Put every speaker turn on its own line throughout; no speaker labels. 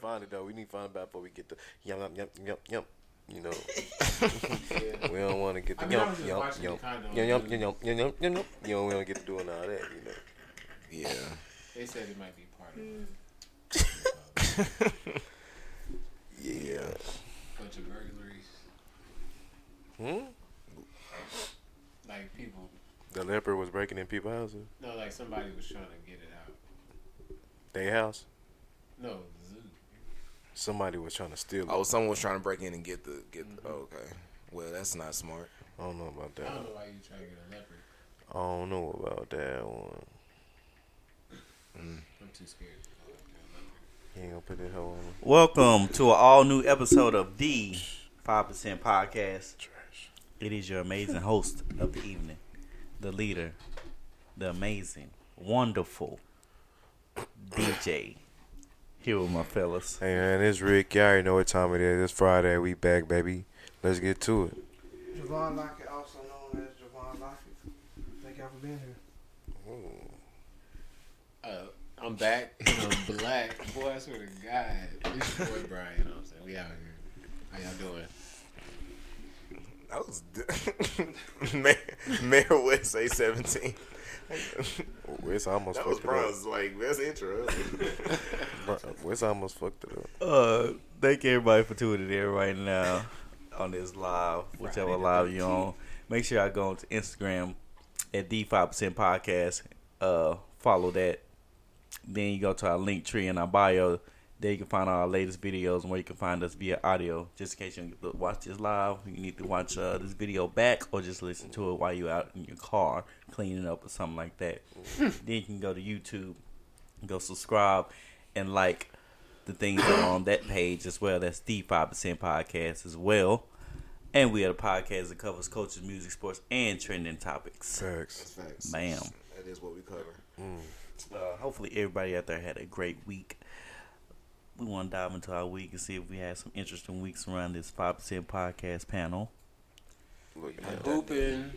find it though. We need to find out before we get the yum yum yum yum yum. You know,
Yeah.
we don't want to get
I
the
mean, I
yum
was just
yum
watching
yum
the condom.
yum yum yum yum yum yum yum. yum. You know, we don't get to doing all that. You know.
Yeah.
They said it might be part of
Yeah.
a bunch of burglaries.
Hmm?
Like people,
The leopard was breaking in people's houses.
no, like somebody was trying to get it out.
They house.
No, the zoo.
Somebody was trying to steal it.
Oh, someone was trying to break in and get the get. The, oh, okay. Well, that's not smart.
I don't know about that.
I don't know why you trying to get a leopard.
I don't know about that one.
I'm too scared. to go after a leopard.
He ain't gonna put that hoe on.
Welcome to an all new episode of the Five Percent Podcast.
Trash.
It is your amazing host of the evening, the leader, the amazing, wonderful DJ. Here with my fellas.
Hey man, it's Rick. Y'all already know what time it is. It's Friday. We back, baby. Let's get to it.
Javon Lockett, also known as Javon Lockett. Thank y'all for being here.
Uh, I'm back and I'm black. Boy, I swear to God. It's your boy Brian. You know what I'm saying? We out here. How y'all doing?
That was Mayor, Mayor West A seventeen.
Ooh, it's almost
That was
fucked it up.
Bron's like best intro.
Bro, It's almost fucked it up.
Uh, thank everybody for tuning in right now on this live, whichever
Friday the
live you on. Make sure I go on to Instagram at the Five Percent Podcast. Uh, follow that. Then you go to our link tree in our bio. There you can find our latest videos and where you can find us via audio. Just in case you don't watch this live, you need to watch uh, this video back or just listen to it while you're out in your car cleaning up or something like that. then you can go to YouTube, go subscribe, and like the things that are on that page as well. That's the Five Percent Podcast as well. And we are the podcast that covers culture, music, sports, and trending topics.
Facts.
Facts.
Bam.
That is what we cover.
Uh, hopefully, everybody out there had a great week. We want to dive into our week and see if we had some interesting weeks around this Five Percent Podcast panel
Look at
I'm
that.
hooping.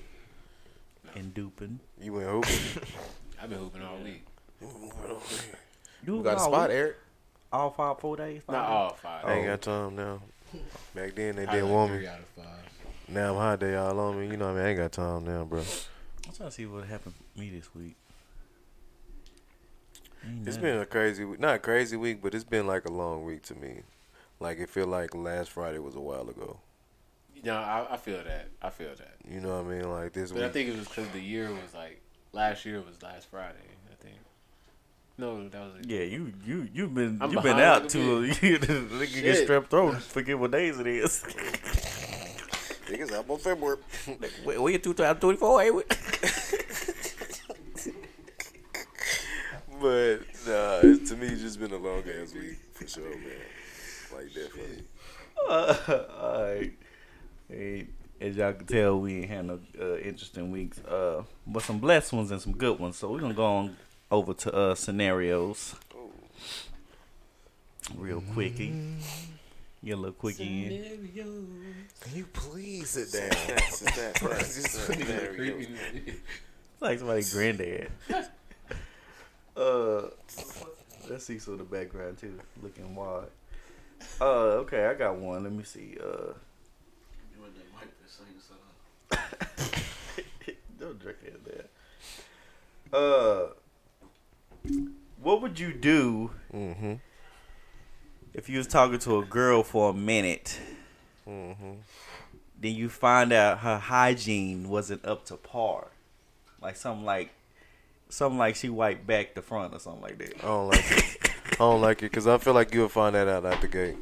and duping.
You went hooping.
I've been hooping all week.
You
We got a spot, eh? Eric.
all five, four days.
Not
uh,
five
all five.
I ain't got time now. Back then they
Probably
didn't
like
want
three
me.
out of five.
Now I'm hot. They all on me. You know what I mean? I ain't got time now, bro.
days? I'm trying to see what happened to me this week. Ain't
It's
nothing.
been a crazy, week. not a crazy week, but it's been like a long week to me. Like it feel like last Friday was a while ago.
No, I, I feel that. I feel that.
You know what I mean? Like this
But I
week.
think it was because the year was like last year was last Friday. I think. No, that was. Like,
Yeah, you you you've been
I'm
you've been
behind
out
like a
too. You nigga get
Shit.
strapped throat. Forget what days it is.
Niggas up on February.
we we in 2024. Hey, we-
But nah, it's, to me, it's just been a long ass week for sure, man. Like that for me.
uh, all right. Hey, as y'all can tell, we ain't had no uh, interesting weeks, uh, but some blessed ones and some good ones. So we're gonna go on over to uh, scenarios
Oh.
Ooh.
real quickie. Get a little quickie in.
Can you please sit down?
Sit down.
Just put it
There we go.
It's like somebody's granddad. uh, that's Cecil in the background too, looking wild. Uh, okay, I got one. Let me see. Uh, don't drink it in there. Uh, what would you do
Mm-hmm.
if you was talking to a girl for a minute,
Mm-hmm.
then you find out her hygiene wasn't up to par, like something like, something like she wiped back the front or something like that.
I don't like it. I don't like it because I feel like you'll find that out out the gate.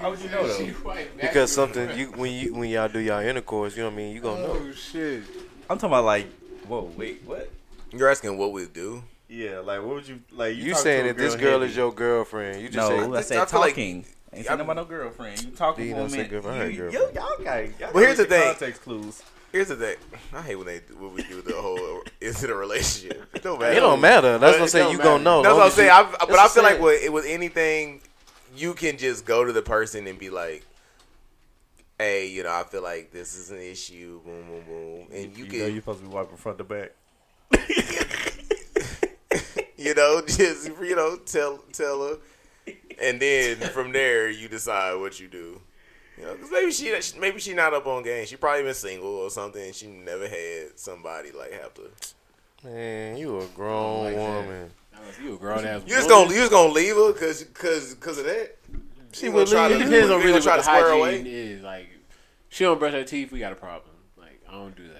How would you know, though?
Because something you when you when y'all do y'all intercourse, you know what I mean. You
Oh
gonna know.
shit!
I'm talking about like, whoa, wait, what?
You're asking what we do?
Yeah, like what would you like?
You
talk to
saying
a
that this girl
heavy.
is your girlfriend? You just
No,
say,
I,
think-
said
I feel like-
talking. Ain't
I'm-
talking about no girlfriend. You talking
Dee
for a
don't say
minute.
girlfriend, I heard
You-
girlfriend.
yo, y'all got. you
Well, here's the thing.
Context clues.
Here's the thing. I hate when they when we do the whole is it a relationship? It don't matter.
it don't matter. That's
It
what I'm saying.
don't
You
matter.
gonna know.
That's
Long
what I'm
as Oh, you-
saying. I, but
what
I
I'm
feel like
saying.
with, with anything, you can just go to the person and be like, "Hey, you know, I feel like this is an issue." Boom, boom, boom, and you,
you
can,
know you're supposed to be wiping front to back.
you know, just you know, tell tell her, and then from there you decide what you do. You know, 'cause maybe she maybe she not up on game. She probably been single or something. She never had somebody like have to.
Man, you a grown
Like that.
woman.
Now, if you a grown ass.
You just gonna you just gonna leave her because cause, cause of that.
She
You
would
gonna try
leave.
to-
It depends
you
on
gonna
really
try
what
to
the
square
hygiene
away.
is like, she don't brush her teeth. We got a problem. Like I don't do that.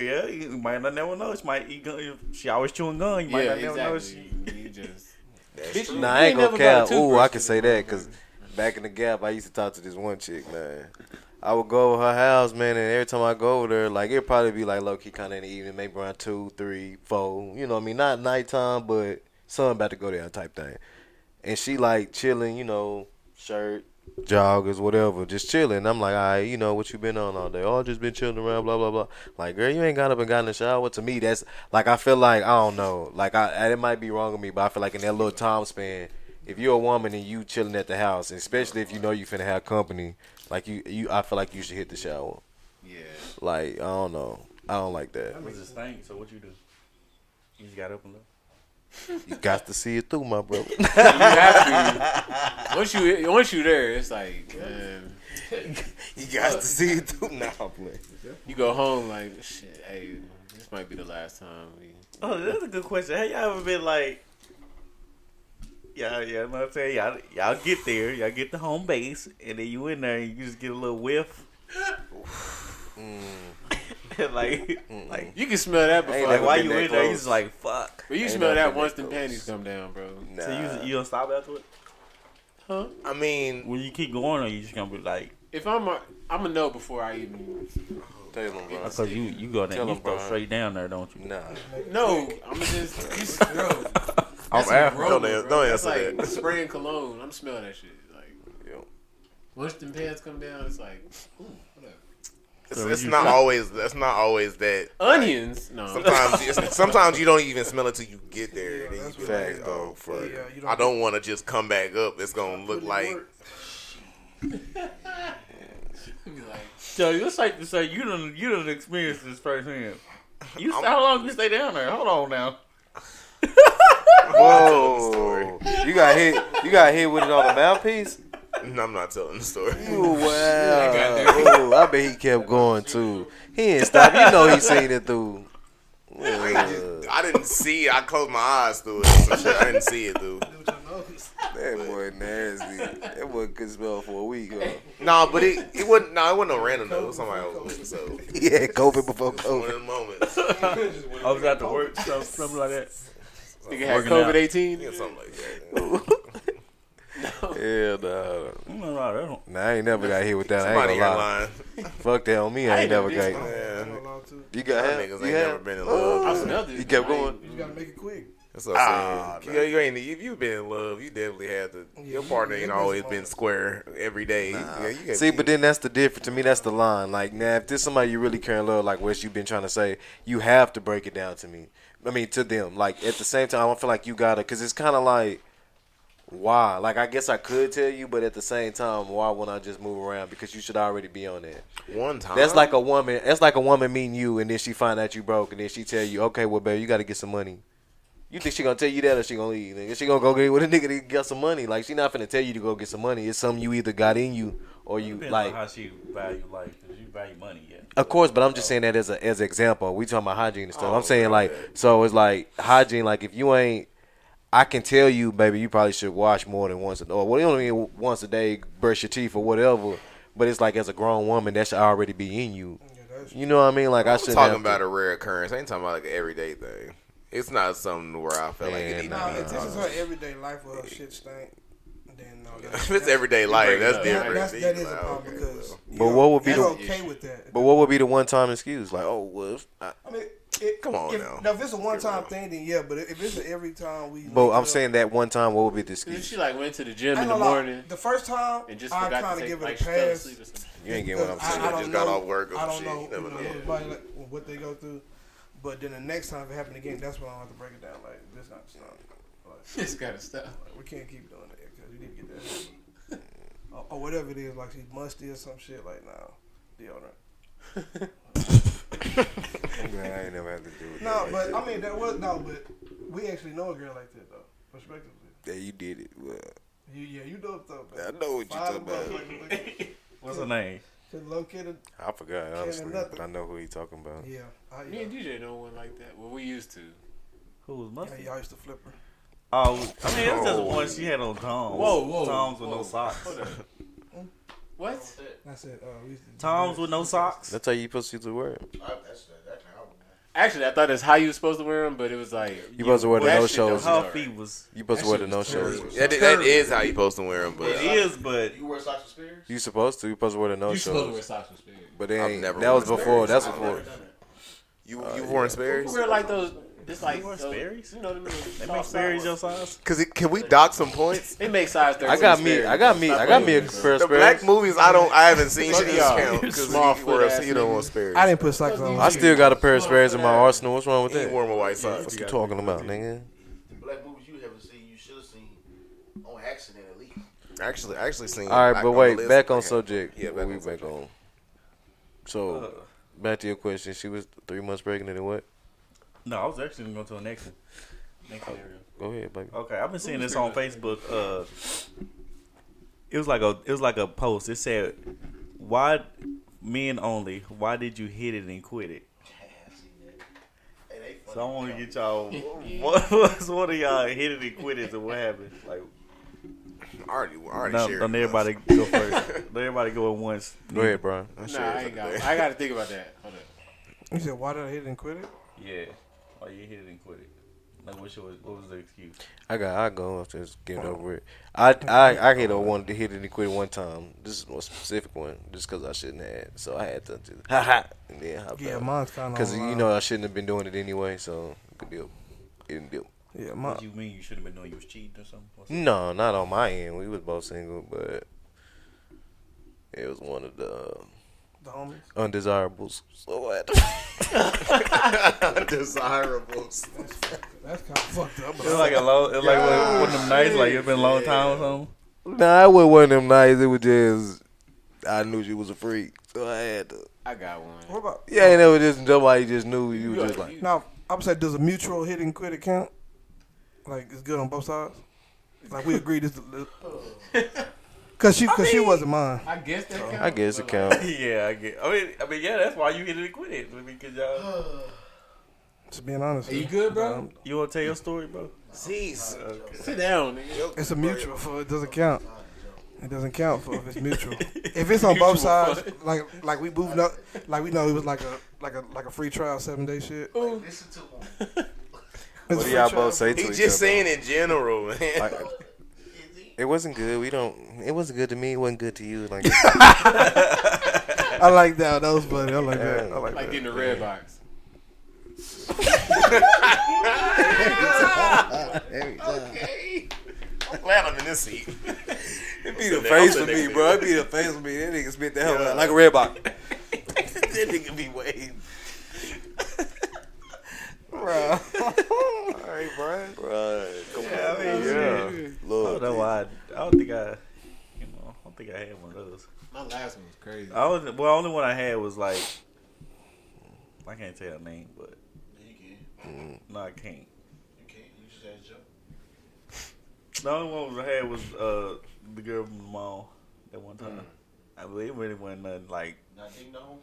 Yeah, you might not never know. She might eat gum. She always chewing gum. You might
yeah,
not never know. She,
exactly. You just
That's
Bitch,
true.
you-
Nah,
you
I ain't gonna
never got a
cap. Ooh, I
toothbrush
can
to
say
do
that because back in the gap, I used to talk to this one chick, man. I would go over her house, man, and every time I go over there, like it'd probably be like low key kind of in the evening, maybe around two, three, four. You know what I mean? Not nighttime, but sun about to go down type thing. And she like chilling, you know, shirt, joggers, whatever, just chilling. I'm like, all right, you know what you been on all day? Oh, I just been chilling around, blah blah blah. Like, girl, you ain't got up and got in the shower. To me, that's like I feel like I don't know, like I and it might be wrong with me, but I feel like in that little time span, if you're a woman and you chilling at the house, especially if you know you finna have company, like you, you, I feel like you should hit the shower.
Yeah.
Like I don't know, I don't like that.
that was his thing. So what you do? You just got up and left.
You got to see it through, my brother.
You have to. Once you once you there, it's like man,
you got to see it through. Nah, I'm playing.
you go home like shit. Hey, this might be the last time. We,
Oh, that's a good question. Have y'all ever been like, y'all, y'all know what I'm saying? Y'all, y'all get there, y'all get the home base, and then you in there and you just get a little whiff. And like, like,
you can smell that before.
Ain't
like
never
why
been
you
that
in there? You
close.
just like, fuck.
but you
ain't
smell
never
that
been
once
that
the
close.
panties come down, bro.
Nah.
So you E you don't stop afterward?
Huh?
I mean,
Will you keep going, or you just gonna be like,
If I'm a, I'm gonna know before I even.
Tell him, bro.
because you you go there,
Tell
you
him,
go
Brian.
straight down there, don't you?
Nah.
No, I'm just. You, s-
Bro,
I'm
that's
after.
aroma,
Don't
bro.
an- don't
That's
answer
like
that.
spraying cologne. I'm smelling that shit. Like
Yo.
once the pants come down, it's like ooh, what
it's,
So
it's
you-
not always that's not always that.
up? onions. No,
Sometimes it's, sometimes you don't even smell it till you get there. and
Yeah,
then you
that's
be
what
like,
it is.
oh fuck,
Yeah, you
I don't want to just come back up. It's gonna look like
Be like,
So it's like, so you don't you don't experience this firsthand. You
I'm-
how long you stay down there? Hold on now.
Whoa! you got hit. You got hit with it on the mouthpiece.
No, I'm not telling the story.
Ooh, wow! Ooh, I bet he kept going too. He didn't stop. You know he seen it through.
I
Ugh.
just- I didn't see. it. I closed my eyes through it. Some shit. I didn't see it through.
That boy nasty. That boy could smell for a week. Huh?
No, but it it wasn't. No, it wasn't no random. Though. It was somebody I was with. So it
He had COVID before
was one of
COVID.
the moments.
I was out to work, something, something like that.
nigga had
Working out.
COVID eighteen.
Yeah, something like that.
Hell no.
I'm not out there.
Nah, I ain't never got hit with that. I ain't
Somebody
gonna
in
lie.
line.
Fuck that on me. I
I
ain't
ain't
never
never
got.
did
Yeah,
You got
Y'all
hit?
niggas
You
ain't
had-
never been in
Oh.
love.
I smelled it.
You kept
I ain't-
going.
You gotta make it quick.
That's what
Ah,
I'm saying. You, you ain't. If you've been in love, you definitely had to. Your partner ain't always been square every day. Yeah, you gotta
See,
be-
but then that's the difference. To me, that's the line. Like, now, if there's somebody you really care and love, like what you've been trying to say, you have to break it down to me. I mean, to them. Like, at the same time, I don't feel like you gotta, because it's kind of like, why? Like, I guess I could tell you, but at the same time, why wouldn't I just move around? Because you should already be on that.
one time.
Uh-huh.
That's like a woman. That's like a woman meeting you, and then she find out you broke, and then she tell you, okay, well, babe, you got to get some money. You think she gonna tell you that, or she gonna leave? Nigga, she gonna go get with a nigga to get some money? Like she not finna tell you to go get some money. It's something you either got in you or you
Depends
like.
on how she value life. 'cause you value money, yeah.
Of course, but I'm just saying that as a as an example. We talking about hygiene and stuff.
Oh,
I'm saying like,
okay.
so it's like hygiene. Like if you ain't, I can tell you, baby, you probably should wash more than once a or what do you mean once a day, brush your teeth or whatever. But it's like as a grown woman, that should already be in you.
Yeah, that's
You know what I mean? Like I
I'm
shouldn't
talking
have to-
about a rare occurrence. I ain't talking about like an everyday thing. It's not something where I feel like
Man,
it need
nah,
Nah,
to be.
if this is
talked
her everyday life where her shit stank, then no.
If
that's-
it's everyday life,
bring it
that's
up.
different.
That's,
Then
that
you
is a
like,
problem
okay,
because.
well.
you
But
know,
what would be
you're
the-
okay with that?
But what would be the one time excuse? Like, oh, well, it's not-
I mean, it,
Come on
if,
now.
If it's a one time thing, then yeah. But if it's every time we.
but
link
I'm
up-
saying that one time, what would be the
If
excuse?
she like went to the gym
I
in
ain't
the
gonna lie,
morning
The first time,
and just
I
forgot
kind
to take,
of give it
like,
a
she fell
pass.
asleep or something.
You ain't getting what I'm
because
saying.
I, I
They
don't
just got
know-
off work or
I don't
some shit.
know,
You never
you know,
know.
everybody, like, what they go through. But then the next time if it happened again, that's when I have to break it down. Like this not stop. Like,
It's gotta stop.
we can't keep doing that because we need to get that. or, or whatever it is, like she musty or some shit. Like now, deodorant.
I'm glad I ain't never had to do it.
No, but I mean that was no, but we actually know a girl like that though, respectively.
yeah, you did it. Well,
You, yeah, you doped up.
I know what you talking about.
What's her name?
Could locate it.
I forgot honestly,
nothing.
but I know who he talking about.
Yeah, I,
Me
yeah.
and DJ know one like that. Well, we used to.
Who was Mustard?
Hey, y'all used to flip her.
Oh, I mean, it's just one she had on Toms.
Whoa, whoa,
Toms with
whoa.
no socks.
Hold up. What?
I said, uh, we used to do
Toms
that.
with no socks.
That's how you supposed to use the word.
Actually, I thought that's how you were supposed to wear them, but it was like
You supposed to wear the
Well,
no
that shit
shows.
don't
You
Her
Sorry.
feet was.
supposed to
That
wear the
shit
no
was
shows.
terrible.
That, that is how you supposed to wear them, but
It is, but
You wear socks with spears?
You supposed to. You supposed to wear the no
you supposed to wear
shows.
socks with spears.
But they
I've
ain't.
never
That was
worn
before.
Sperry's.
That's
I've
before.
never done it.
you you wearing Sperry's?
You wear like those. It's like
You wear
those-
Sperry's?
You know them little
they make
soft
Sperry's
socks.
your size.
Cause it, can we dock some points?
They make size thirteen.
I got me.
Sperry's.
I got me.
Stop
I got me
playing
a
with me,
pair of
The black
Sperry's.
movies I don't I haven't seen
Fuck
shit
y'all.
count because
Small
you,
foot
for us
ass
you don't
niggas.
want Sperry's.
I didn't put socks on.
I still got a pair of Sperry's in my arsenal. What's wrong with
He ain't
that?
wore my white socks.
What you talking about, nigga?
The black movies you haven't seen, you should have seen on accident at least.
Actually, I actually seen.
All
I-
right, but
on the
wait.
list,
Back on
okay.
subject.
Yeah,
Yeah,
back
we
on
back
subject.
on. So, back to your question. She was three months pregnant and what?
No, I was actually going to the next one. Next scenario.
Go ahead, baby.
Okay, I've been seeing this on Facebook. Uh, it was like a it was like a post. It said, "Why men only? Why did you hit it and quit it?"
I seen that. Hey, they funny.
So I want to get y'all. What was one of y'all hit it and quit it, and what happened? Like,
I already, I already
no,
shared.
don't
it,
everybody
guys.
go first. Let everybody go at once.
Go ahead, Brian.
I
Nah,
shared
I
it
ain't got.
today.
I got to think about that. Hold up.
You said, why did I hit it and quit it?
Yeah. Why you hit it and quit it? Like, what was what was the excuse?
I got. I go. after just get over it. I I I hit a one to hit it and quit one time. This is a specific one, just because I shouldn't have. So I had to just ha ha and then hop
Yeah, uh, mine's kind of
Because you know I shouldn't have been doing it anyway. So good deal. Good deal.
Yeah, mine.
What you mean you should have been doing? You was cheating or something? What's-
No, not on my end. We was both single, but it was one of the uh,
The homies.
undesirables. So what?
Undesirables.
That's kind of fucked up.
It was like a long, it was like one of them nights, like it's been a long time or something.
nah, it wasn't one of them nights. It was just I knew she was a freak, so I had to.
I got one.
What about?
Yeah, and it was just nobody just knew. You
You
was just
got-
like.
you-
Now, I would say, does a mutual hit and quit account? Like, it's good on both sides? Like, we agreed this. Because she, cause she wasn't mine.
I guess that. Counts,
I guess it
but,
counts.
yeah, I get. I mean, I mean, yeah, that's why you hit it and quit it because y'all.
Just being honest.
Like, Are you good, bro?
Um,
You want to tell your story, bro?
Jeez.
Sit down, nigga.
It's a mutual, for it doesn't count. It doesn't count for if it's mutual. if it's on both sides, like like we moved up, like we know it was like a like a like a free trial seven day shit.
Oh.
Like, listen to one.
What
It's a
do
free
y'all
trial.
both say to
He
each
just
other?
saying in general, man.
Like,
Is he?
it wasn't good. We don't. It wasn't good to me. It wasn't good to you. Like,
I like that. That was funny. I like that. I like
Like
that.
in the red box.
okay. I'm glad I'm in this seat.
it
be the face for me, bro. It
be the face for me. That nigga spit the
hell out, like
a red box.
that nigga be waiting.
All right, Brian. Bruh, come
Yeah, I mean,
on. Yeah,
I don't
look.
know why. I, I don't think I. You know, I don't think I had one of those.
My last one was crazy.
I was well. Only one I had was like. I can't tell her name, but
Yeah, you can.
no, I can't.
You can. You just had a joke.
The only one was I had was uh the girl from the mall that one time.
Mm.
I mean, it really wasn't nothing like
Now, ding dong.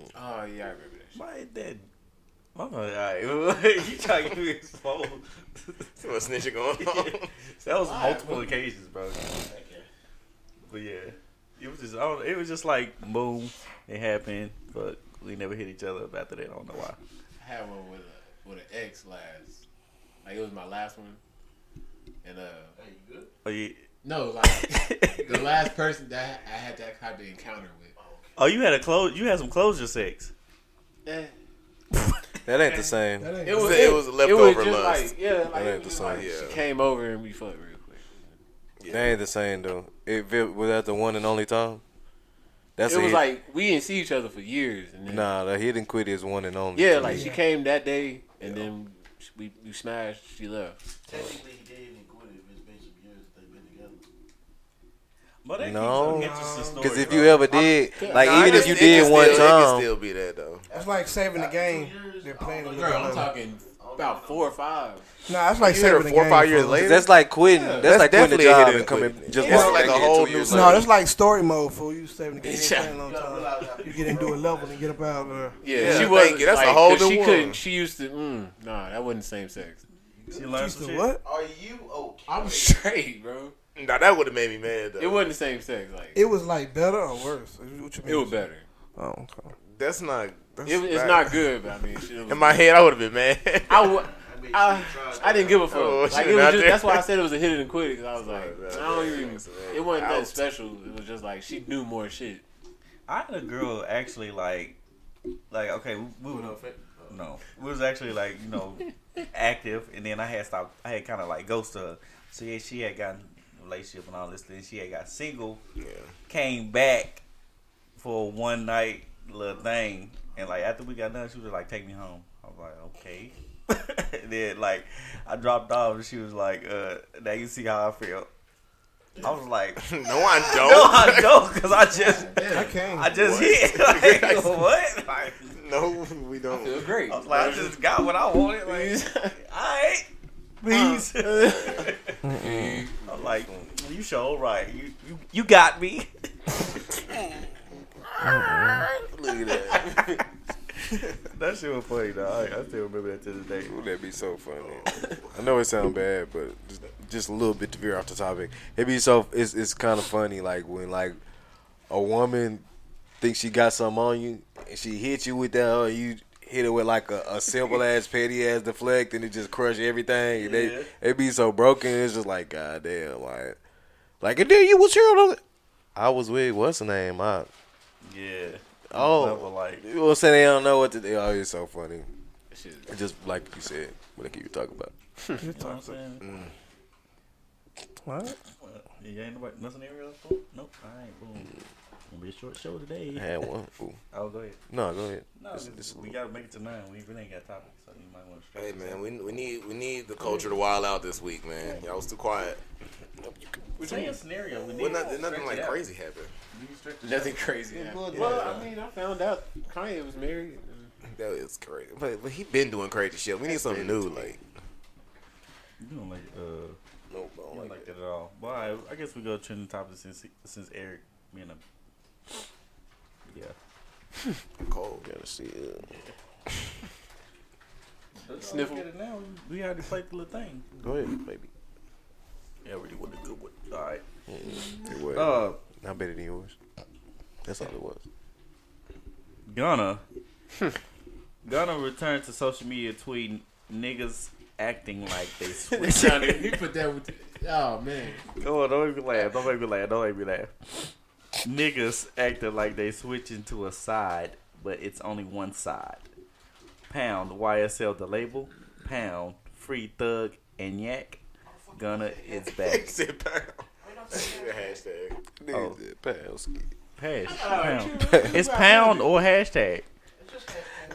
Oh yeah, I remember that.
my dad. I'm not alright. you trying to get me exposed?
See what snitching going on.
that was
Why?
multiple occasions, bro.
Okay.
But yeah, it was just I don't, it was just like boom, it happened, but we never hit each other up after that. I don't know why.
I had one with a, with an ex last. Like it was my last one, and uh,
Hey, you good?
Oh, you,
no, like the last person that I had that kind of encounter with.
oh, you had a close. You had some closure sex.
Eh,
That ain't the same.
That ain't
It was
It was leftover lust.
like yeah, like,
ain't
it was
the
just
same.
like
Yeah.
she came over and we fucked real quick.
That ain't the same though. If it was that the one and only time, that's
it
a
was
hit.
like we didn't see each other for years, and then,
nah. The hit and quit is one and only.
yeah, like she came that day, and then we we smashed. She left.
Technically, he did and quit it if it's been some years that they've been together.
But that
No.
keeps an interesting story,
because if
bro.
you ever did, like
Nah,
even
it
if you
can- it can
did one
still, it can
time,
still be that though.
It's like saving the game.
Two years,
They're
I
playing
don't
with
know.
the
Girl, I'm
other.
talking
I don't
about four or five.
Nah, that's like
You hit her
saving the
four or
game.
five years
for-
later.
That's like quitting.
Yeah,
that's,
that's
like quitting a
definitely a
job
hit
and
and quit.
coming just
Yeah,
walking
like
back
a
in
whole
two
new
years
cycle.
No,
later.
that's like story mode for you saving the game.
Yeah.
playing a long time. Uh, You get into a level and get up out of there.
Yeah,
she
thank
wasn't.
you. That's a
like,
whole
'cause
new
She
one.
couldn't. She used to. Mm, nah, that wasn't same sex.
She learned
Used
some
to
shit.
what?
Are you okay?
I'm straight, bro.
Now that would have made me mad though.
It wasn't the same sex. Like
It was like better or worse. Is What you mean?
it was better.
Oh, okay.
That's not. That's
It, was- it's
bad.
not good, but I mean, shit, it was
In my head, I would have been mad.
I, w-
I mean,
Ah.
I,
she tried
I didn't give a fuck.
Oh,
like
shit,
it was
out
just,
there.
that's why I said it was a hit it and quit because I was like,
Right, right,
I don't
right,
even.
right, right.
It wasn't
Out.
that special. It was just like she knew more shit.
I had a girl actually like, like okay, we, we were no, we was actually like you know active, and then I had stopped. I had kind of like ghosted her. So yeah, she had gotten in a relationship and all this. Then she had got single,
yeah.
came back for one night little thing, and like after we got done, she was like, "Take me home." I was like, "Okay." then like I dropped off, and she was like, uh, "Now you see how I feel." I was like,
No, I
"No, I
don't.
don't," because I just.
I can't.
I just
What?
hit. Like, what? Like,
No, we don't.
Feel great.
I was like, I just got what I wanted. Like, alright, please. I'm like, you sure right. You you you got me.
Look at that.
That shit was funny though. I, I still remember that to this day.
Ooh, that'd be so funny. I know it sounds bad, but just, just a little bit to veer off the topic. It'd be so. It's it's kind of funny, like when like a woman thinks she got something on you, and she hit you with that, or you hit her with like a, a simple ass petty ass deflect, and it just crush everything. And
Yeah.
they it be so broken. It's just like god damn, like like and then you was here. I was with what's her name? I
Yeah. Level,
oh
like
you know what I'm saying they don't know what to do. Oh, it's so funny.
Shit.
Just like you said, what they keep talking about.
You're
you know what I'm
toxic.
saying?
What?
Well, You ain't nobody nothing else? Boom. Nope. I ain't boom. Gonna be a short show
I
today.
had one. Ooh.
Oh, go ahead.
No, go ahead.
No,
This-
just-
this-
we gotta make it to nine. We really ain't got topics, so you might want to.
Hey man, we, we need we need the culture to wild out this week, man. Y'all was too quiet.
Say a scenario. We
Well,
need
not,
stretch
nothing
it
like
out.
crazy happened.
We need to stretch it out.
Nothing crazy. happened.
yeah.
Well, I mean, I found out Kanye was married.
That is crazy. But, but he been doing crazy shit. We need something new, like.
You don't like uh.
Nope, I
I
don't
don't
like
like that at all. But I, I guess we go trending topics since since Eric being a yeah.
Cold.
that. Gotta see it.
Sniffle.
Look at it now. We already played the little thing.
Go ahead, baby.
Yeah, really was a good one. All right.
It was.
Uh,
I better than yours. That's all it was.
Ghana. Ghana returned to social media tweeting niggas acting like they
They
switch.
trying to- he put that with. Oh man.
Come on, don't make me laugh. Don't make me laugh. Don't make me laugh. Niggas acting like they switching to a side, but it's only one side. Pound YSL the label. Pound free thug and yak. Gunna is
He
back.
said pound. The hashtag.
Oh.
Nigga, Palski.
Hash. Pound. It's pound or hashtag.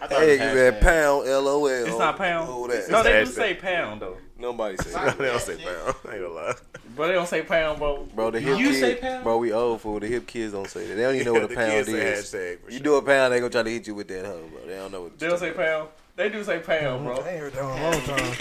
I thought
Hey,
it was
man,
hashtag.
pound, LOL.
It's not pound.
Oh, that.
No, they do
Hashtag.
say pound though,
Nobody
No,
said
they don't say pound. I ain't gonna lie.
but they don't say pound, bro.
Bro, the hip
You
kids.
say pound?
Bro, we old fool. The hip kids don't say that. They don't even know
Yeah,
what a
the
pound
kids say
is.
Hashtag for
You
sure.
do a pound, they gonna try to hit you with that hoe, bro. They don't know what.
They don't say pound. They do say pound,
I
bro.
ain't heard that in a long time.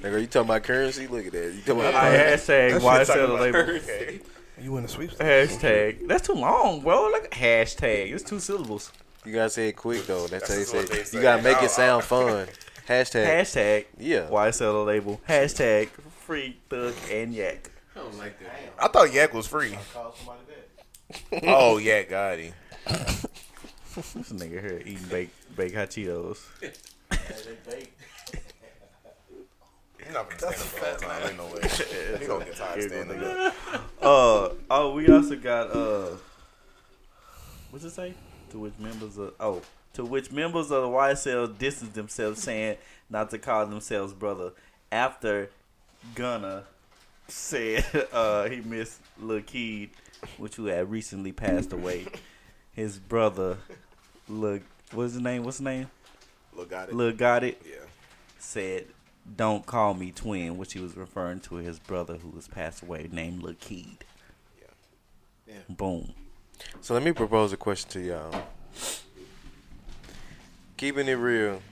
Nigga, you talking about currency? Look at that. You talking
All
about
right, hashtag
Talking
YSL the
about
label.
hurricane.
You in the sweepstakes?
Hashtag. That's too long, bro. Look, hashtag. It's two syllables.
You gotta say it quick though. That's,
That's
how you
what
say.
they
It.
say.
You gotta make
Oh,
it sound fun. Hashtag.
Hashtag.
Yeah.
Why sell the label? Hashtag free thug and yak.
I don't like that.
I thought Yak was free.
Call somebody that.
Oh, Yak got him.
This nigga here eating baked baked hot Cheetos.
As they bake.
He's not gonna stand up the whole time. Ain't no way. He gonna get tired of standing up.
Uh oh, we also got uh what's it say? To which members of oh to which members of the YSL distanced themselves saying not to call themselves brother after Gunna said uh he missed Lil Keed, which who had recently passed away. His brother Lil what's his name? What's his name?
Look, got it.
Lil got it
Yeah.
said, "Don't call me twin," which he was referring to his brother who was passed away, named Lakeed.
Yeah.
Boom.
So let me propose a question to y'all. Keeping it real,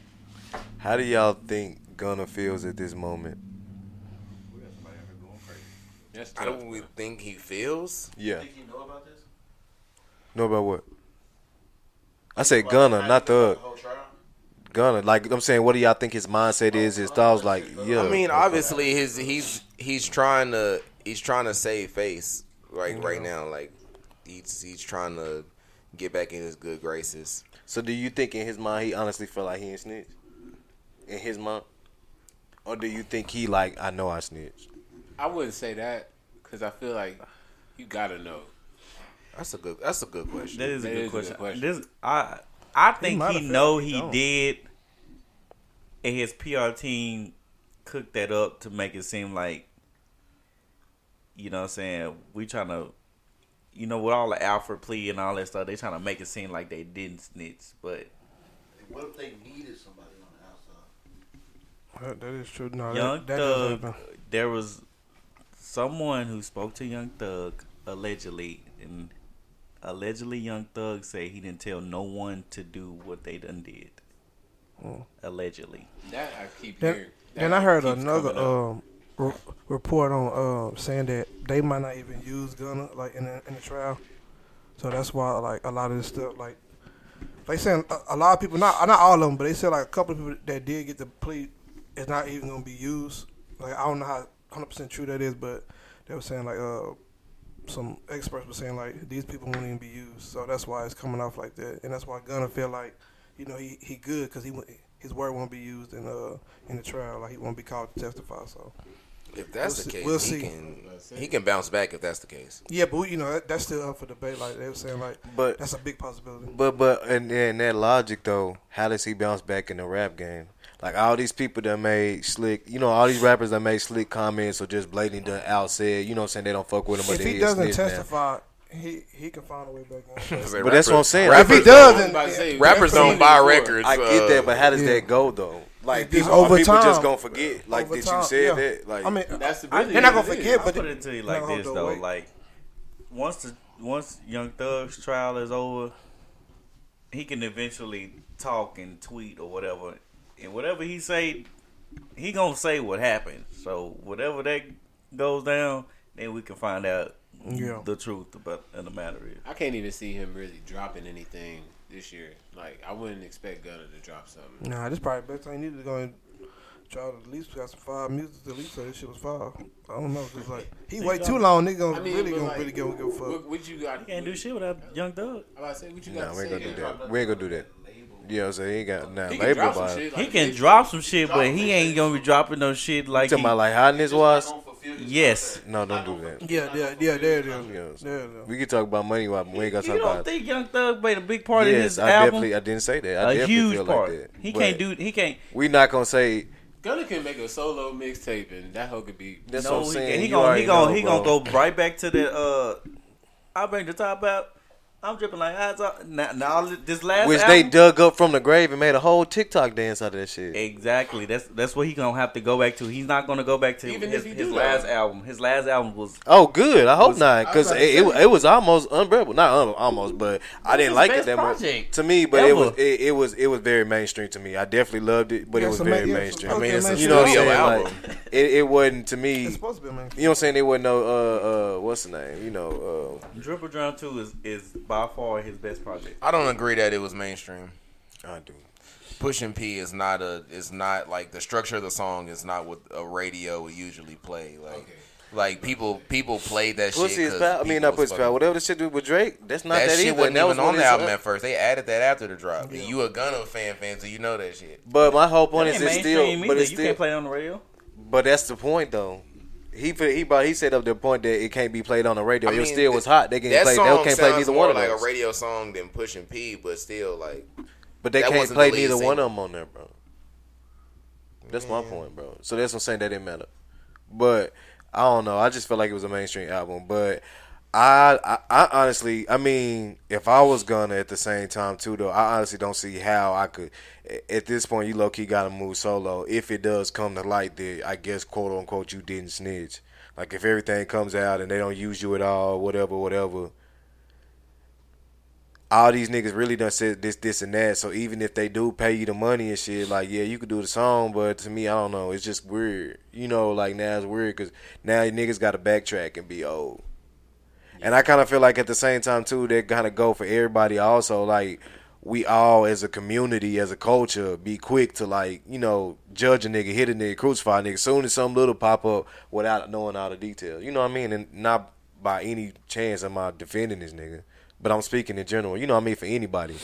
how do y'all think Gunner feels at this moment.
That's
I
tough.
don't really think he feels.
Yeah.
Think you know about this?
Know about what? I said Gunner, not Thug.
The whole trial?
Gunner. Like I'm saying, what do y'all think his mindset is? His thoughts, like yeah.
I mean, obviously his he's he's trying to he's trying to save face like right now. Like he's he's trying to get back in his good graces.
So do you think in his mind he honestly feel like he ain't snitch? In his mind? Or do you think he like I know I snitched?
I wouldn't say that because I feel like you gotta know.
That's a good that's a good question.
That is a
That
good
is a good question.
question. This I I think
might
he,
have felt
know
like he
he
don't.
did, and his PR team cooked that up to make it seem like, you know, what I'm saying we trying to, you know, with all the Alfred plea and all that stuff, they trying to make it seem like they didn't snitch, but
What if they needed somebody on the outside?
That, that is true. No,
Young
that, that does
Thug,
happen.
there was someone who spoke to Young Thug allegedly, and allegedly Young Thug said he didn't tell no one to do what they done did.
Oh.
Allegedly,
That I keep
Then-
hearing. That
Then I heard
keeps
another
coming up.
um, re- report on um, saying that they might not even use Gunner like in the, in the trial, so that's why like a lot of this stuff like they saying uh, a, a lot of people not not all of them, but they said like a couple of people that did get the plea is not even gonna be used. Like I don't know how 100 percent true that is, but they were saying like uh some experts were saying like these people won't even be used, so that's why it's coming off like that, and that's why Gunner feel like you know he he good because he wa- his word won't be used in uh in the trial, like he won't be called to testify. So
if that's
we'll
the
see-
case,
we'll
he
see.
can he can bounce back if that's the case.
yeah, but we- you know that, that's still up for debate. Like they were saying like
But
that's a big possibility.
but but and in that logic though, how does he bounce back in the rap game? Like all these people that made slick, you know, all these rappers that made slick comments or just blatantly done out said, you know, what I'm saying they don't fuck with him, but
If
they
he
is
doesn't
snitch now.
testify, he he can find a way back. in.
But that's what I'm saying.
if he
Rappers
I
does,
was
then
about to say,
Rappers
that's what
don't
we
buy
before.
records.
I get that, but how does
uh, Yeah.
that go though? Like
It's
people,
over
are people just
time.
gonna forget like
Over
that
time,
you said
yeah.
that. Like
I mean,
That's the
I-
really
they're
not
what
gonna
it
forget,
is.
but
I put it to you like
No,
this
don't
though,
wait.
like once the once Young Thug's trial is over, he can eventually talk and tweet or whatever, and whatever he say, he gonna say what happened. So whatever that goes down, then we can find out
Yeah.
the truth about of the matter is.
I can't even see him really dropping anything this year. Like I wouldn't expect Gunner to drop something.
nah, this probably best thing needed to go and try to at least got some five music at least so this shit was five. I don't know, cause like he wait too long, nigga gonna
I mean,
really
but,
gonna
like,
really give, give a fuck.
What, what you got?
He can't do
what-
shit without Young Thug.
I'm about to say what you
nah,
got to
we ain't
say.
gonna do
there?
that. We ain't gonna do that. You know what I'm saying? He ain't got nah,
He can
label
drop some
by it.
shit.
He
like
can
this.
drop some shit, but he ain't gonna be dropping no shit like
Talking
he,
about like hotness was.
yes.
No, don't do that.
Yeah, yeah, yeah, there it is.
You know what I'm saying?
There it is.
We can talk about money while we ain't gonna
You
talk
don't
about.
think Young Thug played a big part in
Yes,
his
I
album?
definitely I didn't say that. I
a
definitely
huge
feel
part.
like that.
he
But
can't do. He can't.
We not gonna say
Gunner can make a solo mixtape and that hoe could be.
that's
no,
what I'm
he,
saying.
can't. he
You
gonna.
already
He gonna.
know,
he
bro.
gonna go right back to the. uh I bring the top out. I'm dripping like eyes out. Now, now this last
Which they
album,
dug up from the grave and made a whole TikTok dance out of that shit.
Exactly. That's that's what he gonna have to go back to. He's not gonna go back to
Even if
his,
he
his
do
last
that.
album. His last album was
Oh, good. I hope not,
I
because
was
it,
about to
it,
say.
it was almost unbearable. Not un, almost, but I didn't
his
like it
best
that much
project
to me. But
ever.
it was it, it was it was very mainstream to me. I definitely loved it, but
Yeah,
it was
some
very
ma- yeah,
mainstream.
some- I mean, okay, it's a
you know what I'm
mainstream.
saying?
studio
Like, it, it wasn't to me.
It's supposed to be man.
You know what I'm saying? They wasn't no uh uh what's the name? You know
Dripper Drown Two is is by far his best project.
I don't agree that it was mainstream.
uh I do.
Pushing P is not a is not like the structure of the song is not what a radio would usually play. Like like people people played that
Pussy
shit.
is
'cause
power. I mean,
people
not
was
pussy
fucking-
power. Whatever the shit do with Drake, that's not
That,
that,
shit
either.
wasn't
That was
even on
when
the
it's
album
up.
at first. They added that after the drop. And you a Gunna fan fan, so you know that shit.
But my whole point is
It ain't
it's
mainstream
still, but
either.
it's
you
still,
can't play it on the radio.
but that's the point though. He put- he brought he set up the point that it can't be played on the radio.
I
it
mean,
still was hot. They can't
That
play. They
song
can't play
sounds
neither
more
one of
like
those.
a radio song than Pushing P, but still like
But they
That
can't
wasn't
play
the lead
neither one
single.
of them on there, bro. That's my point, bro. So that's what I'm saying. That didn't matter. But I don't know. I just felt like it was a mainstream album. But I, I, I honestly, I mean, if I was gonna at the same time too, though, I honestly don't see how I could. a- At this point, you low key gotta move solo. If it does come to light that I guess quote unquote you didn't snitch. Like if everything comes out and they don't use you at all, whatever, whatever. all these niggas really done said this, this, and that. So even if they do pay you the money and shit, like yeah, you could do the song, but to me, I don't know. It's just weird, you know. Like now it's weird because now niggas got to backtrack and be old. And I kind of feel like at the same time too, they kind of go for everybody. Also, like we all as a community, as a culture, be quick to like you know judge a nigga, hit a nigga, crucify a nigga. Soon as some little pop up without knowing all the details, you know what I mean? And not by any chance am I defending this nigga, but I'm speaking in general. You know what I mean for anybody,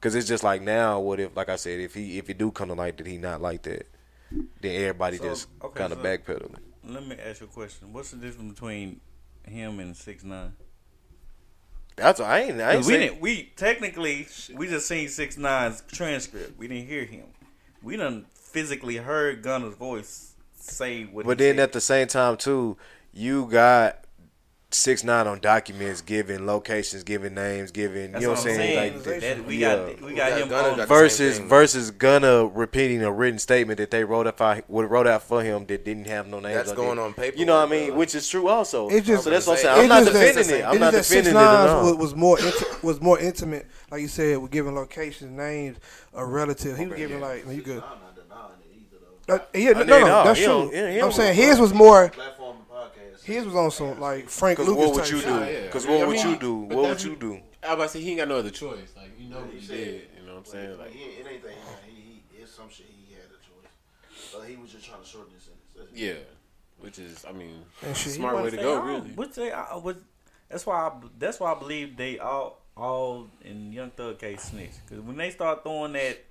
because it's just like now, what if like I said, if he if it do come to light that he not like that, then everybody
So,
just
okay,
kind of
so-
backpedaling.
Let me ask you a question. What's the difference between him and six nine?
That's I ain't I ain't
Cause we
saying-
didn't. We technically we just seen six nine's transcript. We didn't hear him. We done physically heard Gunner's voice say what.
But
he
then
said.
at the same time too, you got six nine on documents, giving locations, giving names, giving
That's
you know
what I'm saying.
Like,
Like,
That- we
yeah.
got we
We
got
got
him
Gunner
on.
got-
versus
same thing.
versus Gunna repeating a written statement that they wrote up fi- would wrote out for him that didn't have no names.
That's
on
going
it.
on paper.
You know what I mean?
bro.
Which is true also.
It's just-
so that's what I'm
it's
saying. I'm not
just that-
defending it. I'm
it's
not
just that
defending it at
6ix9ine
all.
was, was more inti- was more intimate, like you said, with giving locations, names, a relative. He was giving like man, you good.
I'm not denying it either though.
Uh, yeah,
I
no,
mean,
no,
no,
that's
he
true.
don't- yeah, he
I'm
don't-
saying his was more.
Platform and podcast.
His was on some like Frank
Because
Lucas.
what would
type
you
shit.
do?
yeah.
Because
I
what would
mean,
you do?
but
What would
that's-
you do?
I was about to say he ain't got no other choice. Like you know what
He
he
said
did.
it.
You know what I'm
Like,
saying? Like
he, it ain't that he, he, he it's some shit he had a choice. So he was just trying to shorten his sentence. That's it.
yeah, which is I mean
And shit, he
smart way to
They
go
all-
really.
What they, I, what, that's why I, that's why I believe they all all in Young Thug case snitch. Because when they start throwing that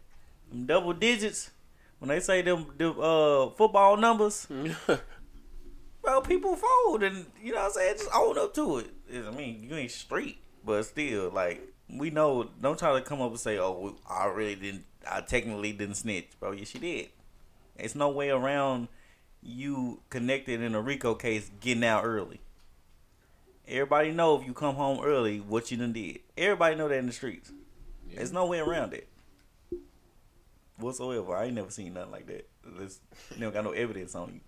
them double digits, when they say them, them uh football numbers, bro, people fold and you know what I'm saying. Just own up to it. It's- I mean, you ain't street, but still, like we know. Don't try to come up and say, "Oh, we- I really didn't. I technically didn't snitch, bro." Yes, you did. It's no way around you connected in a RICO case getting out early. Everybody know if you come home early what you done did. Everybody know that in the streets. There's no way around it. Whatsoever. I ain't never seen nothing like that. There's never got no evidence on you.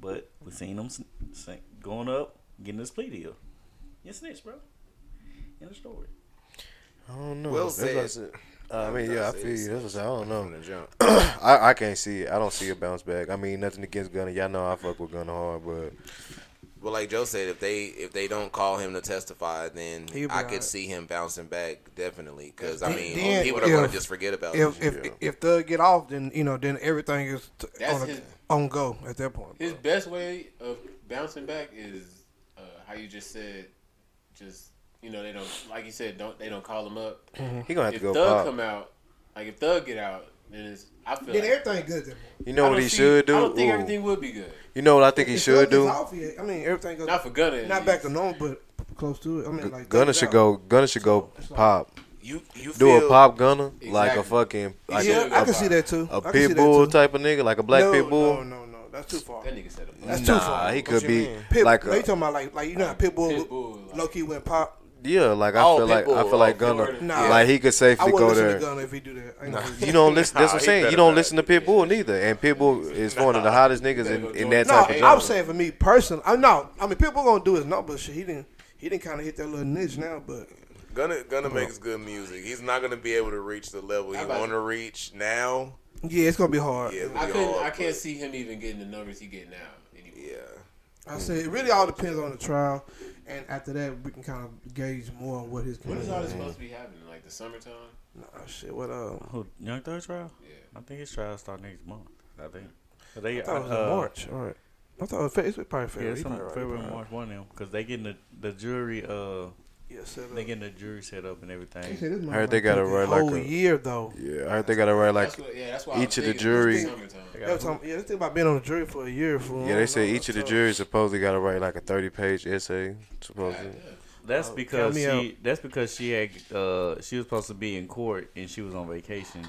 But we seen them sn- sn- going up, getting this plea deal. You snitch, bro. In the story.
I don't know.
Well
That's what I
said.
said. I mean, yeah, I feel you. That's what I said. I don't know.
From the jump.
I, I can't see it. I don't see a bounce back. I mean, nothing against Gunner. Y'all know I fuck with Gunner hard, but
Well, like Joe said, if they if they don't call him to testify, then
He'll be
I could
alright.
see him bouncing back definitely. Because I
Then-
mean,
then
people are going
if-
to just forget about
If
him.
if if Thug get off, then you know, then everything is t-
That's
on, a,
his-
on go at that point.
His
bro.
best way of bouncing back is uh, how you just said, just you know they don't like you said don't they don't call him up.
Mm-hmm.
he gonna have to
If
go
Thug
pop.
come out, like if Thug get out, then it's I feel.
Then
like,
everything good. Then.
you
I
know what
don't
he
see-
should do?
I don't think
Ooh.
everything would be good.
You know what I think he
If
should
Thug is
do?
off, yeah, I mean, everything goes
Not for Gunna. at
not
least.
back to normal, but close to it. I mean, like uh,
Gunner
Thug
should
out.
go. Gunner should go pop.
You
Do
you feel,
a pop Gunner like
Exactly.
a fucking like
Yeah,
a,
I can see that too.
a
I can see
pit
that
bull
too.
type of nigga, like a black
no,
pit bull.
No, no, no, that's too far.
That nigga said it.
That's
nah,
too far.
he
What
could
you
be
mean? Pit,
like
they
a,
talking about like like you know how Pitbull,
Pitbull, like-
low key went pop.
yeah, like I
Oh,
feel like
Pitbull,
I feel like
oh,
Gunner,
Pitbull.
Nah.
like he could
I
safely
wouldn't
go
listen
there.
to Gunna if he do that. I ain't gonna do that.
You don't listen. That's what
Nah,
I'm
he
saying. You
better
don't
not.
listen to Pitbull neither, and Pitbull is one of the hottest niggas in, in that
No,
type of genre.
I'm saying for me personally, I no, I mean Pitbull gonna do his number. Shit, he didn't. He didn't kind of hit that little niche now, but
Gunna Gunna makes good music. He's not going to be able to reach the level he
How about
want to reach now.
yeah, it's gonna be hard.
Yeah, it'll
I
be
couldn't.
hard,
I can't
but-
see him even getting the numbers he getting now. Anymore.
Yeah,
I said it really all depends on the trial, and after that we can kind of gauge more on what his.
When is all this supposed to be happening? Like the summertime?
Nah, shit. What uh?
Who Young Thug trial?
Yeah.
I think his trial start next month. I think. But They,
I thought it was in
uh,
March. All right. I thought it was Fe- it's probably
Yeah,
February.
it's
You
some
probably right.
February,
You probably
March one now because they getting the the jury uh
right. Yeah, set up.
they getting the jury set up and
He
everything.
said this
I heard they gotta
motherfucker
write
the
like
whole
a-
year though.
Yeah, I heard they got to write like
That's what, yeah, that's why I
each
was
of the
thinking
jury-
Summertime.
They were talking, yeah, this thing about being on the jury for a year. For
Yeah, they say each of the juries supposedly got to write like a thirty-page essay. Supposedly,
That's
Oh,
because
count
she.
me
That's because she had. Uh, she was supposed to be in court and she was on vacation.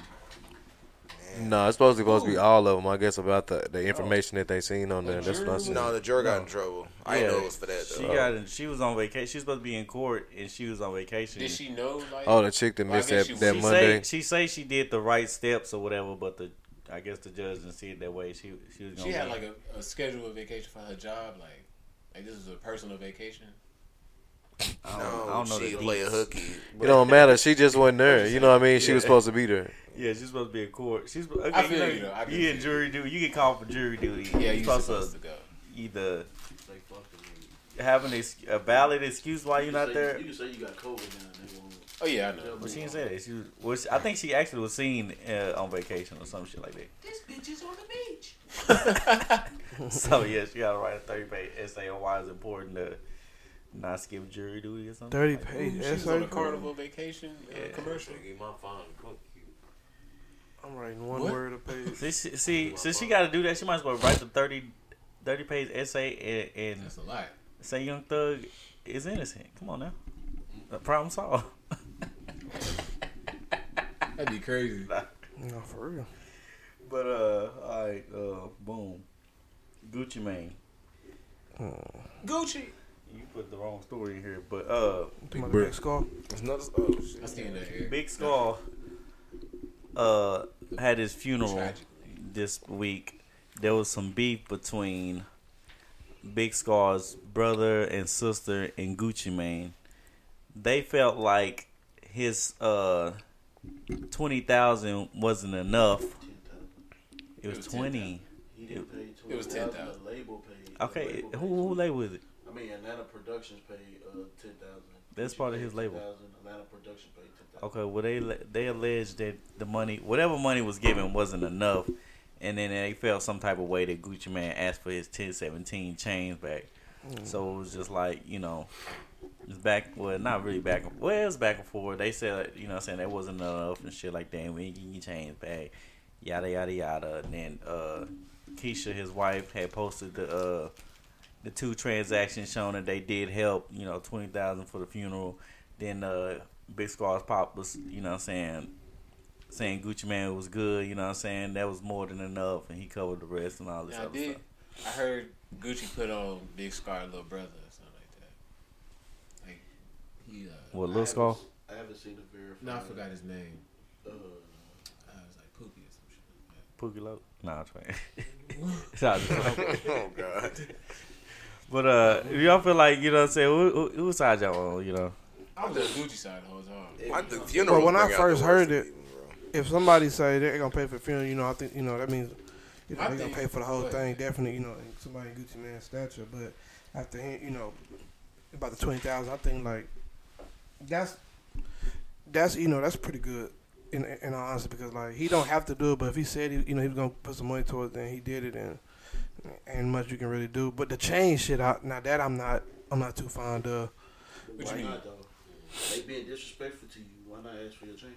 no, it's supposed to, supposed to be all of them. I guess about the, the information that they seen on there. That's what I said.
no, the juror got in trouble. I didn't know it was for that
She
though.
got. in- She was on vacation. She was supposed to be in court and she was on vacation.
Did she know? Like,
Oh, the chick that
Well, I
missed
guess
that,
she-
that
she
Monday.
Say, she say she did the right steps or whatever, but the I guess the judge didn't see it that way. She she was. Gonna
she had
win.
like a, a scheduled vacation for her job. Like, like this is a personal vacation.
I don't,
No,
I don't know
Oh, she
the
play a
deets.
hooky.
It don't matter. She just wasn't there. You know what I mean? She was
Yeah.
supposed to be there.
Yeah, she's supposed to be in court. She's okay,
I feel
you, know,
you, though. I
you
feel
in
you.
jury duty. You get called for jury duty.
Yeah, you
You're
supposed, to go.
either have an ex- a valid excuse why you're not there.
You can say you got COVID now. and they won't-
Oh yeah, I know.
Well, she didn't say that. She was, well, she, I think she actually was seen uh, on vacation or some shit like that. This bitch is on the beach. so yeah, she got to write a thirty page essay on why it's important to not skip jury duty or something.
Thirty
like that.
page
She was on
essay.
a carnival vacation uh,
Yeah.
commercial.
I'm writing one
What?
word a page.
See, she- see, since she got to do that, she might as well write the 30, 30 page essay and, and
That's a lot.
say Young Thug is innocent. Come on now, the problem solved.
That'd be crazy.
No, for real.
But uh, all right, uh, boom, Gucci Mane.
Gucci.
You put the wrong story in here, but uh,
My
Bruh.
big skull.
It's not. Oh shit.
I stand that here.
Big Skull uh had his funeral
Tragically.
this week. There was some beef between Big Skull's brother and sister and Gucci Mane. They felt like his uh twenty thousand wasn't enough. It was
was
twenty.
He didn't pay twenty.
It was $10,000.
The label paid. The
Okay, who
label paid
who
$20,000.
they with it?
I mean, Atlanta Productions paid uh, ten thousand.
That's part of his label.
Atlanta Productions paid ten thousand.
Okay, well they they alleged that the money, whatever money was given, wasn't enough, and then they felt some type of way that Gucci Man asked for his ten seventeen chains back. So it was just like you know, it's back. Well, not really back. Well, it was back and forth. They said you know, what I'm saying that wasn't enough and shit like that. and We ain't getting your chains back. Yada yada yada. And then uh, Keisha, his wife, had posted the uh, the two transactions showing that they did help. You know, twenty thousand for the funeral. Then uh, Big Scar's pop was, you know what I'm saying, saying Gucci Man was good, you know what I'm saying? That was more than enough and he covered the rest and all this
Yeah, I
other
did.
stuff.
I heard Gucci put on Big Scar Little Brother or something like that. Like he. Uh,
What Lil Scar?
I haven't seen the verified.
No, I forgot his name.
Uh,
Uh, it was like Poopy or some shit. like that.
Pookie Low? Nah, I'm trying.
Oh god.
but uh y'all feel like, you know what I'm saying, who, who, who side y'all on, you know?
I was on Gucci side the whole time.
Why the funeral?
Bro, when I
bring out the
first
worst
heard
in
it-
people, bro?
If somebody say they're gonna pay for the funeral, you know, I think you know that means you know
I
they're gonna
think-
pay for the whole
but-
thing. Definitely, you know, in somebody in Gucci Man's stature. But after him, you know, about the twenty thousand, I think like that's that's you know that's pretty good. In, in all honesty, because like he don't have to do it, but if he said he, you know he was gonna put some money towards it, and he did it, and ain't much you can really do. But the chain shit, I, now that I'm not, I'm not too fond of.
What
why
you mean?
not though? They being disrespectful to you. Why not ask for your chain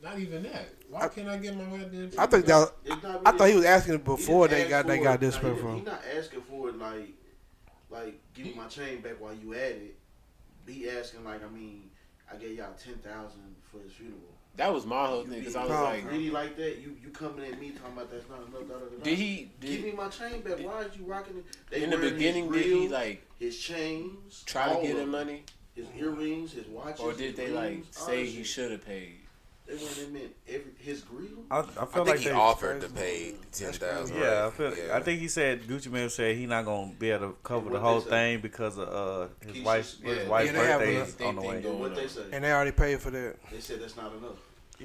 back?
Not even that. Why
I-
can't I get my goddamn?
I think that
It's not
I
really-
thought he was asking it
he
before
didn't
they
ask
got they
for
got
it.
this
Now,
from.
he- He not asking for it like, like give me my chain back while you at it. Be asking like, I mean, I gave y'all ten thousand for his funeral.
That was my whole
You
thing because
be-
I was
No.
like,
really like that? You you coming at me talking about that's not enough? Da, da, da, da.
did he?
give me
Did,
my chain back? Why is you rocking it? They
in the
wearing
beginning,
his
did he
reel,
like
his chains?
try
all
to get
of
him
it.
money,
His earrings, his watches,
or did
his
they like
rings, all
say
that
he
shit.
should have paid?
They went in meant every his grill.
I, I
I
feel
think
like
he
they-
offered to pay ten thousand.
Yeah, I feel I think he said Gucci Man said he not gonna be able to cover the
What
whole
they say?
thing because of uh his
Keisha's-
wife
yeah,
his wife's
yeah, they have
birthday
a-
is
they
on the
think
way.
go-
And what
on.
they say?
And they already paid for that.
They said that's not enough.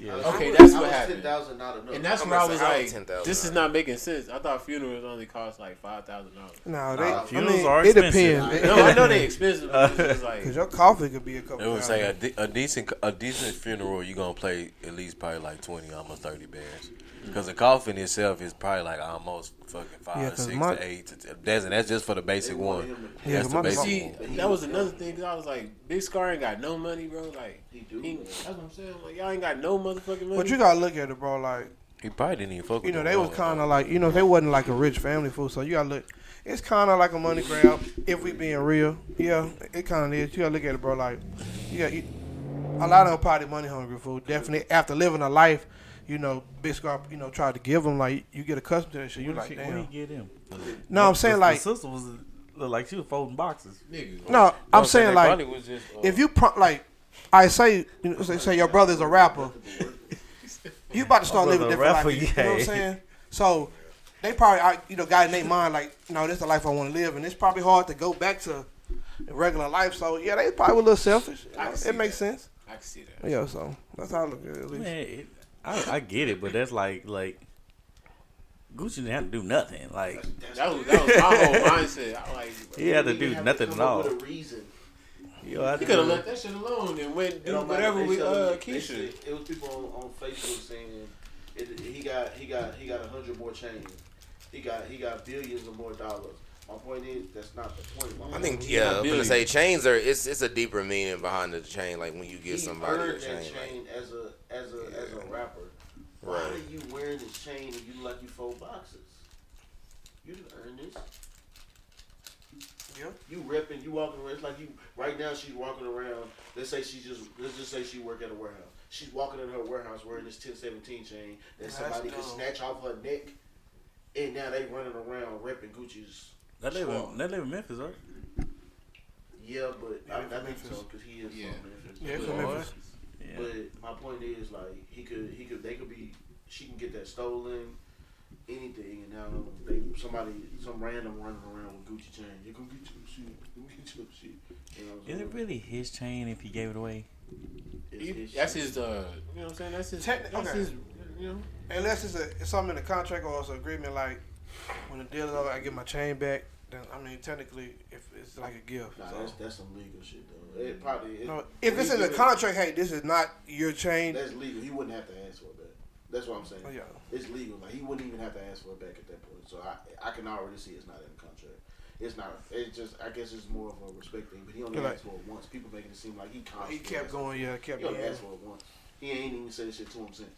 Yeah.
I- I
Okay,
was-
that's
I
what
was
happened.
10,000 not enough.
And that's
I'm
when I
gonna
was
say I
like,
was $10,000.
this is not making sense. I thought funerals only cost like five thousand dollars.
No, they.
Nah,
I
funerals
mean,
are
it
expensive.
depends.
No, I know they expensive. But it's just
Because
like,
your coffee could be a couple.
It was say
thousand.
a, de- a decent a decent funeral. You gonna play at least probably like twenty, almost thirty bands. Because the coffin itself is probably like almost fucking five,
Yeah,
to
'cause
six,
my-
to eight. To, t- that's and that's just for the basic
They wanted
one.
him to-
Yeah,
that's
'cause
the
my-
basic
see,
one.
that was another thing. 'cause I was like, Big Scar ain't got no money, bro. Like,
He do.
he, that's what I'm saying. Like, y'all ain't got no motherfucking money.
But you gotta look at it, bro. Like
He probably didn't even fuck.
you
with
know,
the
they was
woman,
kind
though.
of like you know they wasn't like a rich family fool. So you gotta look. It's kind of like a money grab if we being real. Yeah, it kind of is. You gotta look at it, bro. Like you got you, a lot of them probably money hungry fool. Definitely after living a life, you know, Big Scar, you know, tried to give them like you get accustomed to that shit. You like damn.
get him?
No, I'm saying like
sister was look like she was folding boxes.
nigga.
no, I'm saying
they
like
probably was just, uh,
if you pro- like, I say, you know, say, say your brother's a rapper, you about to start
My
living
brother
different
a
life. You,
rapper,
know what I'm
yeah.
saying? So they probably, I, you know, got in their mind like, no, this the life I want to live, and it's probably hard to go back to regular life. So yeah, they probably were a little selfish.
I can see
It makes sense.
I can see that.
Yeah, so that's how I look at it. At least.
Man, it, I, I get it, but that's like like Gucci didn't have to do nothing. Like
That was, that was my whole mindset. I like,
he had to
Nigga
do
have
nothing at
come up
all.
With a reason.
You know, I
he could have
do-
left that shit alone and went do
It don't matter.
whatever
They
with
selling
uh,
it. They
Keisha.
said- It was people on, on Facebook saying it, he got he got he got a hundred more chains. He got he got billions of more dollars. My point is that's not the point. My
I
point
think
is,
yeah, I'm gonna
Billions.
say chains are it's it's a deeper meaning behind the chain. Like when you
he
get somebody a
earned
chain,
that chain as a as a as a
Yeah.
rapper.
like,
Why
right?
are you wearing this chain and you lucky four boxes? You didn't earn this.
Yeah.
You repping, you walking around. It's like you right now. She's walking around. Let's say she just let's just say she work at a warehouse. She's walking in her warehouse wearing this ten seventeen chain that
That's
somebody could
dumb.
snatch off her neck, and now they running around repping Gucci's.
They live in, they live in Memphis, right?
Yeah, but I, I think so
Memphis.
because he is
Yeah.
from Memphis.
Yeah, it's
But-
from Memphis.
Yeah.
But my point is, like, he could, he could, they could be, she can get that stolen, anything, and now they, somebody, some random running around with Gucci chain. You gonna get your shit. You gonna get your shit. You know what I'm
Is it
saying?
really his chain if he gave it away?
It's-
He-
it's-
That's his. Uh, you know what I'm saying? That's his.
Techni-
that's
okay.
his. You know.
Unless it's, a, it's something in the contract or it's an agreement, like when the deal is over, I get my chain back. Then I mean, technically, if it's like a gift.
Nah,
so.
that's that's some legal shit though. It probably. It,
No, if it's in the
legal,
contract, hey, this is not your chain.
that's legal. He wouldn't have to ask for that. That's what I'm saying.
Oh, yeah.
It's legal. Like he wouldn't even have to ask for it back at that point. So I, I can already see it's not in the contract. It's not. It's just. I guess it's more of a respect thing. But he only
Like-
asked for it once. People making it seem like he constantly.
Oh, He kept
asked.
going, yeah, kept
He only
going.
asked for it once. He ain't even said shit to him since.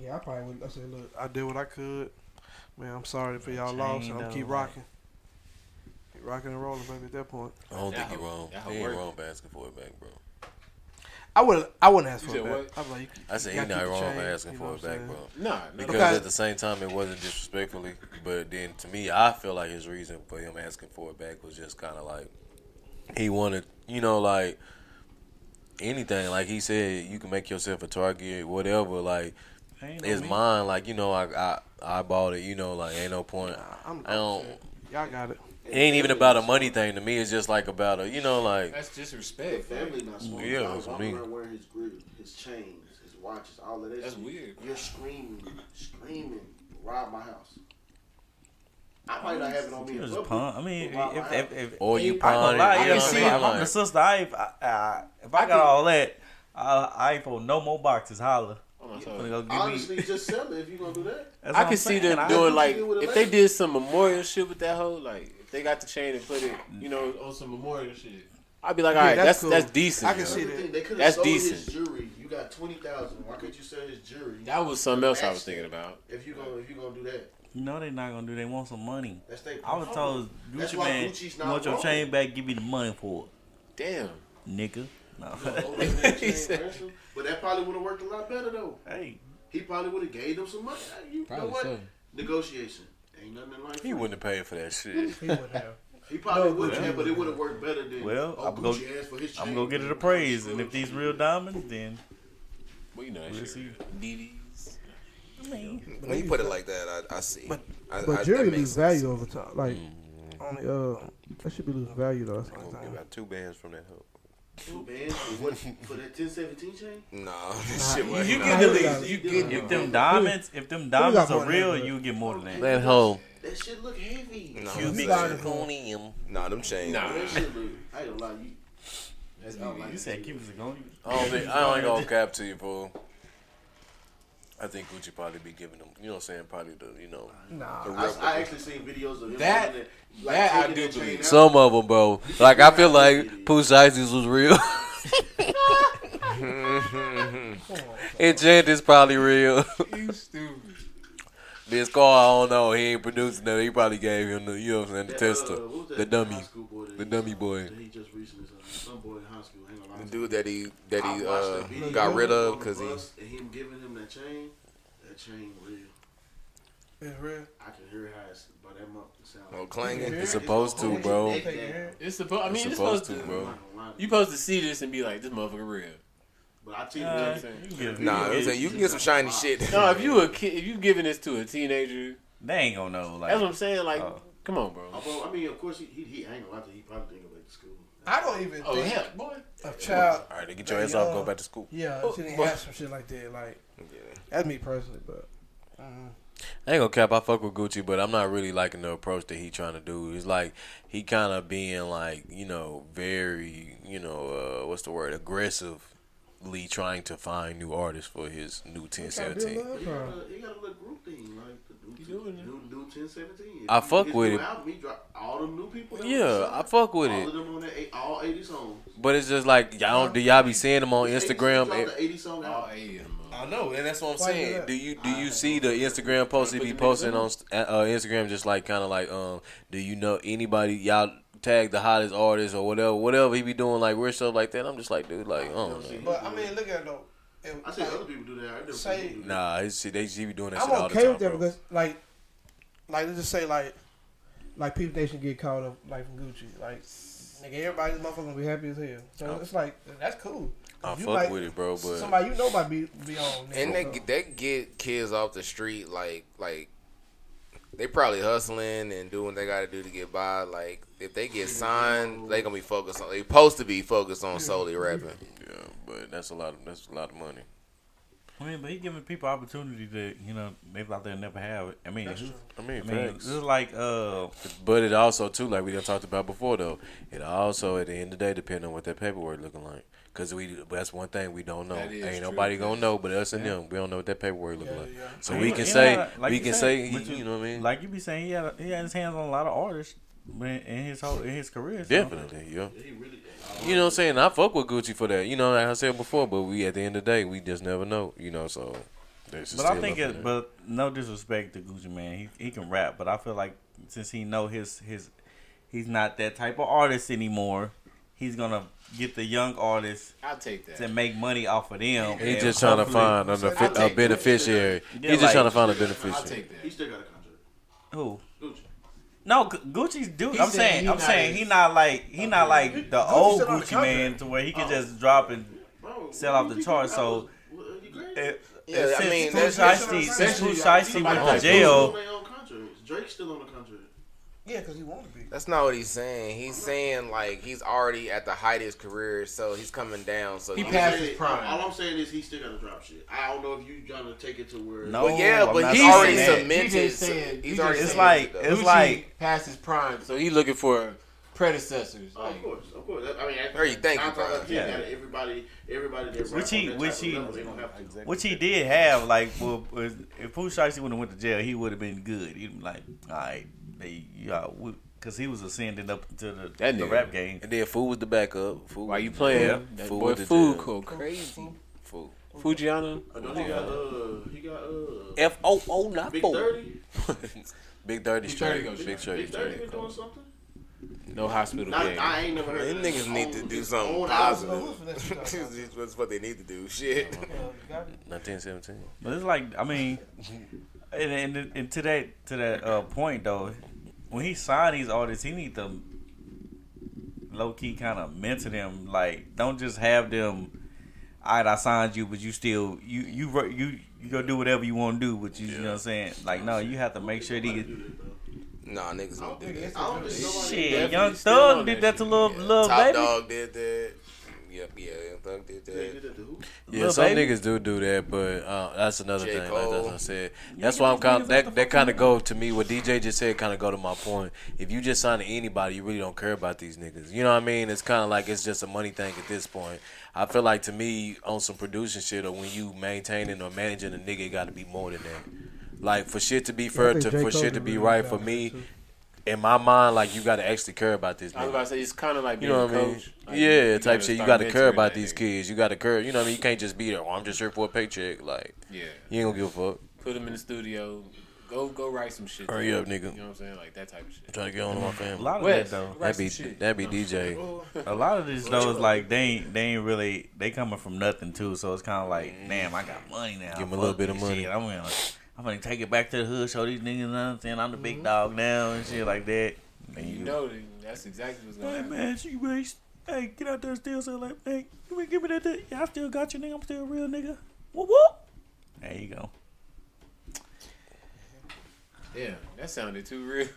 Yeah, I probably would. I said, look, I did what I could. Man, I'm sorry for y'all
Chain
loss, and I'm gonna keep
though,
rocking. Keep rocking and rolling, baby. At that point,
I don't
That
think you're
how-
wrong.
that how
He ain't
work.
wrong for asking for it back, bro.
I would. I wouldn't ask
You
for it
said
back.
what?
I'd be like,
I said
Yeah,
he not
keep the
wrong
chain,
for asking
you know
for
what
it
I'm
back,
saying?
bro.
Nah. nah.
Because
Okay.
at the same time, it wasn't disrespectfully, but then to me, I feel like his reason for him asking for it back was just kind of like he wanted, you know, like anything. Like he said, you can make yourself a target, whatever. Like
Ain't no
it's
me.
mine. Like you know, I I I bought it. You know, like ain't no point.
nah, I'm.
I don't.
Y'all got it.
It ain't even about a money thing to me. It's just like about a, you know, like
That's
The
disrespect.
family
Like,
not smart.
Yeah,
Y'all
that's what I
walking
mean.
around wearing his grill, his chains, his watches, all of that.
that's
shit.
weird.
You're screaming, screaming, rob my house. I might not have it on me.
He
in
was a
public,
punk. I mean,
but rob my
if,
house.
if, if,
or you
I ain't
pawn
gonna
it.
lie,
you
I
know
can
what I'm
see
saying?
it. I'm the
Like,
sister. I ain't, I, I, if I got all that, I, I ain't for no more boxes. Holla.
Oh, my
Gonna
soul.
go give me-
Honestly, just sell it if you're gonna do that.
That's
I
what
can
I'm
see
saying.
them
I-
doing
I-
like
It would've
if they
left.
did some memorial shit with that whole like if they got the chain and put it you know on some memorial shit. I'd be like,
Yeah,
all right,
that's
that's
cool.
that's decent.
I can
yo.
see
Another thing, They could have
That's
sold his
decent.
jewelry. You got twenty thousand. Why could not you sell his jewelry?
That was something else I was thinking about.
If you gonna if you gonna do that,
You know they're not gonna do. They want some money.
that's they.
I was told
That's
Gucci
why
man,
Gucci's
you
not
want your
wrong.
chain back? Give me the money for
Damn.
it, nigga. No.
He said-
But that probably would have worked a lot better though.
hey,
He probably would have gave them some money. Hey, You know what? Negotiation. Ain't nothing like
he
that.
wouldn't have paid for that shit.
He would have.
He probably would
well,
have, but it would have worked better than.
well,
oh,
I'm gonna-
Gucci asked for his
I'm
chain.
gonna get it appraised, and if these real diamonds, then
Well, you know that
We'll
shit.
see.
DDs.
When you put it like that, I, I see.
But-
I, I-
But
that
jewelry
makes
loses
sense.
value over time. Like,
Mm.
only uh, that should be losing value though. That's the
I'm
only
gonna get
thing.
about two bands from that hoe.
Two bands for what? For that ten seventeen chain?
Nah, this shit was
you
nah.
get-
if them diamonds, if them diamonds
more
are
than
real,
that, bro?
you get more than that.
That hoe.
That shit look heavy.
Nah,
You
them
big
got it.
chains-
zirconium.
nah, them chains.
Nah.
That shit look. I ain't gonna lie, you. That's I don't like
You
that
said
shit.
keep it going.
I don't think I ain't gonna cap to you, fool. I think Gucci probably be giving them, you know what I'm saying, probably the, you know.
Nah,
I, I actually seen videos of him
That-
doing
that I
taking
do
the chain
believe.
out.
Some of them, bro. Like, I feel like Pooh Isis was real. Enchanted's probably real.
You stupid.
This car, I don't know. He ain't producing that. He probably gave him the, you know what I'm saying, the
That,
tester.
uh, what was that
The dummy.
high school boy that
The
he-
dummy boy.
That he just recently signed. some boy in high school. Hang on,
The dude that he that
I
he uh,
watched the video
got rid
on
of
the
because he
bus and him giving him that chain. That chain real.
it's real.
I can hear how it's by that month it sound.
oh, clanging.
It's supposed to, bro.
Take your hand.
It's supposed. I mean, it's
supposed
supposed, to.
to, bro.
I'm not gonna lie to
You
you,
supposed to see this and be like, this motherfucker real.
but I think
Uh,
that-
you can get-
Nah, I'm saying you can get some shiny shit.
No, if you a kid, if you giving this to a teenager,
they ain't gonna know. Like
that's what I'm saying. Like,
Oh.
Come on, bro.
Although, I mean, of course, he, he, he ain't gonna lie to you, He probably didn't go back to school.
I don't even
Oh,
think
him, boy.
a child.
All right, get your ass off. Go
Yeah.
back to school.
Yeah, she didn't have some shit like that. Like that's me personally, but uh,
I ain't gonna cap. I fuck with Gucci, but I'm not really liking the approach that he trying to do. It's like he kind of being like you know very you know uh, what's the word aggressively trying to find new artists for his new
gotta be a
1017.
love
He
problem.
got, a, he got a little group thing, like the new,
doing it.
new, new 1017.
I fuck
His
with
new
it.
Album, he dropped all them new people. that was
Yeah,
on
I fuck with
all
it,
of them on that, eight- all 80 songs.
but it's just like y'all don't, do y'all be seeing him on
He
Instagram?
dropped the 80 song
Oh,
album.
yeah,
I know, and that's what I'm
Why do
saying.
that?
Do you do you see the Instagram posts he be posting on uh, Instagram? Just like kind of like, um, do you know anybody y'all tag the hottest artist or whatever, whatever he be doing like weird stuff like that? I'm just like, dude, like, I don't know.
But I mean, look at it though. It-
I see
like,
other people do that. I never seen
Say-
people do that.
Nah, his shit, they she be doing that
I'm
shit all the
okay
time.
with that
bro.
because like, like let's just say like, like people nation get called up like from Gucci, like nigga everybody's motherfucker gonna be happy as hell. So it's like that's cool.
I
You
fuck
might-
with it, bro, but
somebody you know might be be on. this
And they
shit,
get- they get kids off the street like like they probably hustling and doing what they got to do to get by. Like if they get signed, they gonna be focused on. They supposed to be focused on solely rapping.
yeah, but that's a lot. Of, that's a lot of money.
I mean, but he giving people opportunities that you know they thought they'd never have. It. I mean, it's,
I mean,
I mean,
facts.
it's like uh,
but it also too, like we done talked about before, though. It also at the end of the day depend on what that paperwork looking like. Cause we that's one thing we don't know.
That is
Ain't
true.
nobody gonna know, but us and them. We don't know what that paperwork looking
Yeah,
like.
yeah.
So
He
we
was-
can
he
say
had a- like
we
you
can
said,
say
but
he, you know what I mean.
Like you be saying, he had he had his hands on a lot of artists man, in his whole in his career. so-
Definitely, yeah.
He really
You know what I'm saying? I fuck with Gucci for that. You know, like I said before, but we at the end of the day, we just never know. You know, so. that's just
But I
still up
think
in
it.
there.
But no disrespect to Gucci man, he he can rap. But I feel like since he know his his he's not that type of artist anymore. He's gonna get the young artists
I'll take
to
that.
make money off of them.
He
and
just trying to
hopefully-
find a,
I'll
benefi- a
take-
beneficiary.
Yeah,
He just
like-
trying to find a
I'll
beneficiary.
take
He
that.
still got a contract.
who.
Gucci.
No, Gu- Gucci's dude.
He
I'm
said
saying,
he
I'm
not
saying
his-
he not like he not like the
Gucci
old
still on the
Gucci
contract.
man to where he can
Oh.
just drop and.
Bro,
Sell
what
off
do
the
you think
chart,
about
so- eh,
us? Well, are you great?
Yeah,
Yeah, I
since
mean,
Pooh
that's-
Shiesty,
that's-
since Pooh
Somebody-
Shiesty
somebody
went to
else
jail,
on their own contracts. Drake's still on the contract.
Yeah, because he wanted to be.
That's not what he's saying. He's saying like he's already at the height of his career, so he's coming down. So
He
you-
passed his
Hey,
prime.
All I'm saying is he still got to drop shit. I don't know if you trying to take it to where.
No.
Well, yeah,
I'm
but
not
he's
saying
already
that.
cemented.
You just saying-
he's
you
already
just
it's
cemented,
like
though.
it's
Gucci
like
past his prime, so he looking for predecessors.
Oh, of
Like,
course, of course. That- I mean,
There you- thank you,
nine times
bro.
out of ten,
Yeah.
out of everybody, everybody that
Which he- which he-
he,
which he did have. Like, well, was- if Pooh Shiesty would have went to jail, he would have been good. He'd been like, all right, they, yeah, because he was ascending up to the,
That
the
nigga.
rap game.
And then food was the backup. Food
Why you
Yeah.
playing? That
Food
boy
to
food
jail.
go crazy.
food?
Fujiana.
I know he got uh, he got uh,
F O O not
Big Thirty.
Big Dirty
Dirty
straight.
go
Big Dirty
Big Thirty been
straight.
doing something.
No hospital
Not,
game.
I ain't never heard.
Them
of
niggas
his
need
own-
to do
his
something
own
positive.
album.
No, who's next to
That's
talk?
just- that's what they need to do. Shit.
Uh, got it.
Not ten seventeen.
But it's like, I mean, and, and, and to that to that uh, point though, when he signed these artists, he need to low key kind of mentor them. Like, don't just have them. All right, I signed you, but you still you you ru- you you go do whatever you want to do. But you, you know what I'm saying? Like, no, you have to make sure these.
Nah, niggas don't do that.
I don't think nobody.
Shit,
Shit,
Young
still
Thug
on
did
that
that to little
Yeah,
little
Top
baby.
Dog did that. Yep, yeah, Young Thug did that.
Yeah,
Lil
some
Baby.
niggas do do that, but uh, that's another
J.
thing. Like, that's what I
Cole.
said. That's
get
why I'm
these
kind of,
niggas out the
that that
fucking
kind of go to me. What DJ just said kind of go to my point. If you just sign to anybody, you really don't care about these niggas. You know what I mean? It's kind of like it's just a money thing at this point. I feel like to me on some producing shit or when you maintaining or managing a nigga, it got to be more than that. Like for shit to be
Yeah, I
fair,
think
to,
J.
for
Cole
shit to
did
be
really
right
good
for
on
me.
that, too.
In my mind, like you got to actually care about this.
I was
Nigga.
about to say it's kind of like
You
being
know what
a
I mean?
coach. Like,
yeah,
you
type
gotta
shit. You
start
got to care
mentoring
about
that
these
nigga.
kids. You got to care. You know what I mean? You can't just be there. "Oh, I'm just here for a paycheck. Like
yeah,
you ain't gonna give a fuck.
Put him in the studio. Go go write some shit.
Hurry
down.
up, nigga.
You know what I'm saying? Like that type of
I'm
shit.
trying to get on to my
A
family.
lot of
Wes,
that though.
write
That
some
be
shit.
that be DJ.
A lot of this though is like they ain't they ain't really they coming from nothing too, so it's kind of like damn, I got money now.
Give 'em a little
Fuck
bit of
this
money.
shit. I'm gonna I'm gonna take it back to the hood, show these niggas understand I'm the big dog now and shit like that. Mm-hmm. And
You know then that's exactly what's gonna
hey
happen.
man, you man, hey get out there and steal something like hey, you mean give me that? that- I still got you, nigga. I'm still a real nigga. Whoop whoop. There you go.
Yeah, that sounded too real.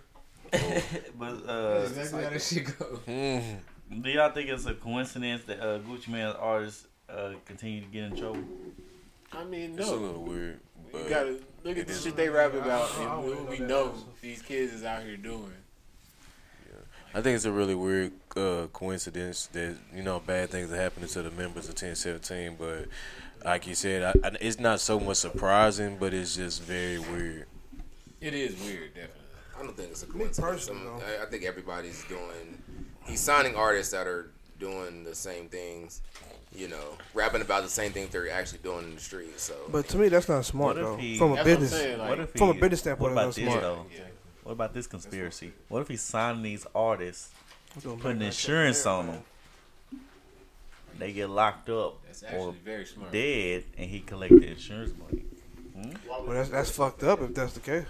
but uh,
That's exactly how that shit go.
Mm.
do y'all think it's a coincidence that uh, Gucci Man's artists uh, continue to get in trouble?
I mean,
It's a
no.
little weird.
You
But
gotta look at the
is-
shit they rap about
I- I
and
wouldn't
what
know
we
that
know
answer.
these kids is out here doing.
I think it's a really weird uh, coincidence that you know bad things are happening to the members of 1017. But like you said, I, I, it's not so much surprising, but it's just very weird.
It is weird, definitely.
I don't think it's a coincidence.
personally,
I'm-
though.
I, I think everybody's doing. He's signing artists that are doing the same things, you know, rapping about the same things they're actually doing in the street. So
But to me, that's not
What
smart
if
though.
he-
From a
That's what I'm
business,
saying. Like,
what if
from a
he-
business standpoint,
What about
that's
this
smart.
though?
Yeah.
What about this conspiracy? What if he's signing these artists, putting insurance on them? They get locked up
That's
or
actually very smart.
dead, and he collect the insurance money.
Why
Well,
would
that's that's fucked up if that's the case.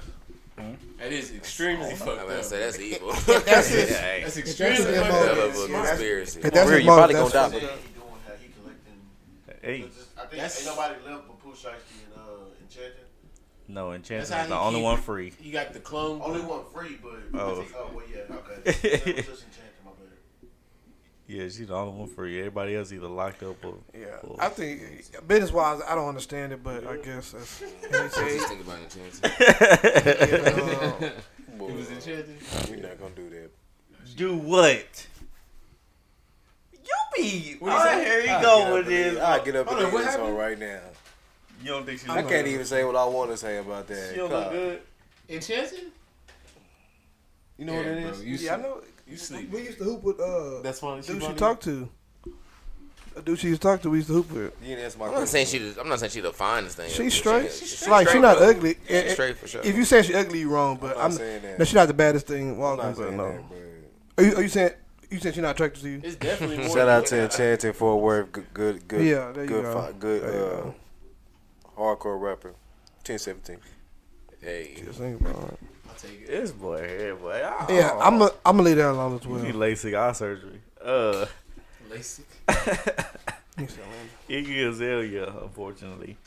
That is
Oh,
extremely
I'm
fucked
gonna
up.
say that's evil.
That's
Yeah,
it.
hey,
That's
That's
extremely
the
fucked
MO.
hell
up.
of a
It's smart.
conspiracy.
If that's
Weird,
his
you
mode,
probably
that's
gonna
he
die.
fucked
doing
up.
how he collecting?
Hey,
I think
That's-
ain't nobody left but Pooh Shiesty and uh, Enchanted.
no,
That's
Enchanted
how
is the
he
only
keep-
one free.
You got the clone.
Only one free, but
Oh.
I think, oh well, yeah, okay. Same with just Enchanted, my bad.
Yeah, she's the only one free. Everybody else either locked up or
Yeah,
Cool.
I think business wise, I don't understand it, but I guess that's.
Just think about it, Chance.
uh,
It was enchanted.
We're not gonna do that.
do what? You be.
you
Oh,
say?
here you
I
go
get
with
up in
this.
the- I get up in
Hold on,
the
what
end zone
happened?
right now.
You don't think she
I
I
look
can't even say what I want to say about that.
She don't look
God.
good.
Enchanted?
You know what it
bro,
is?
You
yeah, I
sleep.
know.
You sleep.
We used to hoop with uh,
That's why
dude she talked to. A dude she used to talk to, we used to hoop with.
You didn't answer my
I'm not saying
question.
she. the- I'm not saying she the finest thing.
She's straight.
She-
like she not
though.
ugly.
Yeah,
And- and
straight for sure.
If you say she ugly, you wrong. But
I'm
I'm,
not saying that.
no, she's not the baddest thing
I'm
walking.
not
But
saying
no,
that, but-
are you, are you saying you saying she's not attractive to you?
It's definitely more.
Shout out to
than-
Enchanted Fort Worth, good, good, good,
Yeah, there you
good,
go.
fi- good
There you
uh,
go.
hardcore rapper. Ten seventeen.
Hey,
Just think about it.
I'll take it.
This boy here, boy. Oh.
Yeah, I'm a, I'm gonna leave that alone as well.
You need LASIK eye surgery. Uh,
LASIK.
Iggy Azalea, unfortunately,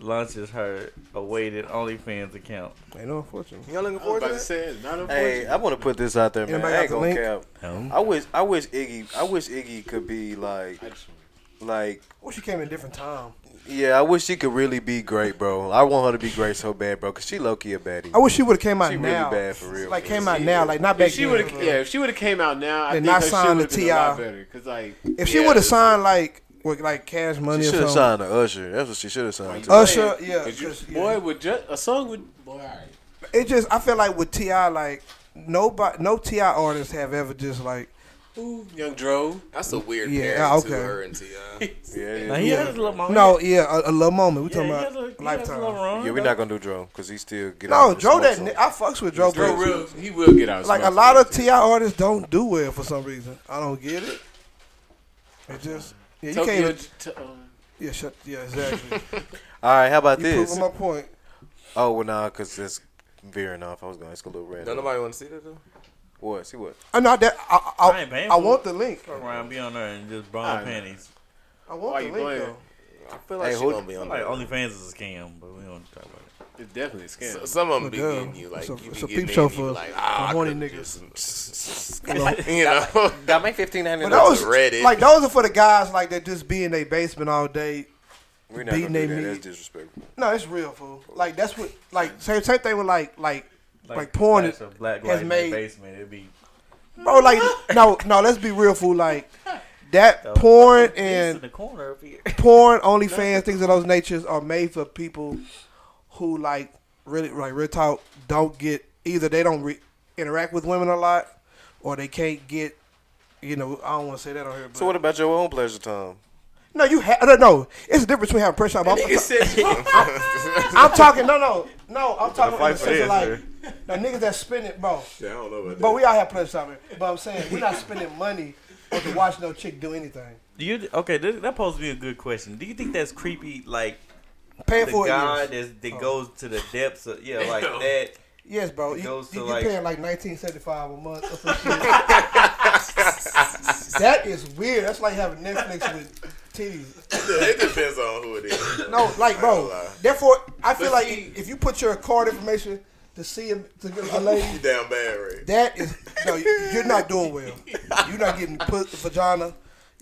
launches her awaited OnlyFans account.
Ain't no unfortunate.
Y'all looking
I was
forward
about
to
to
that?
say it's not
Hey,
unfortunate.
I want to put this out there, man.
Anybody
I ain't
got the
gonna
link?
cap. I wish, I wish Iggy, I wish Iggy could be like,
I just-
like,
Well, she came in a different time.
yeah. I wish she could really be great, bro. I want her to be great so bad, bro. Cause she low key a baddie.
I wish she would have came out
She really
now.
bad for real,
Like
for real.
came out now, like not back
If she would
then.
have, yeah. If she would have came out now, I think
And not
her shit
signed
would have
to
been a lot
T.I.
better. Cause like,
If she
Yeah,
would have
this-
signed like with like cash money
She
or
should have
something.
signed to Usher. That's what she should have signed to.
Uh,
Usher,
Right.
yeah,
Could you-
'cause, yeah.
boy, would just a song would boy. All right.
It just I feel like with Ti, like nobody, no Ti artists have ever just like
Ooh, Young Dro.
that's a weird
Yeah,
pair
ah,
pairing to uh,
okay.
her and
Yeah,
Ti.
Now,
yeah.
he
Uh, Yeah.
has a little moment.
no, yeah, a, a little moment. We
yeah,
talking
he
about
has a, he has a little
lifetime.
run.
yeah, we're not gonna do Dro because he still get.
No,
out
Joe,
with
that
smoke,
ni-
so-
I fucks with Joe.
Dro
but
real. He will get out.
Like a lot of Ti artists don't do well for some reason. I don't get it. It just yeah, you can't.
Tokyo.
even-
T- um,
Yeah, shut. Yeah, exactly.
All right, how about
you
this?
proving my point.
Oh well, nah, cause that's veering off. I was gonna ask a little
Don't
random.
nobody want to see that though.
What? See what?
I know that. I I,
I ain't
I,
paying
I
for
want
it.
the link.
Fuck around, be on there and just
I
brown
know.
panties.
I
Why
want
you
the link
playing?
though.
I feel like
Hey,
she
who-
gonna be on
Like
there.
OnlyFans is a scam, but we don't want to talk about it.
It's definitely a scam.
So, some of them
Well,
be
yeah.
getting you like
It's a-
you be
it's a
getting
peep
in,
show
you
for-
like, ah,
for
I
horny
could've
niggas.
just-
You know?
you know,
Got my fifteen ninety
But those
Reddit.
like those are for the guys like that just be in their basement all day.
We're not gonna
beating
do
they
that.
meat.
That's disrespectful.
No, it's real fool. Like that's what like same same thing with like like like,
porn
porn. Is,
black
has
light in the
made-
basement. It'd be
bro, like no no. Let's be real fool. Like that
Though.
porn
It's in
and
the corner up here.
porn, OnlyFans, things of those natures are made for people who like really like real talk don't get either they don't re- interact with women a lot or they can't get. You know, I don't want to say that on here. But
So what about your own pleasure time?
No, you have no, no. It's the difference between having pressure. I'm, I'm, I'm talking. No, no, no. I'm talking in
fight
the
for
sense
this,
of like
sir.
the niggas that spend it, bro.
I don't know about
But we all have pleasure shopping. But I'm saying we're not spending money or to watch no chick do anything.
Do you okay? This, that posed me a good question. Do you think that's creepy? Like
Paying
the
for
guy
it. Yes.
that's, that
Oh.
goes to the depths of yeah, like that.
Yes, bro. You,
goes to,
you, you
like-
paying like 19.75 a month or some shit. that is weird. That's like having Netflix with titties.
it depends on who it is.
No, like,
I ain't gonna
bro.
lie.
Therefore, I feel
But
like
see-
if you put your card information to see him to get a lady.
You damn bad, Ray.
That is no, you- you're not doing well. You're not getting put vagina.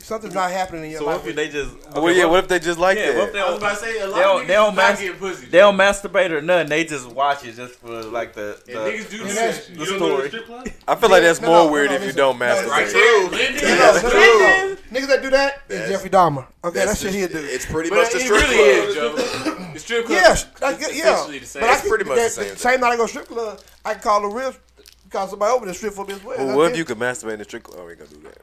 Something's not happening in your
So
life.
what if they just?
well, yeah. What if they just like
yeah, what
that?
if they
I was
don't,
about to say a lot of
they don't-
niggas
they don't
do
mas-
not get pussy.
they don't masturbate or nothing? They just watch it just for like the
And niggas
the,
do
And
that.
that's-
shit.
the story.
I feel like that's
No,
more
no,
weird
no,
if you
listen.
don't
No,
masturbate.
right.
True.
No,
That's
no,
true.
no, no. Niggas that do that is
That's-
Jeffrey Dahmer. Okay, that
That's
shit
the-
he'll do.
It's pretty
But
much the
it
strip
really is,
club.
Joe. The strip club.
Yeah, sh- I get-
is
yeah.
essentially the same.
But I
It's
can,
pretty much
that-
the same thing.
Same night I go to strip club, I can call a real, call somebody over to strip for me as well.
Well,
That's
what if
it.
you could masturbate in the strip club? Oh, we ain't gonna do that.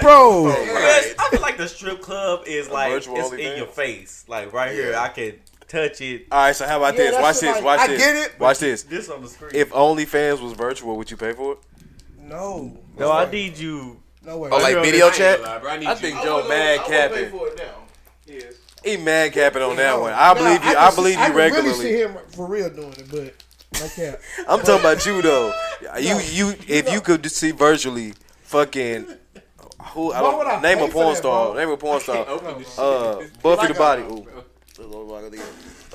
bro?
Yes, I feel like the strip club is like it's
virtual
in
only
your
dance?
face, like right here.
Yeah.
I can touch it.
All right, so how about
Yeah,
this?
that's
Watch
the,
this.
like,
watch
I
this.
get it,
Watch this.
This on the screen.
If OnlyFans was virtual, would you pay for it?
No,
no, I need you.
No way.
Oh, like
Bro,
video
I ain't
chat?
Lie, bro. I need
I
you.
think
I
Joe
wanna-
mad
I wanna pay
capping.
for it now. Yes.
He mad capping on that
No.
one. I
No,
believe you.
can
I
see-
believe you
can
regularly.
really see him for real doing it, but no cap.
I'm talking about you though. You
No.
you if you could see virtually fucking who I
Why
don't
would I
name
pay
a
for
porn
that,
star.
bro?
Name a porn star.
Open this shit.
Uh, Buffy the
Like a-
Body. Ooh.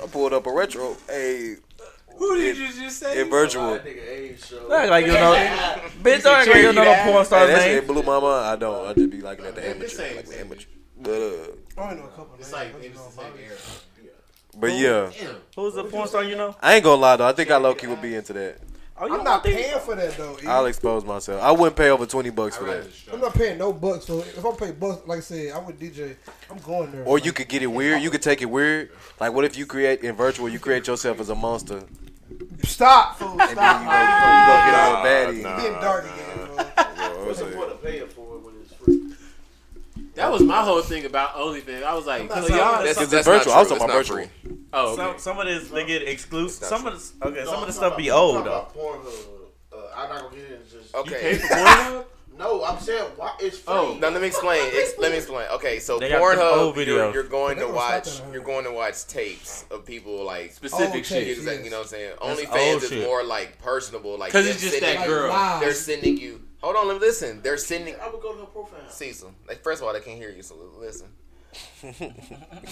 I pulled up a retro. Hey,
Who did you just say?
in virtual.
That nigga age, so.
Not like you know, bitch. I ain't
treat
gonna you
you
know no
that.
porn
Hey,
star's
that's,
name.
it blew my mind. I don't. I just be liking at the
Man, this
amateur.
ain't
Like the
it.
amateur. But, uh,
I only know a couple.
It's
names.
like
I just
it's
know
the
about
same
it.
era.
but yeah,
Damn.
Who's the porn star you know?
I ain't gonna lie though. I think I low key would be into that.
Oh, you
I'm not paying for that though. E.
I'll expose myself. I wouldn't pay over twenty bucks
I
for
rather
that.
just
I'm
struggle.
not paying no bucks. So if I'm paying bucks, like I said, I'm with DJ. I'm going there.
Or you could get it weird. You could take it weird. Like what if you create in virtual? You create yourself as a monster.
stop, fool.
And then
Stop.
you know, you gonna get all baddie.
It's getting dark again, bro.
What's the point of paying for it when it's free?
That was my whole thing about OnlyFans. I was like,
not
cause
saying
y'all,
that.
That's,
Is it
that's
virtual? I was
Not true.
talking about
It's not
virtual.
free.
oh, okay.
Some some of this they get exclusive.
not
Some of this, okay,
No,
some of
I'm
the stuff
talking
be
about-
old
I'm
though.
talking about Pornhub. Uh, I'm not gonna get into just.
You
Okay.
pay for Pornhub?
No, I'm saying why it's free.
Oh,
Now let me explain. Ex- let me explain. Okay, so
They got them old
Pornhub,
videos.
you're, you're going
They
to
gonna stop
watch,
that, huh?
you're going to watch tapes of people like
Specific
Okay.
shit.
Exactly, you know what I'm saying.
old
OnlyFans
shit.
is more like personable, like
Cause
they're
it's just
sending
that
you-
girl.
Wow.
They're sending you. Hold on, let me listen. They're sending
I would go to her profile.
Cecil. Like first of all, they can't hear you, so listen.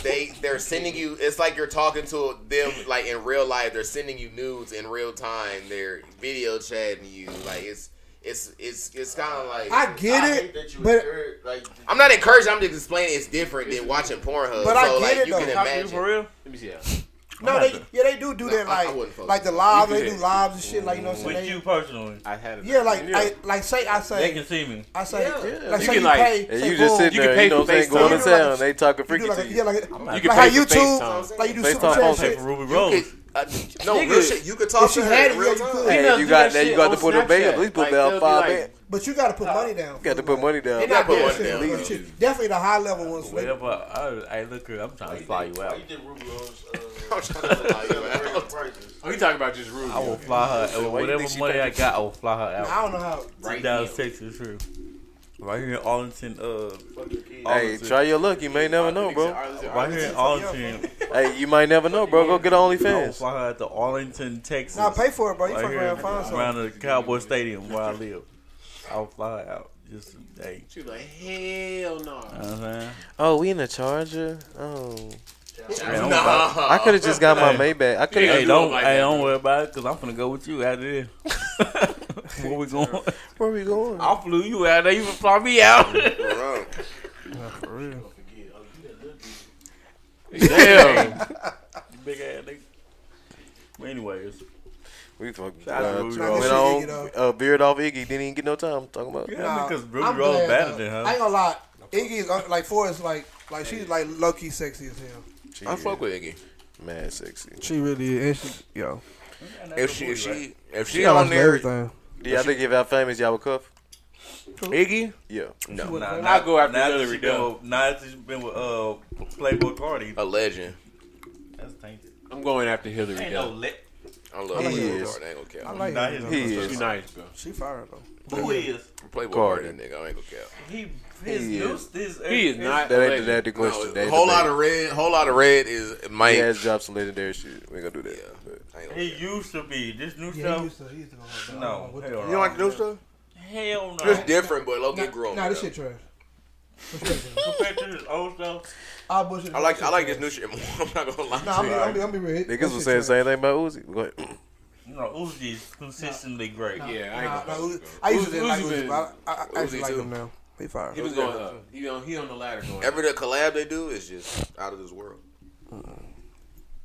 they they're sending you. It's like you're talking to them, like in real life. They're sending you nudes in real time. They're video chatting you. Like it's it's it's it's kind of like
I get
I
it,
hate that you
but
encourage- like,
I'm not encouraging. I'm just explaining it's different than watching Pornhub.
But I
so,
get
like,
it,
you
though.
Can
Y'all
Talk to you for
imagine.
real?
Let me see. that.
no, they yeah they do do that
I- I
like
wouldn't fuck
like the
with
live
You
they do
could.
lives and shit like you know what I'm
With you
saying.
personally,
I had it.
They- Yeah, like
Yeah.
I, like say I
they
say
can see me.
I say
Yeah.
like
You
say
can,
you
like-
pay
And
say
you just
boom,
sitting
You can
there,
pay
you know what
for
I'm saying, going
FaceTime.
to town. They talking
you do
freaky
like
to
a, yeah
you.
like
You
like
can
how
pay
you
for
too
FaceTime.
like you do
FaceTime
super
phone
chat
Pay for
shit.
Ruby
You
Rose.
could- uh, no,
Nigga.
real shit. You could talk
If
to
she
her
had
in
it,
real
yeah, you
time.
could.
Hey,
Females
you
do
got
that
that. You
shit
got
on
to put a bag
Snapchat.
up. At least put
Like,
about
they'll be
five.
like-
in.
But you gotta put money down.
You got to put money down.
They're not
put
that
money
expensive,
down,
but
though.
shit. Definitely the high level ones.
Wait up, I, I look her. I'm trying to fly you
why
out.
you did Ruby Rose.
I'm trying to lie you out.
Uh, prices.
Oh, you talking about just Ruby?
I will fly her.
Why you
whatever
think she
money
paid
I
you?
got, I will fly her out.
I don't know how.
Right now.
Dallas, Texas, true. Right here in Arlington, uh,
Fuck your kids.
Hey, try your luck. You may never know, bro.
right here in Arlington.
Hey, you might never know, bro. Go get
I will
OnlyFans.
fly her out to Arlington, Texas.
Nah, pay for it, bro. You
right
fuck
here
around and find something.
around the Cowboy Stadium where I live. I will fly her out just today.
She like, hell no.
You know what I'm saying?
Oh, we in the Charger. Oh,
Man, I'm about-
Nah.
I could have just got my
Hey.
Maybach. I could.
Hey,
have
do
don't,
it like
hey,
that,
don't worry about it, cause I'm finna go with you out there. Where we going?
Where we going?
I flew you out there. You can fly me out.
Wrong.
Damn.
Big ass nigga. But anyways,
We fucking
Shout out to
uh,
Ruby
went
Rose.
on,
Iggy,
uh, veered off Iggy. Didn't even get no time. Talking about.
yeah,
Nah,
because Ruby
I'm
Rose
glad,
better
though.
than
I ain't
her.
gonna lie. Iggy's uh, like Forrest, like like she's like low key sexy as hell.
I fuck with Iggy.
Mad sexy.
She really is. And she, yo,
If she if she if she,
she got
on
like
there,
everything.
Do y'all think if y'all famous, y'all would cuff?
Iggy.
Yeah.
no, nah,
would've been-
not
I'll go after
now that
Hillary Duff.
she been with, now that she's been with uh Playboy Cardi.
A legend.
That's tainted.
I'm going after Hillary.
Ain't
though.
no lit.
I love
He
Playboy
is.
Cardi. I ain't gonna
I
care.
like
Nah,
her.
he's
though.
He
She
is.
nice, bro.
She fire though.
Who is
Playboy
Cardi.
Cardi, nigga. I ain't gonna care.
he? His
He
new
is.
this
He is not.
That
a
ain't
legend.
that the question.
No,
That's
a
the
whole lot
thing.
of red. Whole lot of red is Mike.
He has dropped some legendary shit. We ain't gonna do that.
Yeah. I ain't gonna
He
care.
used to be this new
Yeah, he
stuff.
used to, he used to go hard, though. I don't know
No,
what the-
hell no.
You don't like the new stuff?
Hell no.
It's different, but low key
Nah,
grown.
Nah, this
bro.
shit trash.
Compared to this old stuff,
I bullshit.
I like I like this new shit more. I'm not gonna lie.
Nah,
to
I'm,
you.
I'm, I'm, I'm be real.
Niggas was saying the same thing about Uzi. Go ahead.
you know, Uzi is consistently great.
Yeah, I ain't
Nah, nah,
gonna.
Uzi- I used
Uzi-
to didn't like
Uzi
Uzi,
been-
but I, I, I actually
Uzi
like
too.
him now. He fire.
He was going up. He on he on the ladder going. up.
Every the collab they do is just out of this world.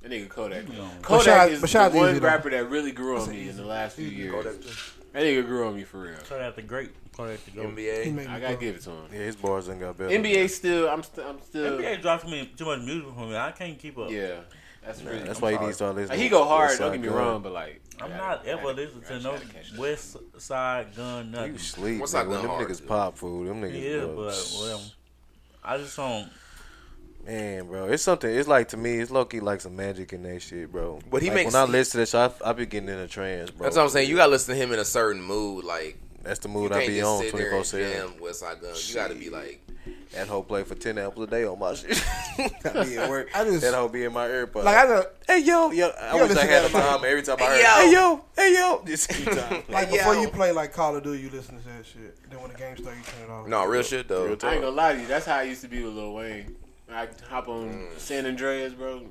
That nigga Kodak.
You know.
Kodak
shout-
is
but shout out
the
to
one
Uzi, though.
rapper that really grew on me in the last few years. That nigga grew on me for real.
Cut out the great. Cut out the goat.
He
NBA.
made me
I gotta
go.
give it to him.
Yeah, his bars done got better.
NBA still, I'm still, I'm still.
NBA dropped me too much music for me. I can't keep up.
Yeah, that's really.
That's why you need to start listening.
Like, he go
to
hard.
West
Don't
Side
get me
Gun.
wrong, but like, I
I'm
gotta-
not
I
ever
gotta-
listening
I
to no
gotta catch up.
West Side Gun
You
nothing.
sleep. What's
What's that
nigga. When
gun
them
hard,
niggas
dude?
pop food, them niggas.
Yeah,
bro,
but well, I just don't.
man, bro, it's something. It's like to me, it's low key like some magic in that shit, bro.
But he
Like,
makes-
When I listen to this, I I be getting in a trance, bro.
That's what I'm saying. You gotta listen to him in a certain mood. Like
That's the
you
mood I
can't
be
just
on
sit
twenty
there
four
and
seven.
jam West Side Gun. You gotta be like,
That whole play for ten hours a day on my shit. I be at work.
I just-
that whole be in my earpod.
Like I just
hey yo, yo, I
You
wish I
listen
had
to
a
that-
mom every time I
Hey,
heard. Hey yo, hey yo, just keep time.
like
Yeah.
before you play like Call of Duty, you listen to that shit. Then when the game starts, you turn it off.
no, real shit though.
Real
I ain't
talk.
gonna lie to you. That's how I used to be with Lil Wayne. I hop on
Mm.
San Andreas, bro.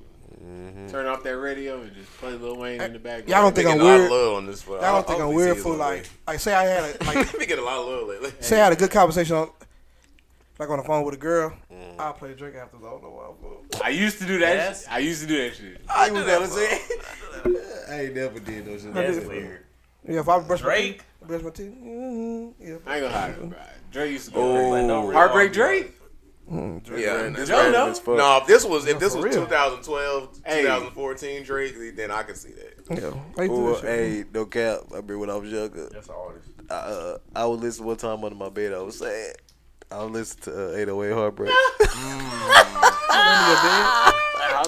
Turn off that radio and just play Lil Wayne in the background.
Mm-hmm. Y'all don't think I'm
Making a lot of
weird. Y'all
love on this. Y'all
don't think I'm weird for like like say I had a like
Making a lot of love lately.
say I had a good conversation on like on the phone with a girl.
Mm.
I'll play Drake after. I don't know why. But
I used to do that.
Yes.
Shit. I used to do that shit.
I knew that was it. I ain't never did no shit.
That's
did.
weird.
yeah, if I brush
Drake.
my teeth, brush my teeth. Mm-hmm, yeah.
I ain't gonna lie, bro. Dre used to go.
Oh,
Like, don't really
Heartbreak
argue about
Drake?
yeah.
This
Y'all
random
know?
as fuck.
No, if this was if this
for
was
real.
2012,
Hey.
2014 Drake, then I could see that.
Yeah, Why you do
Ooh,
that shit?
hey, no cap. I mean, when I was younger,
That's an artist.
I, uh, I would listen one time under my bed. I was sad. I would listen to uh, 808 Heartbreak.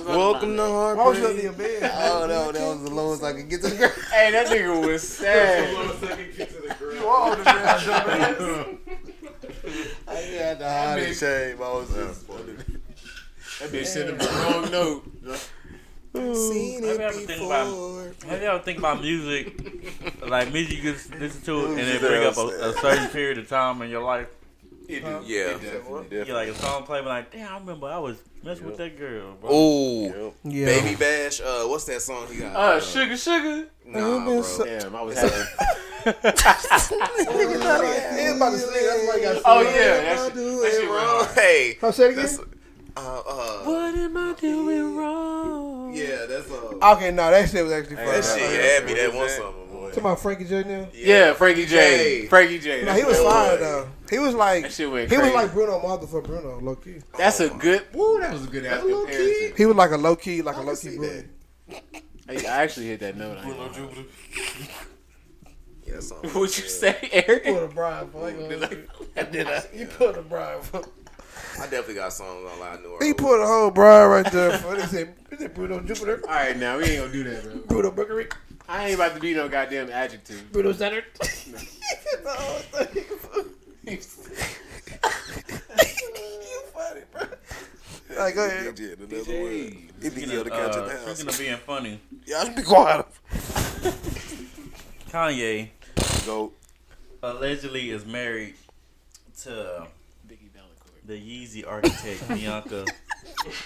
Welcome to Heartbreak.
Why was you under your bed?
Oh, no, that was the lowest I could get to the ground.
Hey, that nigga was sad.
I had to hide in shame. I was just
that bitch sent him the wrong note.
seen
Maybe I would think about maybe I would think about music, like music you just listen to, it and it bring up a, a certain period of time in your life.
Yeah.
You like a song play, but like, damn, I remember I was messing with that girl, bro.
Ooh,
Yeah.
Baby Bash. Uh, what's that song he got?
Uh, sugar, sugar.
nah, bro.
Damn, I was having.
Everybody sing. That's why you got.
Oh yeah, that shit, that shit went hard.
Hey,
Come say it again.
that's uh, uh,
What am I doing wrong?
yeah, that's uh,
Okay, no, that shit was actually fun.
that shit had me that one summer boy.
Talking about Frankie J now.
Yeah, Frankie J.
J.
Frankie J.
No, he was
That's-
fine though. He was like
That
he
shit went
was
crazy.
like Bruno Martha for Bruno, low key.
That's a good. Woo, that was a good ass comparison.
He was like a low key, like a
can
low
see
key Bruno.
that.
Hey, I actually hit that note. I ain't gonna lie.
Yeah, that song.
What'd you say, Eric?
a bribe for. You put a bribe for.
I definitely got songs on Live New Orleans.
He put a whole bribe right there for. They said, they said Bruno Jupiter,
All right, now we ain't gonna do that, bro.
Bruno Mercury,
I ain't about to be no goddamn adjective.
Bruno Center. Like, uh, go ahead.
DJ, another word. It be
Speaking
on
of,
the couch in
uh,
the house.
speaking of being funny,
Y'all be quiet.
Kanye
Go.
allegedly is married to
Biggie Valancourt.
the Yeezy architect Bianca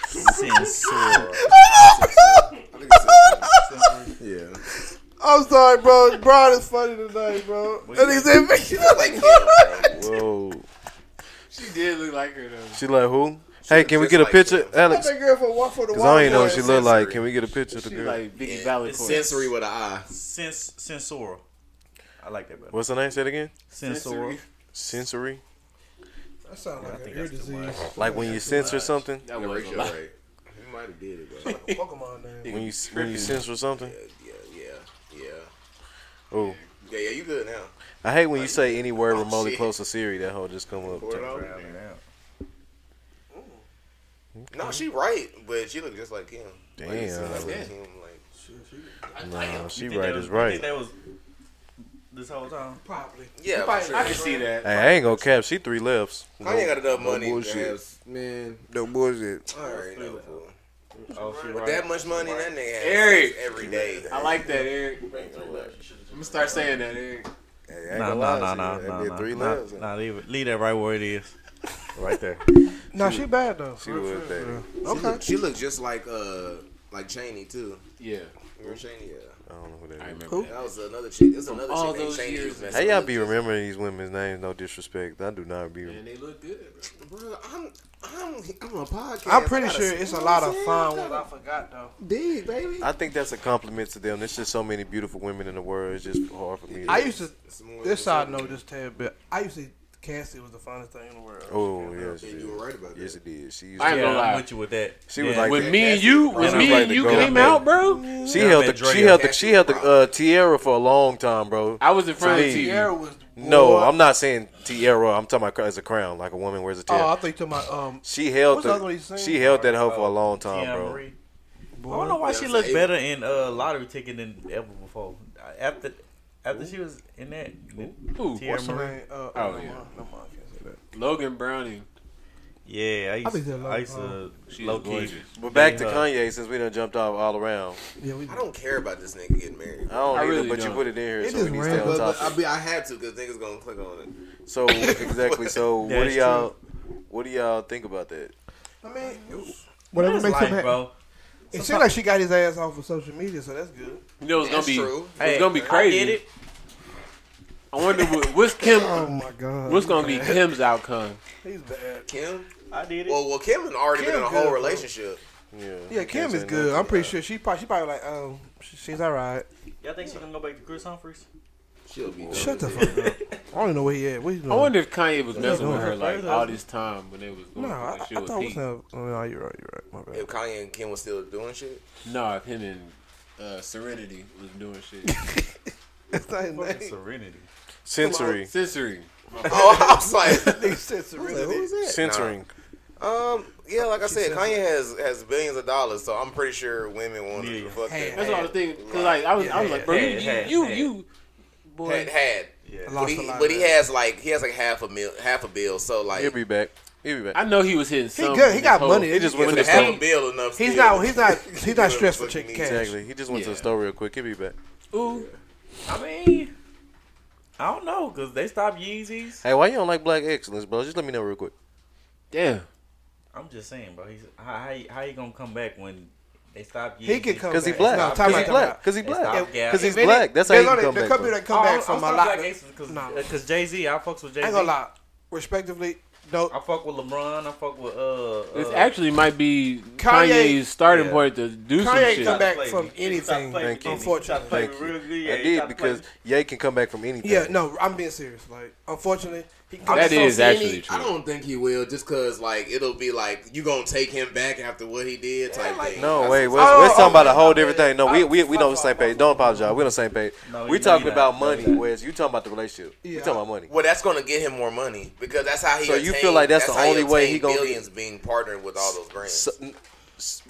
Censor.
Yeah.
I'm sorry, bro. Brian is funny tonight, bro. And he said, "Make you look like
Whoa.
She did look like her though.
She like who? Hey, can we get a
Just
picture,
like him.
Fuck
Alex?
that girl for one for the
Cause I don't even know what she
Wild
look like.
Sensory.
Can we get a picture of the
She
girl?
like Biggie
Yeah,
Valancourt.
it's sensory with an eye.
Cens- Censor. I like that better.
What's her name? Say it again.
Censor.
Sensory.
That sounds like an
think
ear
that's too
disease.
Like when you censor something.
That
Yeah,
was
Rachel,
a lot.
right? You might have did it, bro.
Pokemon name.
When you when you censor something.
yeah, yeah, yeah,
Oh,
yeah, yeah. You good now?
I hate when you say any word remotely
shit.
close to Siri. That whole just come up.
Pour it out. No, she right, but she look just like him. Like, it seem
Damn.
like him, like-
No, she
You think
right
that
is
was- you think
right.
That was this whole time.
Probably.
yeah, for sure.
I can see that.
Hey, I ain't gonna cap. She three lefts.
Kanye got enough money. to
bullshit.
have- man.
No bullshit.
I already know, fool.
Oh, she right.
That much money that nigga has
Eric.
every day.
I like that, Eric. I'm gonna start saying that, Eric.
Hey, I ain't
Nah,
gonna
nah,
lie,
nah,
she
nah,
did
nah, nah.
Three
nah,
lefts.
nah, leave it. Leave that right where it is. right there.
No, she bad though.
She
Real
was
shit,
bad.
real.
She
Okay.
look- she looked just like uh like Cheney too.
Yeah.
Remember Cheney? Yeah.
I don't know who that
I
is.
remember
Who?
that.
That was another chick. There's another
All
chick named
those
Cheney.
years,
who's messing
Hey, y'all
with
be
us.
remembering these women's names. No disrespect. I do not be.
And they look good, bro.
Bro, I'm, I'm, I'm a podcast.
I'm pretty
I gotta
sure
see-
it's a
you
lot
know
of
what I'm
fine
saying?
ones I forgot though.
Dig, baby.
I think that's a compliment to them. There's just so many beautiful women in the world. It's just hard for me. To,
I used to.
It's more
This
than-
side note, just tad bit. I used to. Cassie was the finest thing in the world.
oh yes,
And
it
you
is.
were right about that.
yes it did. She used
I
to,
ain't gonna
Yeah,
lie.
I'm with you with that.
She was
Yeah.
like-
When
that-
me and you,
that's
when
right.
me and you
Go
came
ahead.
out, bro,
she
Yeah,
held
that
the
Drea
she held the
Cassie
she held the
problem.
uh, Tierra for a long time, bro.
I was in front of
me,
TV.
Tiara was.
No,
boy.
I'm not saying tiara. I'm talking about as a crown, like a woman wears a tiara.
Oh, I think to my um.
she held
What's the other one you
the,
seen?
she held that hoe for
Oh,
a long time,
Tiana
bro.
Marie. I
Boy,
don't know why
Yeah,
she
it's
looked
able.
better in uh, lottery ticket than ever before. After after she was in that,
Ooh,
Tiara
what's her
Marie.
name? Uh, oh,
Oh,
no,
yeah.
yeah. No, no, I can't say that.
Logan Browning.
Yeah, I
I think uh,
used,
they're
I
low-
used to
She's
low key.
gorgeous.
But back to
Yeah.
Kanye, since we done jumped off all around,
Yeah, we.
I don't care about this nigga getting married.
I don't
I
either.
really
but you
don't.
put it in here,
It
so we
just
need to stay
ran,
on
But, but I,
topic.
be, I had to because niggas gonna click on it.
So exactly. So what do
That's
y'all, what do y'all think about that?
I mean, whatever
That's
makes him
life,
happy.
bro.
It seems like she got his ass off of social media, so that's good.
You know it's gonna
That's
be
true.
it's
Hey,
gonna be
I
crazy. I,
get it.
wonder what, what's Kim
Oh my god.
what's gonna be Kim's outcome.
He's bad.
Kim?
I did it.
Well, well, Kim had already
Kim
been in a
good,
whole
bro.
relationship.
Yeah.
Yeah,
can't
Kim
say
is good. I'm
nothing.
pretty sure she probably she probably like um she, she's all right.
Y'all think she gonna go back to Chris Humphries?
She'll be.
Shut the fuck up. I don't even know where he at. What he doing?
I wonder if Kanye was messing with
doing
her
her
like
favor.
all this time when they was going
No, I,
through
I
that
thought
shit with
it was
Pete.
no. Oh, no, you're right. You're right. My
If
bad.
Kanye and Kim was still doing shit,
No, if him and uh, Serenity was doing shit.
That's not his name.
Serenity.
Sensory.
Censoring.
oh, I was like, I
Nigga said
was like, who
Serenity.
is that?
Censoring.
Nah. Um, yeah, like I said, Kanye has has billions of dollars, so I'm pretty sure women want to
Yeah.
fuck
Had.
that.
That's what I was thinking. Cause like I was, I was like, bro, you,
Yeah,
you, you,
yeah,
you, boy,
Had, had.
I
But
lost
he,
a lot.
but
of
he
that.
has like he has like half a mil, half a bill. So like,
He'll be back. He'll be
I
back.
know he was hitting.
He
some
good. He
with
got
this
money.
whole-
It
just
just
went
If
to
you
the
have
store.
a bill enough.
He's
still,
not. He's not.
you
He's
do
not
it
stressed for
fucking
chicken
me.
cash.
Exactly. He just went to the
Yeah.
store real quick. He'll be back.
Ooh,
I mean, I don't know because they stopped Yeezys.
Hey, why you don't like Black Excellence, bro? Just let me know real quick.
damn.
I'm just saying, bro. He's how how you- how you gonna come back when they stop Yeezys?
He could come
Cause he
back.
black.
No, time
Cause he
out, time
black.
out.
Cause he black.
Stop gap.
Cause he's
If any-
black. That's how he
there's
can
only-
come
There
back.
could be
from.
that
Oh,
come back from a lot. I
because
Nah.
Jay Z. uh, I fucks with Jay Z.
ain't gonna lie. Respectively, no.
I fuck with LeBron. I fuck with uh.
This
uh,
actually might be
Kanye-
Kanye's starting
Yeah.
point to do some
Kanye
shit.
come back
Play me.
from anything.
Play me,
Thank you.
Unfortunately.
Play me
Thank
real
you.
good, yeah,
I
he
did
tried to play
because Ye can come back from anything.
Yeah, no, I'm being serious. Like, unfortunately, he can
That
come
is
Any-
actually true.
I don't think he will, just cause like it'll be like you gonna take him back after what he did type thing.
No,
That's-
wait, we're,
Oh,
we're talking
oh,
about a
yeah,
whole
my
different
bad.
thing. No, we
I-
we, we
my
know on the
fault,
same
my
page.
fault.
Don't apologize. We're on the same page.
No, you-
we're
no,
talking
you're
about
not. No,
money,
you're not.
whereas you talking about the relationship.
Yeah.
You talking about money.
Well, that's gonna get him more money because that's how he.
So you
attained-
feel like that's the
how
only way
attained
he gonna get-
billions being partnered with all those brands.
So, s-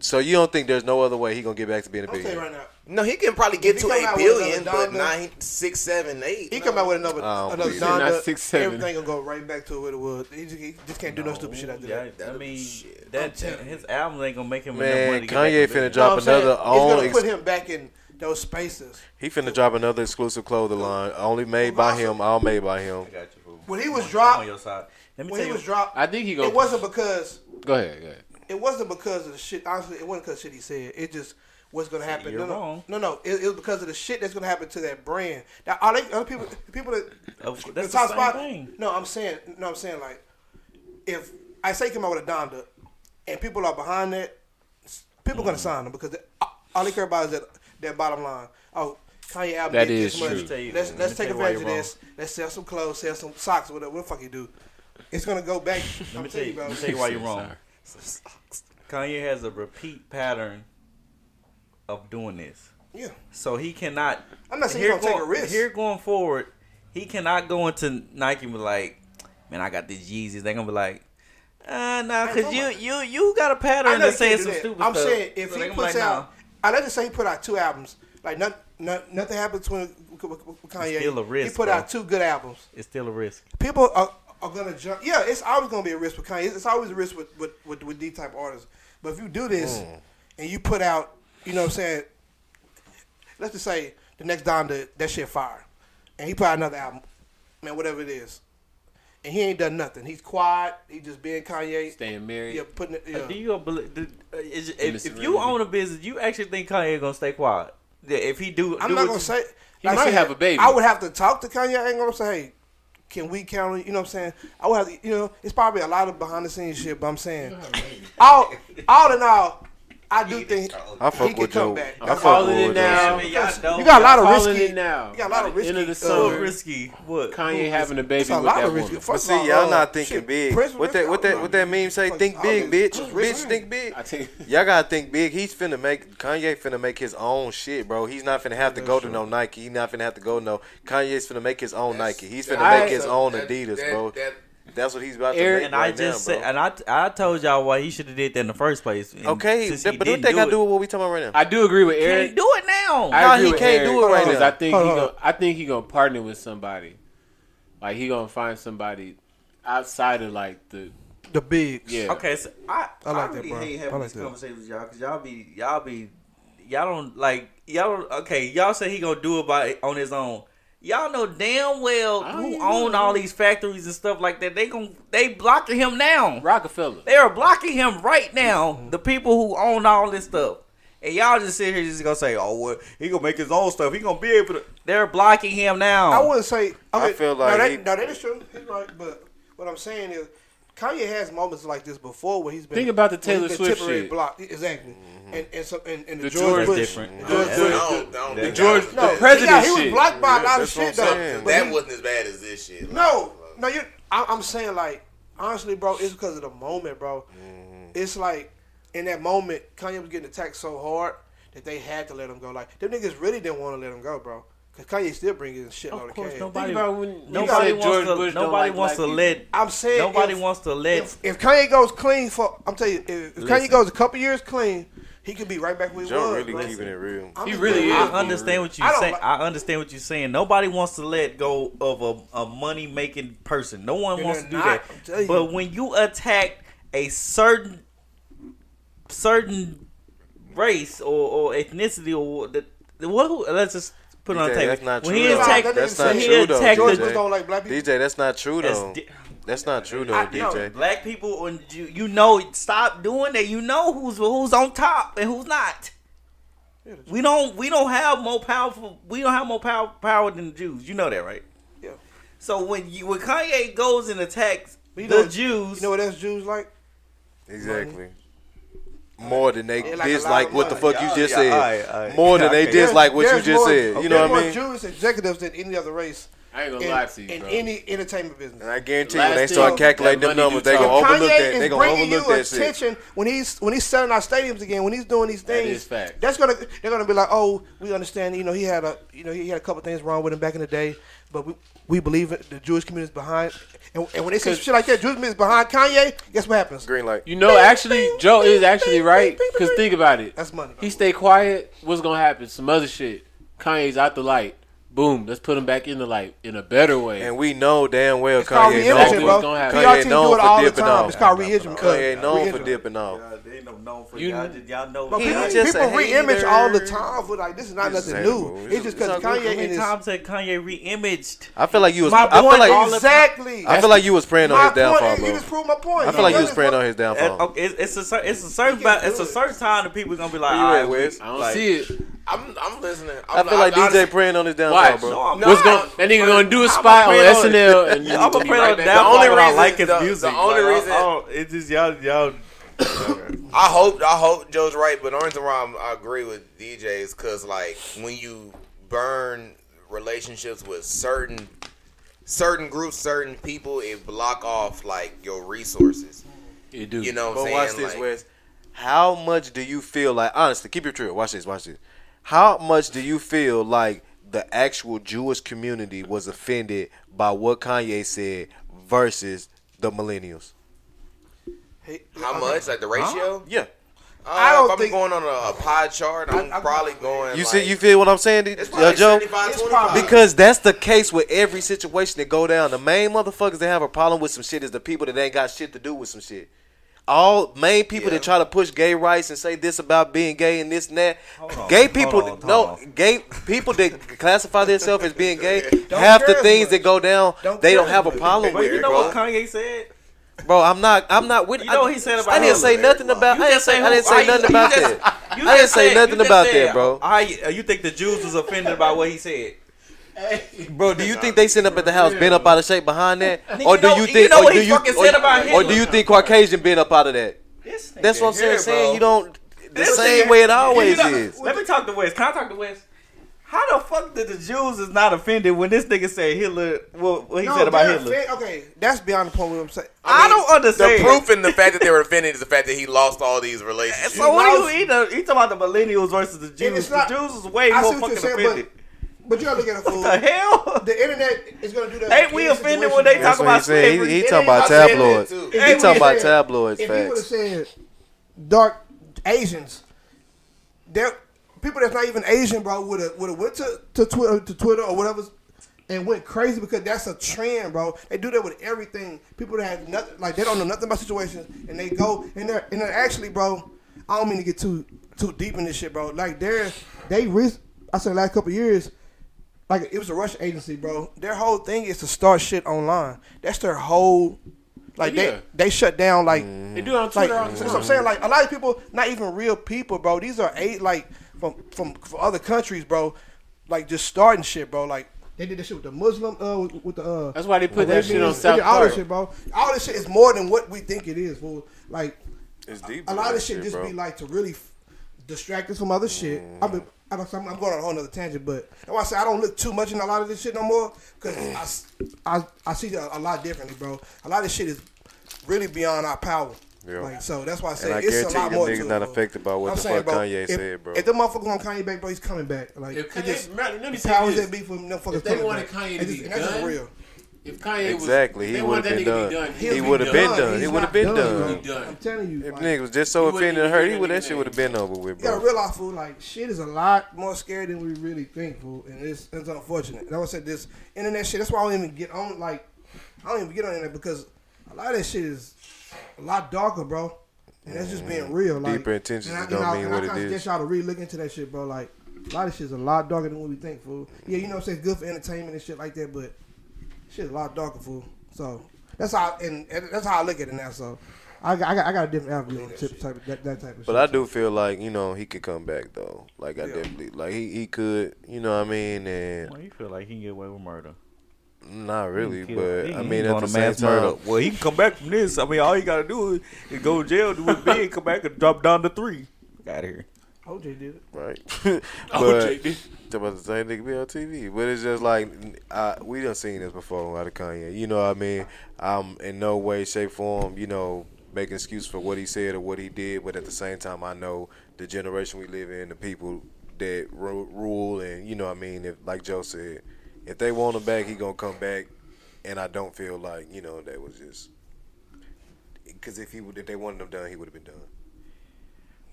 so you don't think there's no other way he gonna get back to being a
I'm telling you
billionaire?
right
no,
now,
he can probably get
If
to
he come
a
out with
billion,
another
but
dollar-
nine, six, seven, eight.
he
no.
come out with
I
another
don't
another
believe it.
Donda.
Not six, seven.
Everything gonna go right back to what it was. He just, he just can't do no, stupid shit after that.
I
That'll be
mean,
shit.
that his albums ain't gonna make him enough money.
Man,
to get back
Kanye
in business.
finna drop
You know what I'm
another
saying? He's
own.
gonna
ex-
put him back in those spaces.
he finna drop another exclusive clothing line, only made by him, all made by him.
I got you, fool.
When he was
I'm on
dropped-
your side. Oh, Let me
When
tell
he
you,
was dropped,
I think he gonna
it wasn't because
Go ahead, go ahead.
it wasn't because of the shit. Honestly, it wasn't because shit he said. It just what's gonna happen.
You're
no, no,
wrong.
no, no. It, it was because of the shit that's gonna happen to that brand. Now, are they other people? People that
of course, that's
the
the same
top spot.
thing.
No, I'm saying, no, I'm saying like, if I say come out with a Donda, and people are behind that, s- people
Mm.
gonna sign them because they, all they care about is that that bottom line. Oh, Kanye album
That
did
is
this much.
true. Let me
tell you-
Let's
let
let's
me
take
tell you why
advantage of
you're
this. Let's sell some clothes, sell some socks, whatever. What the fuck you do? It's gonna go back.
Let
I'm
me tell
telling
you.
you, bro.
Let me tell you why you're
Sorry.
wrong. Kanye has a repeat pattern of doing this,
Yeah,
so he cannot.
I'm not saying
here
he's gonna take a
going-
risk.
Here going forward, he cannot go into Nike and be like, "Man, I got these Yeezys." They're gonna be like. Uh no,
Man,
cause
come
you
on.
you you got a
I
pattern
know
that
he
says
can't do
some
that.
stupid
I'm
stuff.
saying if
So they
he
gonna be
puts
like, nah.
out, I let us say he put out two albums. Like nothing, nothing, nothing happened between with Kanye.
still a risk,
he put
bro.
out two good albums.
it's still a risk.
people are, are gonna jump. Yeah, it's always gonna be a risk with Kanye. It's, it's always a risk with with, with, with these type artists. But if you do this
Mm.
and you put out, you know, what I'm saying, let's just say the next Donda that shit fire, and he put out another album, man, whatever it is, and he ain't done nothing. He's quiet. He just being Kanye.
Staying married.
Yeah, putting it. Yeah.
Uh, Do you believe? Do, uh, is,
And
if,
the
if you
serenity.
own a business, you actually think Kanye gonna stay quiet? Yeah, if he do,
I'm
do
not
what
gonna
you-
say.
He might
I said,
have a baby.
I would have to talk to Kanye. I ain't gonna say, hey, can we count? on You You know what I'm saying? I would have. To, you know, it's probably a lot of behind the scenes shit, but I'm saying, all, all in all, I do think
I
he
fuck
can
with
come
you.
back.
I fuck
calling it
with
now.
you.
I mean, y'all know
You got a lot of
Calling
risky.
it now.
You got a lot
By
of
the end
risky.
of the
uh,
so
summer.
risky. What?
Kanye having a baby
It's
with
a lot
that
of risky.
woman.
First
But
of
see,
all,
y'all
uh,
not thinking
shit,
big.
Prince-
What
Prince-
that, what that, what that meme say?
Fuck,
Think
all
big,
these-
bitch.
just
Bitch,
rich
think big.
I think
Y'all gotta think big. He's finna make Kanye finna make his own shit, bro. He's not finna have to go to no Nike. He's not finna have to go no. Kanye's finna make his own
That's-
Nike. He's finna
I-
make his own
That-
Adidas,
that-
bro.
that-
That's what he's about to
Eric-
make
And
right
I just
now,
said,
bro.
and I I told y'all why he should have did that in the first place. And
okay,
since
that-
he
but what
didn't
they gotta
it-
do with what we talking about right now?
I do agree with
Can
Eric.
he do it now?
I
No,
agree
he
with
can't do
Eric,
it right
because
now.
I think he
Hold on.
gonna, I think he gonna partner with somebody. Like he gonna find somebody outside of like the
the bigs.
yeah.
Okay, so I, I,
I like that,
really
bro.
hate
I
having
like
this
that.
conversation with y'all because y'all be y'all be y'all don't like y'all don't okay y'all say he gonna do it by on his own. Y'all know damn well
I
who
don't
own
know.
all these factories and stuff like that. They gonna they blocking him now.
Rockefeller.
They are blocking him right now. The people who own all this stuff. And y'all just sit here just gonna say, "Oh, well, he gonna make his own stuff. He gonna be able to." They're blocking him now.
I wouldn't say. Okay,
Oh. I feel like
no, that,
he-
no, that is true. He's right, but what I'm saying is, Kanye has moments like this before where he's been.
Think about the
where
Taylor
he's been
Swift
temporarily
shit.
blocked. exactly,
Mm-hmm.
and and, some, and, and the,
The
George
George
Bush.
different.
the
No,
George
that's-
Bush.
I don't- I don't think
George-
that-
No,
the president
yeah, he was
shit.
blocked by a lot of
That's what
shit
I'm
though.
saying.
but
that
he-
wasn't as bad as this shit.
No, no, you. I, I'm saying like honestly, bro, it's because of the moment, bro.
Mm-hmm.
It's like in that moment, Kanye was getting attacked so hard that they had to let him go. Like them niggas really didn't want to let him go, bro, because Kanye still bringing shit
Of
out of
course,
cash.
nobody-
Think about when you
nobody
said
wants
George
to.
Bush don't
nobody
like
wants
black
to
people.
let.
I'm saying
Nobody
if-
wants to let.
If, if Kanye goes clean for, I'm telling you, if, if Kanye
Listen.
goes a couple years clean, he could be right back where he
Joe
was.
really
bro.
keeping it real.
I'm
He
just-
really
I
is.
understand what
I
you
don't
saying.
like-
I understand what you're saying. Nobody wants to let go of a, a money making person. No one
And
wants to
they're
do
not, I'm
that.
telling you.
But when you attack a certain certain race or, or ethnicity or the, the what let's just put it on the
DJ,
table.
that's not
when
true,
he
though.
attacked
That's
when
not
he
true though.
attacked
George
the-
Bush don't like black people.
DJ, that's not true
That's
though.
di-
That's not true though,
I know,
DJ.
black people and you you know stop doing that. You know who's who's on top and who's not. We don't we don't have more powerful we don't have more power power than the Jews. You know that, right?
Yeah.
So when you when Kanye goes and attacks
But you
the
know-
Jews,
You know what else Jews like?
Exactly. More than they
They like a lot
dislike
of
what the
money.
fuck
Yeah,
you just
yeah,
said.
alright, alright.
More than they
Okay.
There's-
dislike what you
there's
just
more-
said. You know
there's
what I mean?
More Jewish executives than any other race
I ain't gonna
in,
lie to you,
in
bro.
any entertainment business.
And I guarantee
Last
when they
thing-
start calculating
that
them
money you
numbers, they gonna
talk-
overlook
Kanye
that.
is
They gonna
bringing
overlook
you
that shit.
attention when he's when he's selling our stadiums again. When he's doing these things,
is fact.
that's gonna they're gonna be like, oh, we understand. You know, he had a you know he had a couple things wrong with him back in the day, but we we believe it, the Jewish community is behind. And, and when they say
'Cause-
shit like that, Jewish community is behind Kanye. Guess what happens?
Green light.
You know, actually, Joe is actually right. Because think about it.
That's money.
He stay quiet. What's gonna happen? Some other shit. Kanye's out the light. Boom. Let's put him back in the light in a better way.
And we know damn well
It's called
Kanye
re-imaging,
Exactly
known
bro.
what's
for
gonna
PR
happen.
team
Kanye
do
known
it all
for
the
dipping
time.
off.
It's called re-imaging.
Kanye known for
re-imaging.
dipping off.
they ain't known for
You- y'all
just y'all know.
But people,
He's just
people
a
re-image all the
hater.
time for like this is not
He's
nothing
hateable.
new.
He's
It's just
a-
because Kanye and
many
his
times that Kanye re-imaged?
I feel like you was.
My
I
boy
feel like
all of-
exactly.
I feel like you was praying on
my
his downfall,
point. You
bro.
just proved my point.
I feel like you was
Jonas,
praying on his
Uh,
downfall.
okay, it's, it's a cer- it's a certain
can't
about- it's
do
a
it.
certain time that people gonna be like,
Where you at,
"All right,
Wes?
I don't
Like-
see it.
I'm, I'm listening.
I
I'm,
feel
I'm
like DJ
honestly-
praying on his downfall,
Watch.
no,
bro.
I'm
What's
not.
going? That nigga gonna do a spot on
pray on
SNL and
I'm gonna
be
pray
right
on
back.
that.
The only
only reason I
reason-
like his
the- the
music.
only
Like, I-
reason-
I don't- it's just y'all y'all.
I hope I hope Joe's right, but the only reason why I'm, I agree with DJ is because like when you burn relationships with certain certain groups, certain people, it block off like your resources.
It do.
You know what
But
I'm saying?
watch this,
Like,
Wes. How much do you feel like? Honestly, keep your true. Watch this. Watch this. How much do you feel like the actual Jewish community was offended by what Kanye said versus the millennials?
Hey,
How
okay.
much? Like the ratio?
Yeah.
Uh,
I don't
if I'm
think-
going on a, a pie chart. I'm,
I- I'm-
probably going.
You
like,
see, you feel what I'm saying,
It's
uh,
probably
Joe?
75,
It's
25.
probably-
Because that's the case with every situation that go down. The main motherfuckers that have a problem with some shit is the people that ain't got shit to do with some shit. all main people
Yeah.
that try to push gay rights and say this about being gay and this and that.
Hold on,
gay
hold
people,
on, hold
no,
on.
gay people that classify themselves as being gay, half the
care as
things
much.
that go down,
Don't
they
care
don't
as
have a
much.
problem
But
with
you
it,
know
bro.
what Kanye said?
Bro, I'm not, I'm not with.
You know
I,
what he said about
I didn't
Hitler.
say nothing about. I didn't say, I didn't say nothing about that.
You
I didn't
just
say
said-
nothing
you just
about
said,
that, bro.
I, uh, you think the Jews was offended by what he said?
Bro, do you think they sitting up at the house bent up out of shape behind that,
Nigga,
or
you
do
know-
you
you
think,
know
or
what
do
he
you,
fucking
or-
said about
or
Hitler.
do you think Caucasian been up out of that? That's what I'm saying.
here,
saying
bro.
you don't the
This
same
nigga-
way it always
You know-
is.
Let me talk to Wes. Can I talk to Wes? How the fuck did the Jews is not offended when this nigga said Hitler? What, what he said about
they're
Hitler?
offend- okay, that's beyond the point. What I'm saying.
I, don't
The
understand.
proof in the fact that they were offended is the fact that he lost all these relationships.
So what are you he, done- he talking about the millennials versus the
And
Jews?
it's not-
the Jews is way
I
more
see what
fucking
you're saying,
offended.
But you gotta look at it, fool.
the hell?
The internet is gonna do that.
Ain't
in
we
any
offended when they
situation.
talk
That's what he
about
said. He,
slavery?
he talking
I
about
said that
tabloids.
too.
He
If you
talking about
would've said-
tabloids.
If you would have
Facts.
said dark Asians, there people that's not even Asian, bro, would have would have went to, to Twitter to Twitter or whatever, and went crazy because that's a trend, bro. They do that with everything. People that have nothing, like they don't know nothing about situations, and they go and they're and they're actually, bro. I don't mean to get too too deep in this shit, bro. Like they're they re- I said the last couple of years. Like it was a Russian agency, bro. Their whole thing is to start shit online. That's their whole, like
Yeah.
they they shut down like
They do it on
Mm. like
Twitter all
that's
the
what I'm
time.
saying. Like a lot of people, not even real people, bro. These are eight like from from, from other countries, bro. Like just starting shit, bro. Like they did this shit with the Muslim, uh, with, with the uh,
That's why they put that shit on
Arabians. They
South
did all this shit,
Park.
bro. All this shit is more than what we think it is, fool. Like
It's deep.
a
in
lot of
that
this shit just
bro.
be like to really f- distract us from other shit. I've been. I don't- I'm I'm going on a whole nother tangent, but that's why I say I don't look too much in a lot of this shit no more because I, s- I- I see a, a lot differently, bro. A lot of this shit is really beyond our power.
Yeah.
Like so, that's why I say
And I
it's
guarantee
a lot
you,
more.
niggas
to it,
not
bro.
affected by what
I'm
the
saying,
fuck
bro,
Kanye
if,
said, bro.
If the motherfucker on Kanye back, bro, he's coming back. Like
If
it
Kanye,
just
man, let me
the powers
say this.
that be for them motherfuckers.
If they
coming
wanted
back.
Kanye to
It's
be
just- and that's just
done,
real.
If Kanye
Exactly.
was,
He
they
would
wanted
have been
that nigga to
done.
be
He
done.
would have been done.
He's
He
not
would have been
done,
done.
He done.
I'm telling you,
If
like,
niggas was just so
He wouldn't
offended and
even
hurt, he
do
would that shit
anything.
would have been over with,
You gotta
bro.
realize, fool, like shit is a lot more scary than we really think, fool, and it's it's unfortunate. And I said this internet shit. That's why I don't even get on. Like I don't even get on internet because a lot of that shit is a lot darker, bro. And that's just being real. Like,
Deeper intentions
and I-
just
and
don't
I-
mean
and
what
I
it
kinda
is.
suggest y'all to really look into that shit, bro. Like a lot of shit's a lot darker than what we think, fool. Yeah, you know what I'm saying. Good for entertainment and shit like that, but shit's a lot darker, fool. So that's how and, and that's how I look at it now. So. I got, I got, I got a different avenue on tip- type of, that, that type of shit.
But I do feel like you know he could come back though. Like I
Yeah.
definitely like he, he could. You know what I mean? And
Well, you feel like he can get away with murder.
not really,
He-
but
he-
I
he
mean
going
at the
to
same time,
Well, he can come back from this. I mean, all you got to do is, is go to jail, do it big, come back and drop down to three. Out of here.
OJ did it.
right? but Talk about the same nigga be on TV. But it's just like I, we done seen this before out of Kanye. You know what I mean? I'm in no way, shape, form, you know, making excuse for what he said or what he did, but at the same time I know the generation we live in, the people that ru- rule and you know what I mean, if like Joe said, if they want him back, he gonna come back and I don't feel like, you know, that was just because if he would, if they wanted him done, he would have been done.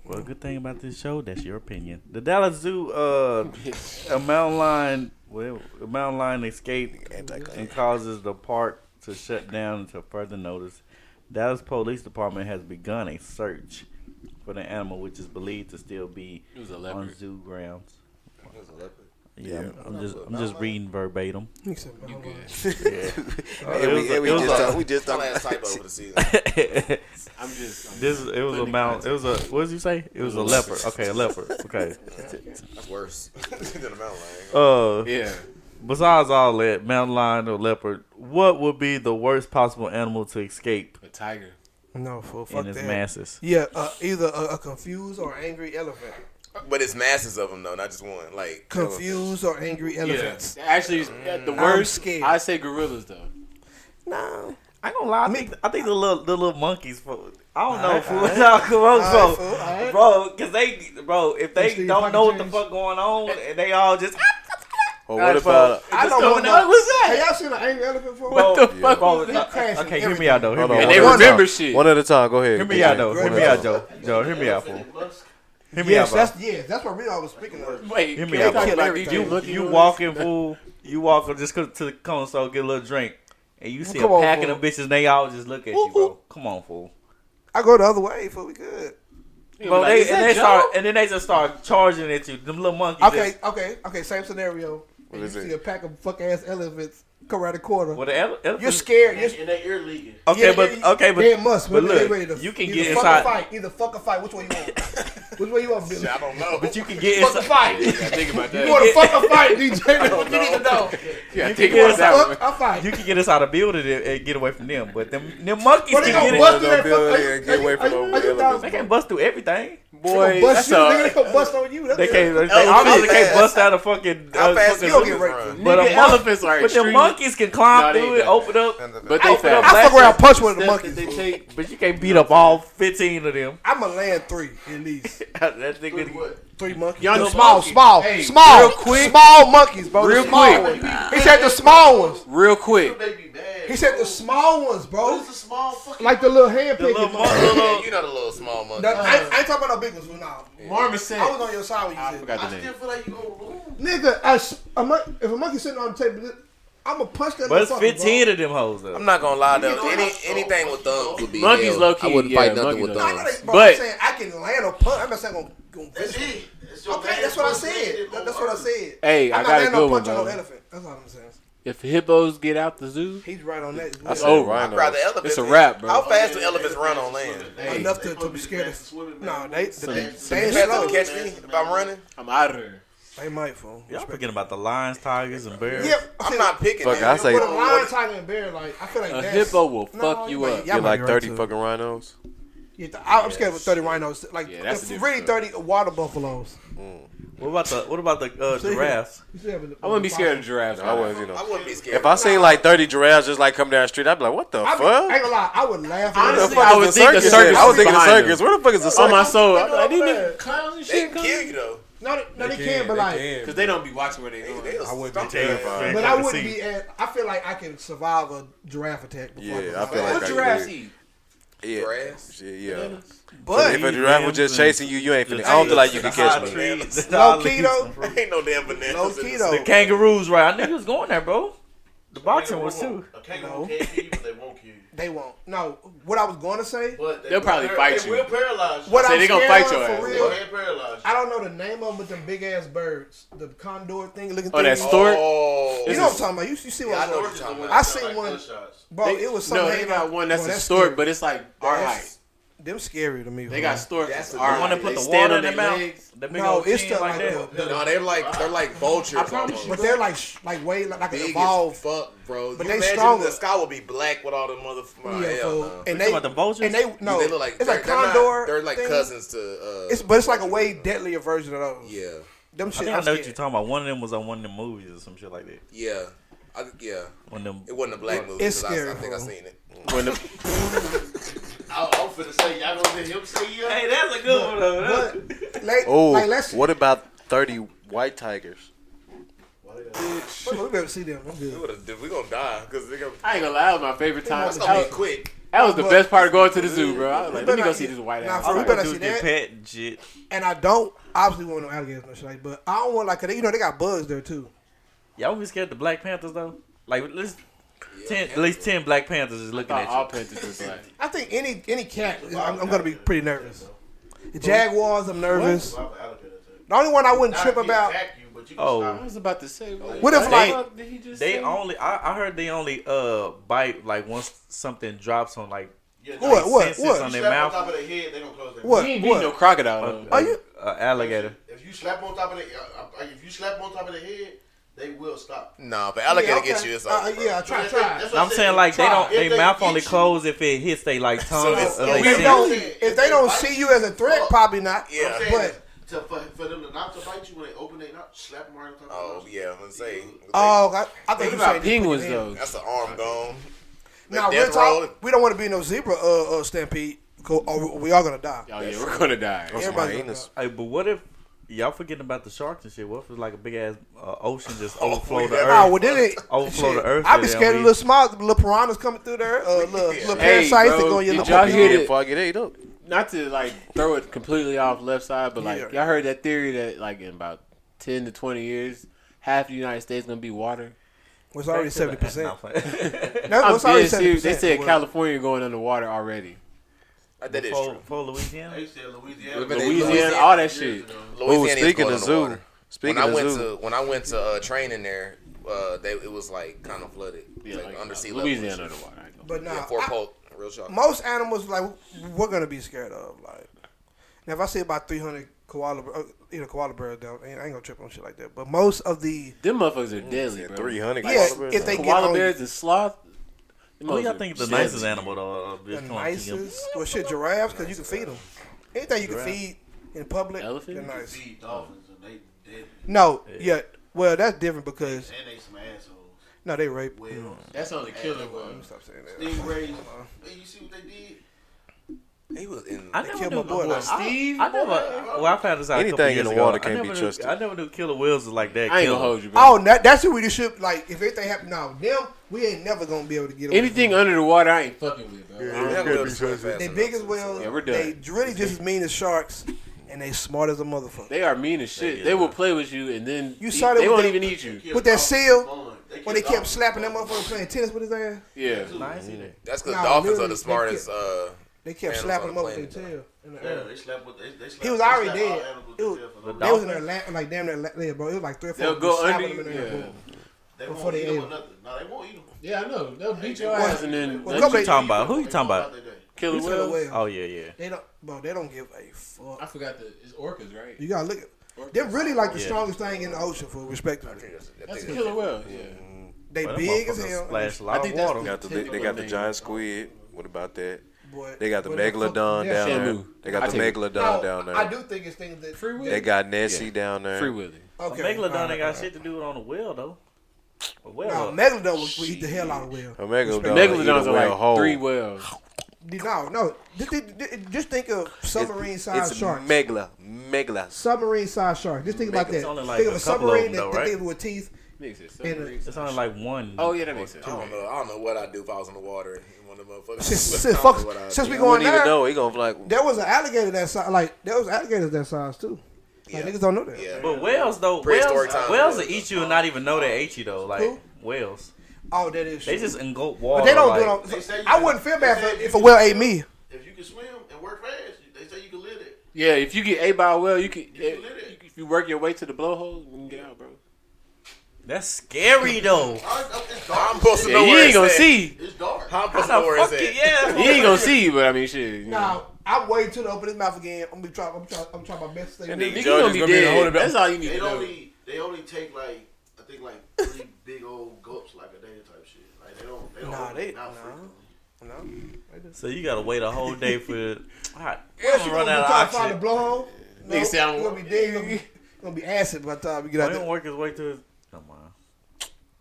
Well, good thing about this show, that's your opinion. The Dallas Zoo, uh, a mountain lion, well, a mountain lion escaped
Anti-climax.
and causes the park to shut down until further notice. Dallas Police Department has begun a search for the animal, which is believed to still be
It was a
on
leopard.
zoo grounds.
Yeah.
Yeah, I'm- I'm, just I'm just reading verbatim.
He said, "Man, I'm lying."
and we, and we,
it was
just
a-
talk, we just
That's
talked
our last
about
typo for the season.
this
I'm just. I'm
it was a mount. It was a what did you say? It was a leopard. Okay, a leopard. Okay.
That's worse than a mountain lion.
Uh,
yeah.
besides all that, mountain lion or leopard, what would be the worst possible animal to escape
A tiger.
No, fool, fuck
in its
that.
masses?
Yeah, uh, either a, a confused or angry elephant.
But it's masses of them though, not just one. Like
Confused or angry
Yeah.
elephants.
Actually, at the worst,
scared.
I say gorillas though.
No.
I ain't gonna lie. I think I think the little the little monkeys. For, I don't know, fool.
alright.
Y'all come on,
Alright,
bro.
fool, alright.
bro, because they, bro, if
Let's do
they
your
don't
pocket
know what the
change.
fuck going on, and they all just.
Or what about
I don't
What
want
the fuck
no.
was
Have
that?
y'all seen an angry elephant before?
Bro,
What the fuck
bro,
was
uh,
crashing
okay, hear
everything.
me out though. Hear
Hold
me
on,
out.
And they
One
remember
at a-
shit.
One at a time. Go ahead.
Hear me
Go
out
ahead.
though. Hear
One
me
at a
out,
time.
Joe. Joe, hear me out, fool. Hear me out,
Yes,
bro.
that's yes, that's what really I was speaking of.
Wait,
Hear
can
me
we
out.
talk
Kill
about these
everything.
you monkey
You
ones?
walking, fool. You walking just go to the console, get a little drink, and you see
Come
a
on,
pack of
fool.
them bitches, and they all just look at you, bro. Come on, fool.
I go the other way. Fuck, we good.
Bro, they, and they start, and then they just start charging at you. Them little monkeys.
Okay, okay, okay. Same scenario.
What
And you
is it?
see a pack of fuck ass elephants come around the corner.
Just, with the ele-
You're
elephants-
scared. You're
And, and they ear leaking.
Okay, but okay, but
they must.
but
But
look,
they ready to,
you can
either
get
fuck or
inside-
Fight. Either fuck or fight. Which one you want? Which one you want, Billy?
I don't know.
but you can get
Fuck or
inside.
fight.
I think about
You
that.
want to fuck or fight, DJ? That's what you need to know.
Yeah, I
You can
think
get
about that.
inside.
Fuck or fight.
You can get inside a building and, and get away from them. But them, them monkeys
But they
can
gonna
get it.
bust through that
Those
fuck.
building
are
and
you-
get
are
away
you-
from
are you-
those
are you down-
elephants.
They can't bust through everything.
They gonna
Boy, that's
bust you. Nigga,
a,
they gonna bust on you. That's
They
it.
can't. They
Elephants
obviously can't
fast.
bust out a fucking.
How
Uh,
fast
fucking
you
gonna
get
get raped.
run?
but a
Nigga,
monkey,
elephants are
but the
extreme.
monkeys can climb
No, they
through
ain't
and open up.
but they
open up
fast.
I fuck
latches,
around, punch one of the
Steps that
monkeys.
they
fool.
take.
But you can't beat up all fifteen of them.
I'm gonna land three at least.
that nigga.
Three monkeys.
Young
Little small,
monkey.
small,
Hey,
small,
real quick.
small monkeys, bro.
Real
the small
quick.
Ones. He said the small ones.
Real quick.
They be bad.
He said the small ones,
What
bro.
is a small fucking
Like the little hand
The little
picking.
monkey.
ones.
Yeah, you know the little small monkey.
That- I, I ain't talking about no big ones, but nah.
Marmoset.
I was on your side when you
I
said. that.
forgot the
I still
name.
feel like you gonna lose.
Nigga, I s a mon- if a monkey sitting on the table, I'm gonna punch that.
But it's
motherfucker,
fifteen
Bro.
of them hoes though.
I'm not gonna lie though.
You know
Any
how-
anything with thumbs would be
Monkeys
hell.
low-key,
I wouldn't
yeah,
fight nothing
monkeys
with
low-key.
I know
thumbs.
they, bro, I'm
But-
saying I can land a punch. I'm not saying I'm gonna. gonna
That's
fist
it. That's your
Okay,
bad.
that's what I
It's your
said.
bad.
That- That's what I said.
Hey, I
I'm
got a
not landing
good
a punch
one,
on no
bro.
elephant. That's all I'm saying.
If hippos get out the zoo,
He's right on that.
That's
Yeah.
over.
I'd rather
Rhinos.
elephants.
it's a wrap, bro.
How fast do elephants run on land?
enough
They
to, to
supposed
be
to be
scared
fast
of.
swimming,
No,
man.
they they, they
You
ain't
guys gonna
slow.
catch me if I'm running?
I'm out of here.
They might fool.
Y'all forgetting about the lions, tigers, and bears.
Yeah,
I'm not picking.
Fuck,
man.
I say-
With a lion, tiger, and bear, like I feel like
A
that's,
hippo will
No,
fuck you
might-
up.
y'all
Get
might
like
be right,
thirty
too.
fucking rhinos.
Yeah, th- I- I'm scared of thirty rhinos. Like
Yeah, that's a
if
different
really
story.
thirty water buffaloes.
What about the what about the uh, giraffes?
You still have a-
I wouldn't be scared of giraffes.
I
bro.
wouldn't, you
I
know.
wouldn't be scared.
If I seen like thirty giraffes just like come down the street, I'd be like, "What the
I, be, I ain't
fuck?"
gonna lie, I would laugh. at
Honestly,
them.
I would think the circus.
at? I was
is
thinking the
behind them.
circus. Where the fuck is the
On
circus?
my soul,
They
I'm like, these
don't
niggas
bad.
clowns and
They
shit
kill
come
you though.
no, they- no, they, can, but like,
because they don't be watching where they
They-
going.
they'll
I wouldn't
stomp
be
your ass.
terrified.
but
I
I
can
wouldn't
see.
be at. I feel like I can survive a giraffe attack.
Yeah,
Before can
I feel
survive.
like
What
I
giraffes
could.
eat?
Yeah,
Grass.
Shit, yeah.
but
if a giraffe was just chasing you, you ain't finna. I don't feel like you can catch me.
low key though,
Ain't no damn bananas.
low
in
key
the-
though.
The kangaroos, right? I knew you was going there, bro. The boxing was too.
A kangaroo
No.
can't kill you, but they won't kill you.
They won't. No, what I was going to say.
But they
They'll
will
probably
par-
fight
they
you.
will paralyze you.
What
Say
I'm
they gonna
scared
fight your
of
ass.
for
They
real.
can paralyze you.
I don't know the name of them, but them big ass birds, the condor thing looking.
Oh, that
thing.
stork.
Oh,
You know what I'm talking about? You, you see what
Yeah,
I'm
I know
talking
what
about?
you're talking
I
about.
seen
Like
one-
gunshots.
Bro, it was something.
No, they
hanging
got
out-
one that's
Bro,
a stork,
scary.
but it's like our height.
That's- Them scary to me.
They got stork.
That's
That's
the
our
one
One
height.
that put
They
the
stand
water
on
in their mouth.
legs.
The big
No,
old
it's
chin
the
like
like
that.
the, the-
No, they're like they're like vultures. almost.
but they're like sh- like way like, like
Big as
evolved.
fuck, bro.
But
you
they
imagine
stronger.
The sky will be black with all the motherfuckers.
yeah,
Oh, hell
fool.
no.
and
You
they
talking about the vultures?
and they no,
they look like
it's
they're,
like
they're not-
condor.
They're like
thing.
cousins to. Uh,
It's but it's like a way deadlier version of those.
yeah,
them
I
shit.
think I
I'm
know what you're
scared.
talking about. One of them was on one of the movies or some shit like that.
yeah, I, yeah.
One of
It
them.
wasn't a black movie.
It's
'cause I- I,
scary,
think I
bro.
seen it.
When the-
I, I'm finna say y'all gonna let him say you. Hey,
that's a good one though.
But like,
Oh,
like let's
what about thirty white tigers?
we better see them. I'm
We
good.
would've- We gonna die because
I ain't gonna lie, that was my favorite time.
that's
That
gonna be
was,
quick.
that was the
But-
best part of going to the zoo, bro. I was like,
But
let me
not
go see
yet.
this white
Nah,
ass.
for
I
real,
was
but
like,
I
Dude,
see
get
that.
pet and shit.
And I don't obviously want no alligators and shit like. But I don't want like 'cause they you know they got bugs there too.
Y'all be scared of the Black Panthers though. Like at least ten, at least ten Black Panthers is looking
"Nah, all
at you.
panthers was like.
I think any any cat, I'm, I'm gonna be pretty nervous. The Jaguars, I'm nervous.
I'm alligator attack.
The only one I wouldn't trip
Not
about.
attack you, but you can
Oh.
I
stop.
was about to say, what,
What if,
the
like-
fuck did he just
They
say?
only, I, I heard they only uh bite like once something drops on like
Yeah, no,
What?
you
What?
senses
What?
on
slap
their
on
mouth.
top of their head, they gonna close their
What?
He ain't beat no
What?
crocodile.
Uh,
though.
Are you-
uh, alligator?
If you slap on top of the, uh, uh, if you slap on top of the head, they will stop.
Nah, but alligator
Yeah,
gets
okay.
you. It's
Uh,
all.
yeah, I try,
That's what-
try.
that's what I
I'm
said.
saying like they don't,
If
they mouth
get
only
you,
close if it hits they like tongue.
it's-
or
if
they
If they
sense.
don't,
sense.
if they don't see you as a threat, probably not.
Oh. Yeah.
I'm saying
But
to, for, for them to not to bite you when they open their mouth, slap them right on top
Oh
of the
yeah, I'm gonna say.
oh, I, I think
What
you
about
said
penguins though?
that's an arm gone.
Now
Death
real talk,
row.
we don't want to be in no zebra uh, uh, stampede. 'cause, uh, we- we are gonna die.
Oh yeah, we're gonna die.
Everybody's gonna
anus.
die.
Hey, but what if y'all forgetting about the sharks and shit? What if it's like a big ass uh, ocean just overflow the
yeah.
earth?
Nah, well then it
Overflow
shit,
the earth
I'd be
and
scared
they'll
of little small little piranhas coming through there, uh, little, little
Hey,
parasites that
bro,
go in your
did
little.
y'all hear
Yeah,
that-
before I get ate up.
Not to like throw it completely off left side, but like
Yeah.
y'all heard that theory that like in about ten to twenty years, half the United States gonna be water.
It's already seventy percent.
Nah, I'm playing.
No,
I'm
it's already
dead
seventy
serious.
percent.
They said California going underwater already.
Uh, That is
before,
true.
before Louisiana.
They said Louisiana.
Louisiana,
Louisiana, all that shit.
Ooh,
Louisiana
speaking of
is cold on the
zoo,
water.
speaking
when I
of
went
zoo,
to when I went to uh, training there, uh, they, it was like kind of flooded,
Yeah,
like,
like,
under sea
uh,
level. and
Louisiana
shit.
underwater. I ain't gonna-
But nah,
yeah, Fort
I-
Polk, real shock.
most animals like we're gonna be scared of. Like, now if I see about three hundred koala, uh, you know, koala bears down, I ain't gonna trip on shit like that. But most of the
Them motherfuckers are deadly, bro.
three hundred.
yeah, if they get
Koala
on you,
bears and sloth. them
Who y'all
motherfuckers
think
are
the
deadly.
nicest animal though? Uh, this
the
quarantine?
nicest, well, shit, giraffes because you can feed them. Anything you can feed in public,
Elephant?
they're nice.
Feed dolphins and they dead
No, yeah, well, that's different because
and they some assholes.
no, they rape.
Well,
That's only killer
Let me
one.
stop saying that.
stingrays. Man, you see what they did?
He was in.
I never
killed
knew
my boy,
well,
like,
I-
Steve,
I, never. Well, I found this out. a couple
Anything in
years
the
ago.
water
I
can't be
never knew-
trusted.
I never knew killer whales was like that.
I ain't
killer.
gonna hold you, bro.
Oh, that, that's who we just should like. If anything happened now, them we ain't never gonna be able to get away
Anything under the water, I ain't fucking with, bro.
That whale swam fast
They
enough
big
to-
as whales.
Yeah, we're done.
they really just as mean as sharks, and they smart as a motherfucker.
They are mean as shit.
Yeah.
They will play with you and then
You
eat-
saw that
they
with
won't
the-
even eat you.
With that seal,
Fun.
when they kept slapping that motherfucker playing tennis with his ass,
Yeah.
Nice either.
That's because
Nah,
dolphins
literally,
are the
they
smartest. Uh,
they kept
Animals
slapping
on
him
the
up with their
planet.
tail uh, in the
Yeah,
air.
they slapped with they, they slapped,
He was
they
already
slapped
dead.
all animals
It
to
was-
death for
The
no
They was
reason.
in Atlanta, like damn near Atlanta, bro. It was like three or four.
They'll
of them
go
slapping
under
them in
you,
there.
yeah.
They
before
won't
they
eat them
ate.
or nothing. No, they won't eat them.
Yeah, I know. They'll beat
your ass
and then
Well,
let
come
you
back-
Talking about who you talking about?
kill
You
the
said a
whale.
whale.
Oh yeah, yeah.
They don't, bro. They don't give a
I
fuck.
forgot the it's orcas, right?
You gotta look. at They're really like the
Yeah.
strongest thing in the ocean for respectively.
That's a killer whale. Yeah.
They
Well, them
big as
motherfuckers
hell.
Splash a lot
I
of
think that's
water.
the-
Got the they got the giant squid. What about that?
Boy,
They got the
what the fuck-
megalodon
Yeah.
down there.
Shamu.
They got
I
the
take it.
No,
megalodon down
I
there.
do think it's things that
Free
They
will.
got Nessie down
Free
there.
willy.
Okay,
Megalodon
alright,
ain't got
alright.
shit to do with on a whale though. A
No,
whale.
Megalodon would, would eat the hell out of whale.
A megalodon.
Oh,
eat a
Megalodons are
whale
like
whole.
three whales.
No, no. Just, just- just think of submarine sized
It's
sharks.
megla, megla.
submarine sized sharks. Just think about
Megalodon's
that.
only like
think of
a
a
couple of
submarine
them, though,
that
right?
think with teeth.
Makes sense.
And, uh,
It's only like one.
Oh yeah, that makes sense.
I don't know. I don't know what I'd do if I was in the water. and One of the motherfuckers.
Since,
I
since,
don't
fuck,
know what I'd
since
do.
we
You wouldn't even
going there,
know. He gonna be like
there was an alligator that size. Like there was alligators that size too. Like
Yeah.
niggas don't know that.
Yeah.
But whales though,
Prehistoric
whales,
time.
whales will eat you and not even know they ate you though. Like
Who?
whales,
Oh, that is.
they
true.
just engulf water.
But they don't
like,
do
They
it.
say
On,
you
I
can-
wouldn't feel
they
bad
say
if,
you
if a
can-
whale ate me.
If you can swim and work fast, they say you can live it.
Yeah, if you get ate by a whale, you can.
You can live it.
If you work your way to the blowhole, you can get out, bro.
That's scary though.
All right, It's
I'm
dark.
supposed to
Yeah,
know
you
where
ain't
it's
gonna
at.
see.
It's dark.
I'm supposed to
How
know
the
where it's
fuck
at.
it- yeah.
You ain't gonna see, but I mean, shit. you know.
Now I'm waiting till to open his mouth again. I'm gonna try. I'm trying. I'm trying my best to stay.
And
real.
Nigga, you
Judges
gonna be
gonna be in the holding
dead.
back.
That's all you need
They
to know.
only they only take like I think like three big old gulps like a day type shit. Like they don't they don't
Nah,
open
they-
their mouth
nah.
frequently.
No.
So you gotta wait a whole day for. God,
What else
I'm
you
run
gonna do,
out
try to
of
find a
oxygen.
blowhole? No,
Nigga say I don't
you gonna
want-
be dead. you Gonna be, gonna be acid by the time you get
Why
out
don't
there.
work his way to? His, come on.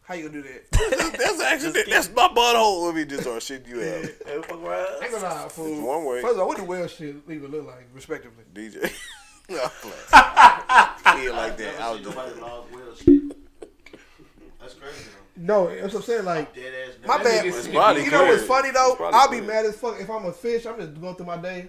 How you gonna do that?
That's actually that's my butthole. Let me just start shitting you out,
Hey, fuck around.
I ain't gonna lie, fool.
one way.
First of all, what do whale shit even look like, respectively?
DJ. No, I'm playing. Kid like
Never
that. I was
seen
doing
nobody log whale shit. That's crazy.
No, that's what I'm saying. Like,
Though. Dead ass.
my
nigga.
bad.
It's probably
you know what's
good.
funny though?
It's probably
I'll be
good.
mad as fuck if I'm a fish. I'm just going through my day,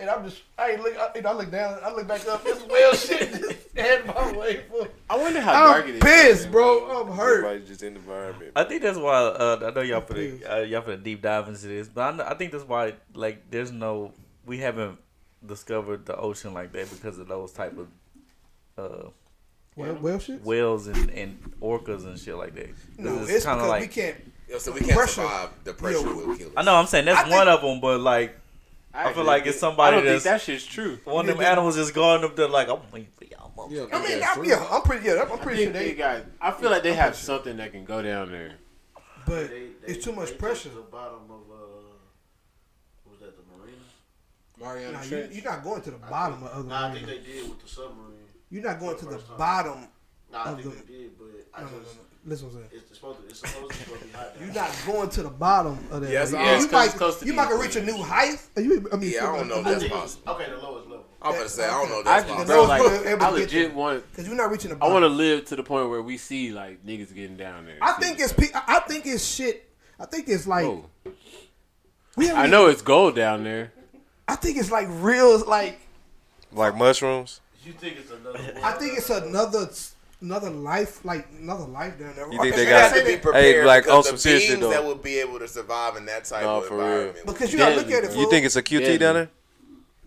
and I'm just I ain't look. I, you know, I look down. I look back up. This whale shit just head my way. Fool.
I wonder how dark it
I'm
is.
pissed, bro. I'm hurt.
everybody just in the environment.
I think that's why uh, I know y'all for
Please.
the uh, y'all for the deep dive into this, but I, know, I think that's why like there's no we haven't discovered the ocean like that because of those type of uh,
Whale, whale shit?
whales and, and orcas and shit like that.
No, it's,
kinda
because we can't.
Yeah, so we can't
Pressure.
survive. The pressure
Yeah.
will kill us.
I know I'm saying that's
I think-
one of them, but like I feel like it's somebody
I don't
that's
think that shit's true.
one of them
Yeah, they-
animals just going up there like I'm waiting for y'all. motherfucker."
I mean, I'm, yeah, I'm pretty. Yeah, I'm
They,
pretty sure they.
got, I feel like they have something that can go down there.
But
They- they-
it's too
they
much
took
pressure.
The bottom of uh, what was that the marina?
Mariana
Nah, you, you're not going to the bottom of other.
Nah, I
marina.
think they did with the submarine.
You're not going to the
First time.
bottom.
Nah, I
Of
think
the-
they did, but I
No, no,
just
no, no. Listen, what I'm saying.
it's supposed to it's supposed to be hot. down
You're
there.
not going to the bottom of that.
Yes,
you,
I-
it's
you
close-
might,
close to
you
the
might reach a new height. Are you, I mean,
Yeah, I don't know if
I
that's
think-
possible.
Okay, the lowest level.
I'm gonna say I don't know if
I
that's
just,
possible.
bro,
Those
like,
people able
I
to get
legit
there.
want.
Because you're not reaching the
I
bottom.
want to live to the point where we see like niggas getting down there.
I think it's. pe- I I think it's shit. I think it's like.
Oh,
We
I
haven't-
know it's gold down there.
I think it's like real. Like
Like mushrooms.
You think it's another?
I think it's another. another life, like another life down there.
You think
Okay,
they
You
got-
have to be prepared
Hey, like,
because
on some
the
serious shit,
beings that
though.
would be able to survive in that type
Nah,
of
for real.
environment.
because you gotta look at it.
You
fool.
think it's a QT down there?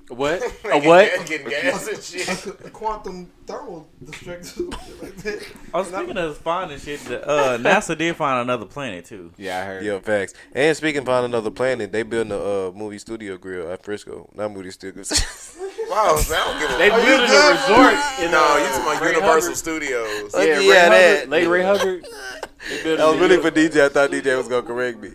What?
Getting
A what?
gas- getting gas and shit.
Like a quantum thermal destruction like that.
I was thinking Oh, of finding shit. That, uh, NASA did find another planet too.
Yeah, I heard.
Yeah, facts. And speaking of another planet, they building a uh, movie studio grill at Frisco. Not movie studio.
Wow, so I don't give a
They
fuck.
building a resort in
No,
uh,
you talking about
Ray
Universal
Hubbard.
Studios.
Yeah,
yeah, Ray
that.
Hubbard, late Ray Hubbard. They building
That was
a
really
new-
for DJ. I thought DJ was gonna correct me.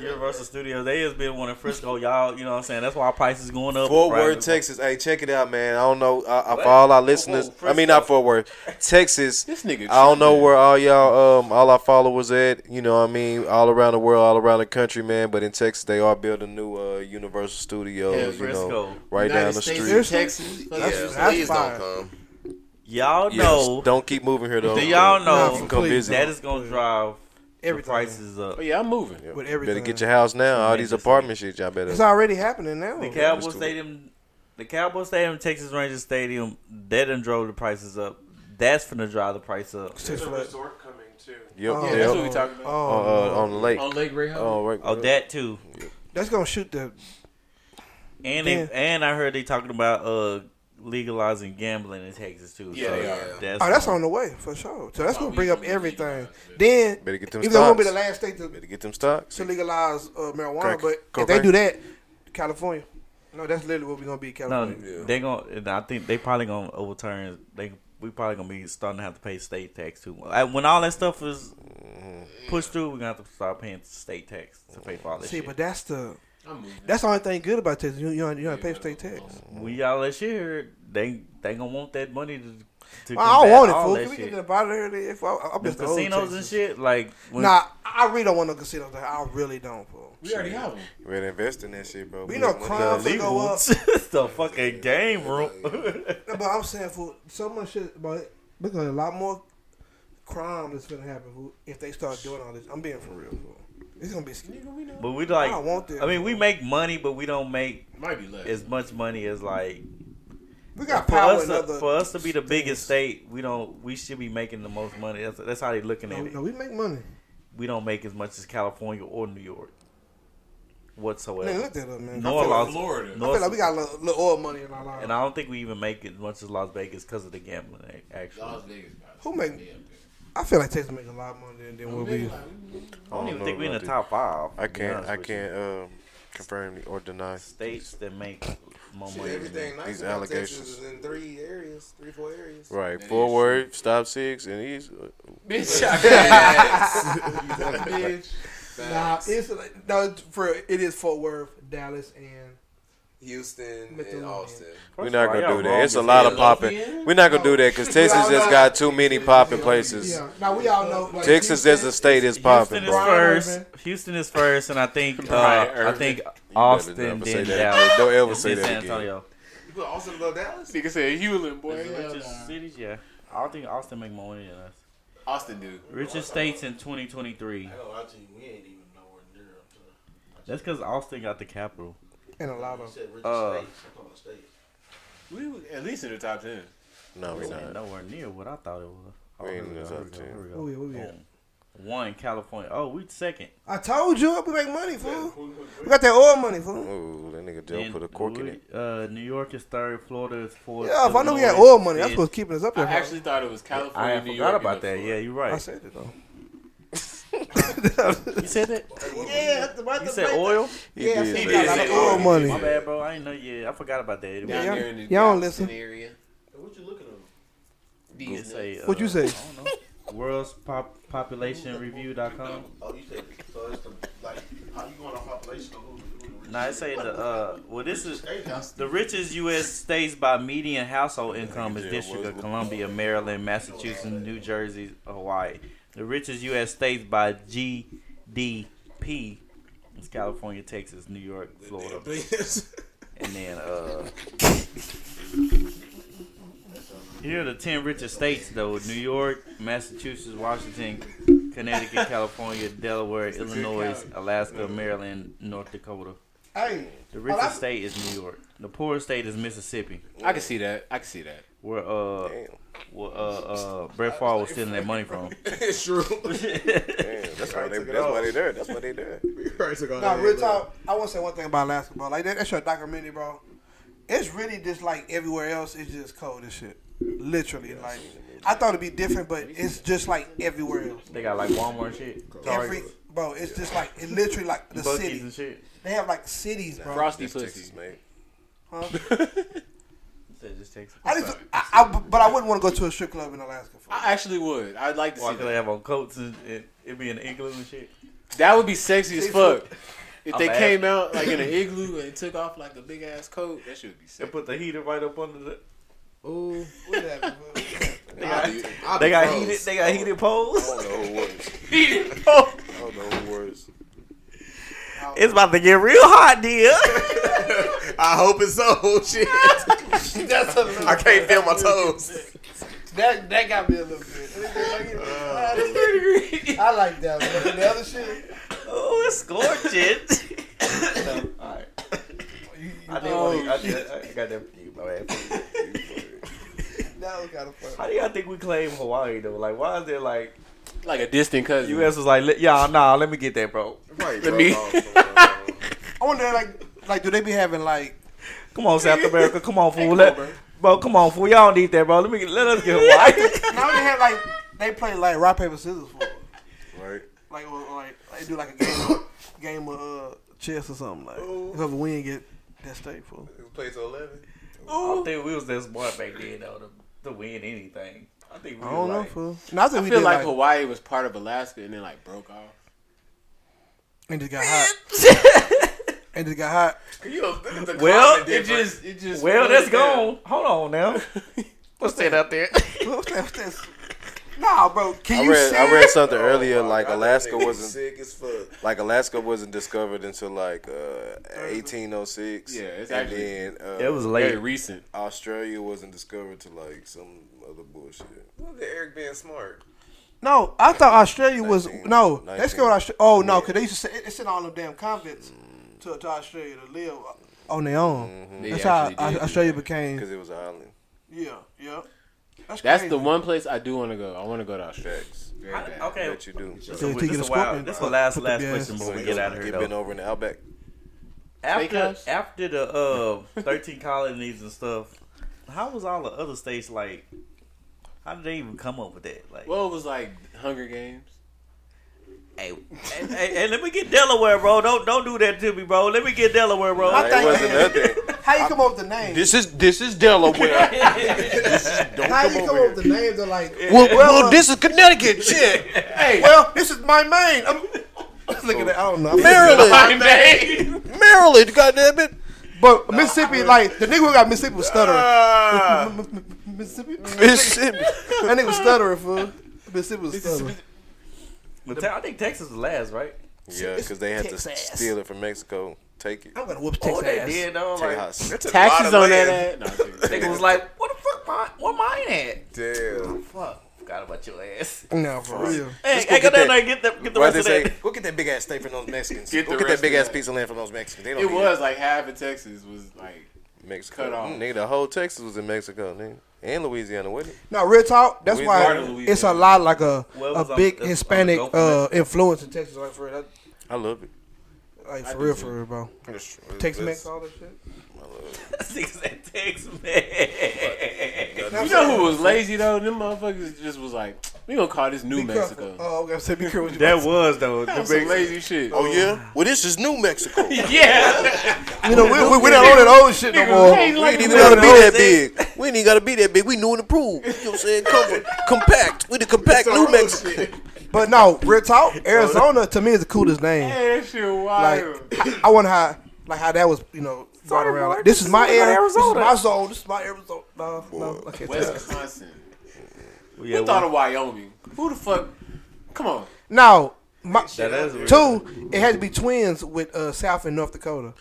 Universal Studios, they has been one in Frisco, y'all. You know what I'm saying? That's why our price is going up.
Fort
Right.
Worth, Texas. Hey, check it out, man. I don't know. I, I, for all our listeners, I mean not Fort Worth, Texas.
This nigga.
I don't know
tripping.
where all y'all, um, all our followers at. You know, what I mean, all around the world, all around the country, man. But in Texas, they are building new uh, Universal Studios. you know,
Frisco.
right
United
down the
States,
street.
Texas.
Yeah,
That's-
please
that's fire.
don't come.
Y'all
Yeah,
know.
just don't keep moving here though.
Do y'all
Nah,
know
for
Come
please.
visit.
that is gonna drive the
Everything.
prices up?
Oh yeah, I'm moving.
Yep.
With
Better
everything.
get your house now. All these
Just-
apartment shit, y'all better.
It's already happening now.
The
Mr.
Cowboy
Wood.
Stadium, the Cowboy Stadium, Texas Rangers Stadium, that done drove the prices up. That's finna drive the price up.
Six Flags.
coming too.
Yep,
Oh,
yep.
that's what we talking about.
Oh,
on, uh,
no.
on the lake.
On Lake Ray Hubbard.
Oh, right.
Oh, that too.
that's gonna shoot the
And they,
Yeah.
and I heard they talking about uh legalizing gambling in Texas too.
Yeah,
so
they are.
That's,
Oh, that's on the way for sure. So that's gonna
we
bring up
really need
everything.
to legalize
Then
Better get them
even though it won't be the
stocks.
last state to,
Better get them stocks.
to legalize uh, marijuana,
Crack-
but if they
cocaine.
do that, California. No, that's literally what we're gonna be
no,
California.
Yeah.
they gonna. And I think they probably gonna overturn. They we probably gonna be starting to have to pay state tax too. Like, When all that stuff is pushed through, we're gonna have to start paying state tax to pay for all this
See,
shit.
but that's the
I'm moving.
that's the only thing good about Texas. You you don't, you don't pay state tax.
we all that shit here, they they gonna want that money to. to
Well, I don't want
combat
it,
all
fool.
that
Can we
shit.
get the bottom of here? If I, I, I'm
the
just the old
casinos and
Texas.
shit. Like, when,
Nah, I really don't want no casinos. There. I really don't, fool.
We already have them.
You better invest in that shit, bro.
We know
Money-
crime
Nah,
finna go up.
it's the fucking game room.
No, but I'm saying for so much shit, but because a lot more crime is gonna happen fool, if they start doing all this. I'm being for real. Fool. It's gonna be scary.
but we like,
I don't want that.
I mean, we make money, but we don't make
Might be less.
as much money as like
We got
for
power
us.
in
To,
other.
for us to be the biggest state, we don't. We should be making the most money. That's that's how they looking
no,
at it.
no, we make money.
We don't make as much as California or New York,
Man,
whatsoever.
look that up, man.
No
I feel, like,
laws.
Florida.
I feel like we got a little, little oil money in our lives.
and I don't think we even make as much as Las Vegas because of the gambling. a- Actually,
Las Vegas.
Who make? I feel like Texas make a lot more than than what we.
I don't, even
know
think we're in the
about that.
top five.
I
to be
can't.
honest
I
with you.
can't um, confirm or deny.
States that make more money. than
Everything nice
These
about
allegations.
Texas is in three areas, three, four areas.
Right,
is-
forward, stop six, and he's
Bitch, I can't.
Bitch.
Nah, it's like, no for it is Fort Worth, Dallas, and
Houston
But the
and
Lions.
Austin.
We're not
First of all,
gonna
y'all
do that.
wrong
It's a
as
lot of
hell.
popping. We're not gonna do that because Texas
No,
just
no.
got too many popping places.
Yeah. Now we all know. Like,
Texas as a state is popping,
Houston is
bro.
first. Houston is first, and I think uh, I think Austin,
never say
then
that.
Dallas,
Don't ever
and
say
then
that
San
again.
Antonio.
You put Austin above Dallas?
Nigga said Hewlin, boy.
Is it
Hell
richest
nah.
cities, yeah. I don't think Austin make more money than us.
Austin, dude.
Richest states in 2023.
I go out to you, we ain't even nowhere near up to.
That's because Austin got the capital.
and a lot
You
of.
said Richard
Uh,
States. I'm talking States.
We was at least in the top ten.
No, we're
This ain't
not.
nowhere near what I thought it was. Oh,
We ain't
here
in
we
the top
go, here we go,
10.
here we go.
Oh, yeah, we
Boom. One California. Oh, we second.
I told you we make money, fool. We got that oil money, fool.
Ooh, that nigga Joe
Then
put a cork in
Louis-
it.
Uh, New York is third. Florida is fourth.
Yeah, if I knew we had
Illinois
oil
is
money, that's
fifth.
what's keeping us up
I
there. bro.
actually thought it was California,
I had
New
forgot
York. and
about that.
Florida.
Yeah, you're right.
I said it though.
you said that.
Yeah,
You said oil.
He did.
we
say
got a
that.
lot of oil money.
My bad, bro. I ain't know. Yeah, I forgot about that. It
Down
Yeah,
there in the
y'all don't
Galveston
listen.
Area.
What you looking at?
was- it
These
say, uh,
What you say?
I don't know. World's pop populationreview.com.
Oh, you said so. It's the like how you going on population of who? who the
Nah, it say the uh. Well, this is
States are?
the richest U.S. states by median household income is District of Columbia, Maryland, Massachusetts, New Jersey, Hawaii. The richest U.S. states by GDP is California, Texas, New York, Florida, and then uh. Here are the ten richest states though: New York, Massachusetts, Washington, Connecticut, California, Delaware, Illinois, Alaska, Maryland, North Dakota.
Hey,
The
Oh,
richest
that's-
state is New York. The poorest state is Mississippi.
I can see that. I can see that.
where uh
Damn.
where, uh uh Brett Favre was stealing that money from.
it's true.
Damn, that's why they.
Probably took it
That's
off.
why they there. That's why they there.
No, real talk. I want to say one thing about basketball. Like that, that's your documentary, bro. It's really just like everywhere else. It's just cold as shit. Literally, like I thought it'd be different, but it's just like everywhere else.
They got like Walmart and shit,
Every bro, it's just like it literally like the
Buc-ee's
city.
and shit.
They have like cities, bro.
Frosty
Texas,
pussy.
man.
That just takes.
I just, I, I, but I wouldn't want to go to a strip club in Alaska. For
I actually would. I'd like to
Why
see
could they
that.
have on coats and it, it be an igloo and shit?
That would be sexy as fuck. If
I'm
they
ass-
came out like in an igloo and took off like a big ass coat, that should be
They
sick.
put the heater right up under the.
Ooh,
What happened, bro?
They got,
I'll
they
be
got
froze.
heated. They got heated poles.
I don't know who worse.
heated poles.
I don't know who worse.
It's about to get real hot, dear.
I hope it's so. Shit.
That's a little,
I can't feel my toes.
that that got me a little bit. I like that. One. The other shit,
oh, it's gorgeous. All right. I did want to. I, did, I got that for you, my man.
that was kind of fun.
How do y'all think we claim Hawaii though? Like, why is there like
Like a distant cousin.
U.S. was like, "Let- y'all, nah, let me get that, bro.
Right,
Let me-
I wonder, like, like, do they be having like?
Come on, South America, come on, fool, let, bro. come on, fool, y'all don't need that, bro. Let me let us get Hawaii.
Now they have like they play like rock paper scissors for. it.
Right.
Like or, or, like they do like a game game of uh, chess or something. Like
Oh.
whoever win get that state for.
Play to eleven.
I don't think we was that smart back then though to, to win anything. I think we
I
was
don't know,
like,
fool. No, I think
I
we
feel
did
like
like,
Hawaii was part of Alaska and then like broke off.
and just got hot. and just got hot.
Well,
well,
It just, it just.
well, that's gone. Hold on now. What's that out there?
What's that? What's that? Nah, bro. Can
I
you
read.
see?
I read something earlier. Like Alaska wasn't.
sick as fuck.
Like Alaska wasn't discovered until like uh, 1806.
Yeah, it's
and
actually-
then uh,
It was
Very
late.
recent.
Australia wasn't discovered till like some other bullshit.
Eric being smart.
No, I thought Australia was
19,
no. That's good.
19.
Australia. Oh no, because they used to send, it's in all them damn convents
Mm-hmm.
to, to Australia to live on their own.
Mm-hmm.
They
That's how
actually
Au-
did.
Australia became.
Because it was an island.
Yeah, yeah. That's,
That's
crazy.
the one place I do want to go. I want to go to Australia.
Facts.
Very
I-
bad.
okay,
What you do?
this
So
is
we take it
this a
a
wild-
scorpion,
this is
uh,
the last
put the
last
gas-
question before we
You
get out of here
get
though.
bent over in the outback.
after
Steakhouse?
after the uh thirteen colonies and stuff, how was all the other states like? How did they even come up with that? Like,
Well, it was like Hunger Games.
hey, hey, hey, hey, let me get Delaware, bro. Don't don't do that to me, bro. Let me get Delaware, bro.
Like, it
think-
wasn't nothing.
How you come up with the name?
This is this is Delaware.
how you come up with the names of like?
well, well, this is Connecticut. Shit.
Hey, well, this is my main. I'm looking at. I don't know.
Maryland. Maryland, goddamn it.
But Mississippi, like the nigga who got Mississippi was stuttering. Ah. Mississippi,
Mississippi.
that nigga was stuttering, fool. Mississippi was stuttering.
But te- I think Texas was last, right?
Yeah, because they had to
Texas.
steal it from Mexico. Take it.
I'm gonna whoop Texas
Oh, they
ass.
did though.
Take
Like,
us.
Taxes on that. ad? No, I'm kidding.
nigga was like, "What the fuck, mine? Where mine at?
Damn.
Fuck, forgot about your ass."
No, for real.
Hey,
Let's go
hey,
get
go
that.
down there, and get the get the
Why
rest
they
of
say,
that.
go get that big ass steak from those Mexicans.
Get
Go
the
get that
rest
big
of
ass
that.
piece of land from those Mexicans. They don't
It
need
was like half of Texas was like
Mexico.
cut off.
Nigga, the whole Texas was in Mexico, nigga. And Louisiana, wasn't it?
No, real talk. That's
Louisiana.
why
Part of Louisiana.
it's a lot like a
Well, it was
a
on-
big
it's on the
Hispanic
Gulf
uh,
of
influence in Texas. Like for real, that-
I love it.
like for real, for real, bro. Tex Mex, all that shit.
Niggas at Texas, man.
You know who was lazy though? Them motherfuckers just was like, we gonna call this New
Be
Mexico.
careful. Oh, okay. So be careful. What you
That was though.
That was some lazy shit.
Oh, yeah? Well, this is New Mexico. we
yeah.
you know, we we, we not on that old shit no more.
Hey, like
ain't even
we
got to be
know
that
that.
big. We ain't even got to be that big. We new and improved. You know what I'm saying? Comfort. Compact. We the compact New Mexico.
But no, real talk. Arizona to me is the coolest name.
that shit
Like
wild.
I wonder how like how that was you know brought around. Like, this is my era. This is my zone. This is my Arizona. No, no. Okay,
West Wisconsin.
We
Who thought of Wyoming? Who the fuck? Come on.
now my
That is weird.
two. It had to be twins with uh, South and North Dakota.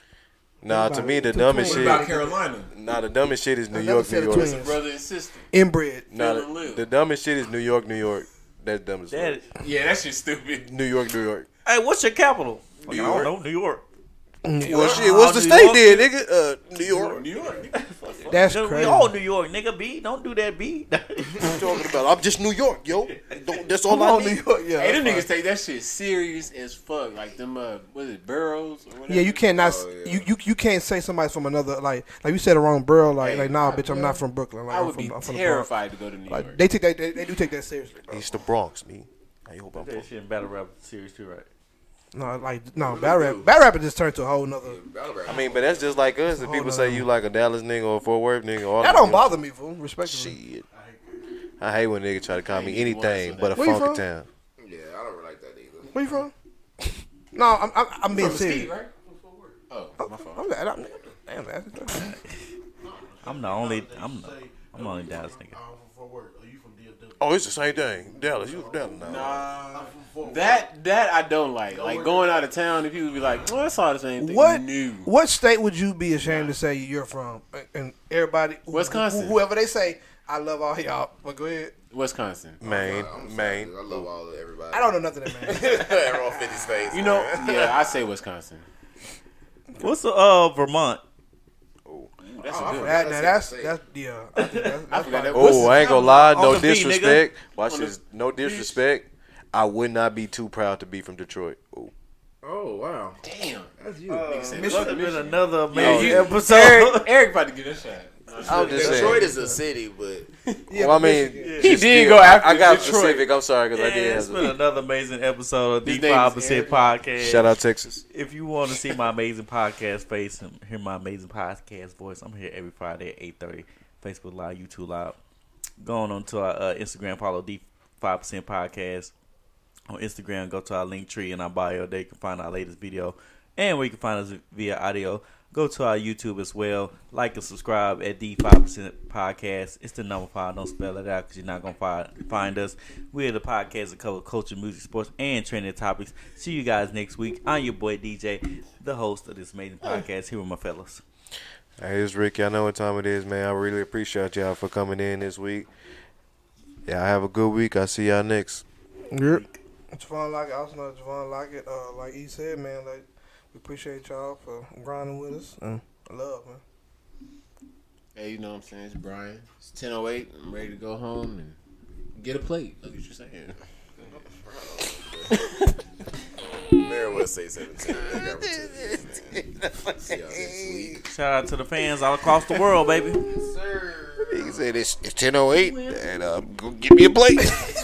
Nah, to me, the dumbest
What
shit.
about Carolina?
Nah, the dumbest shit is New
Another
York,
set
New
of
York.
twins.
Brother and sister.
Inbred.
Nah,
Feel and
the,
live.
the dumbest shit is New York, New York. That's dumb as fuck.
That,
Yeah, that shit's stupid.
New York, New York.
hey, what's your capital? New York. I don't know, New York.
Well, shit,
what's
what's the
the New state
state then,
York?
nigga? Uh, New York.
New York.
That's
Nigga, We
crazy.
all New York, nigga. B, don't do that. B.
you talking about? I'm just New York, yo. Don't- that's all
Come
I
on, New
need.
York, yeah.
Hey, them niggas take that shit serious as fuck. Like them, uh, what is it, burrows or whatever?
Yeah, you can't not
Oh, yeah.
you, you you can't say somebody's from another like like you said the wrong borough like
Hey,
like nah
I-
bitch I'm not from Brooklyn like
I
I'm
would
from,
be
I'm from the Bronx.
terrified to go to New York.
like they take that they, they do take that seriously. bro.
It's the Bronx, me. I hope I'm.
That shit in battle rap series too, right?
No, like no bad rap bad rap just turned to a whole nother.
I mean, but that's just like us. If
Hold
people say
on.
you like a Dallas nigga or a Fort Worth nigga, all
That
them
don't
niggas-
bother me, fool. Respectfully,
Shit. I hate when nigga try to call me
Hey, you wanna
anything
say
but a
Where you from?
funky town.
yeah, I don't really like that either.
where you from? No, I'm I'm, I'm being serious.
right? Oh, my fault.
I'm, glad I'm, damn, that's
I'm the only. I'm the. I'm the only Dallas nigga.
I'm from Fort Worth. Are you from DFW?
Oh, it's the same thing. Dallas, you from Dallas now.
Uh,
I'm from Fort Worth.
that that I don't like. Like going out of town, and people be like, "Well, that's all the same thing."
What
New.
what state would you be ashamed to say you're from? And everybody, who-
Wisconsin.
who- whoever they say, I love all y'all. But go ahead.
Wisconsin.
Maine,
I'm sorry,
Maine.
I love all of everybody.
I don't know nothing, that man.
Everyone fifty states.
You know,
man.
yeah, I say Wisconsin.
What's the uh Vermont?
That's
Oh,
a
I
good.
forgot.
one.
That, now that's
State.
that's yeah. I think that's, that's
forgot
probably-
that-
Oh, I ain't gonna lie.
On
No
the beat, nigga.
disrespect. Watch
On the
this. No disrespect. I would not be too proud to be from Detroit. Ooh.
Oh wow.
Damn.
That's you.
Nigga said,
This
"Fuck
should have Uh, been
Michigan."
another
Yeah,
amazing
you- Eric,
episode.
Eric about to get a shot.
I'm just
Detroit
saying.
is a city, but
yeah,
well, I
but
mean,
Michigan.
He
just
did
still,
go
I-
after
I got
Detroit.
Pacific. I'm sorry because I
Yeah,
did.
it's
Have
been
a,
another amazing episode of the
His name is
Five Percent
Eric.
Podcast.
shout out Texas.
If you want to see my amazing podcast face and hear my amazing podcast voice, I'm here every Friday at eight thirty. Facebook Live, YouTube Live. Going on to our uh, Instagram, follow D Five Percent Podcast on Instagram. Go to our link tree and our bio. There you can find our latest video, and where you can find us via audio. Go to our YouTube as well. Like and subscribe at D Five Percent Podcast. It's the number five. Don't spell it out because you're not gonna find find us. We're the podcast that cover culture, music, sports, and trending topics. See you guys next week. I'm your boy DJ, the host of this amazing podcast. Here with my fellas.
Hey, it's Rick. Y'all know what time it is, man. I really appreciate y'all for coming in this week. Y'all have a good week. I see y'all next.
Javon Lockett, I also know Javon Lockett. Uh, like he said, man, like we appreciate y'all for grinding with us. And love, man.
Hey, you know what I'm saying? It's Brian. It's 10:08. I'm ready to go home and get a plate. Look what you're saying.
Mary would say seventeen. I think I would say 17. See y'all next week.
Shout out to the fans all across the world, baby.
oh He said it's, it's 10.08, and um, go get me a plate.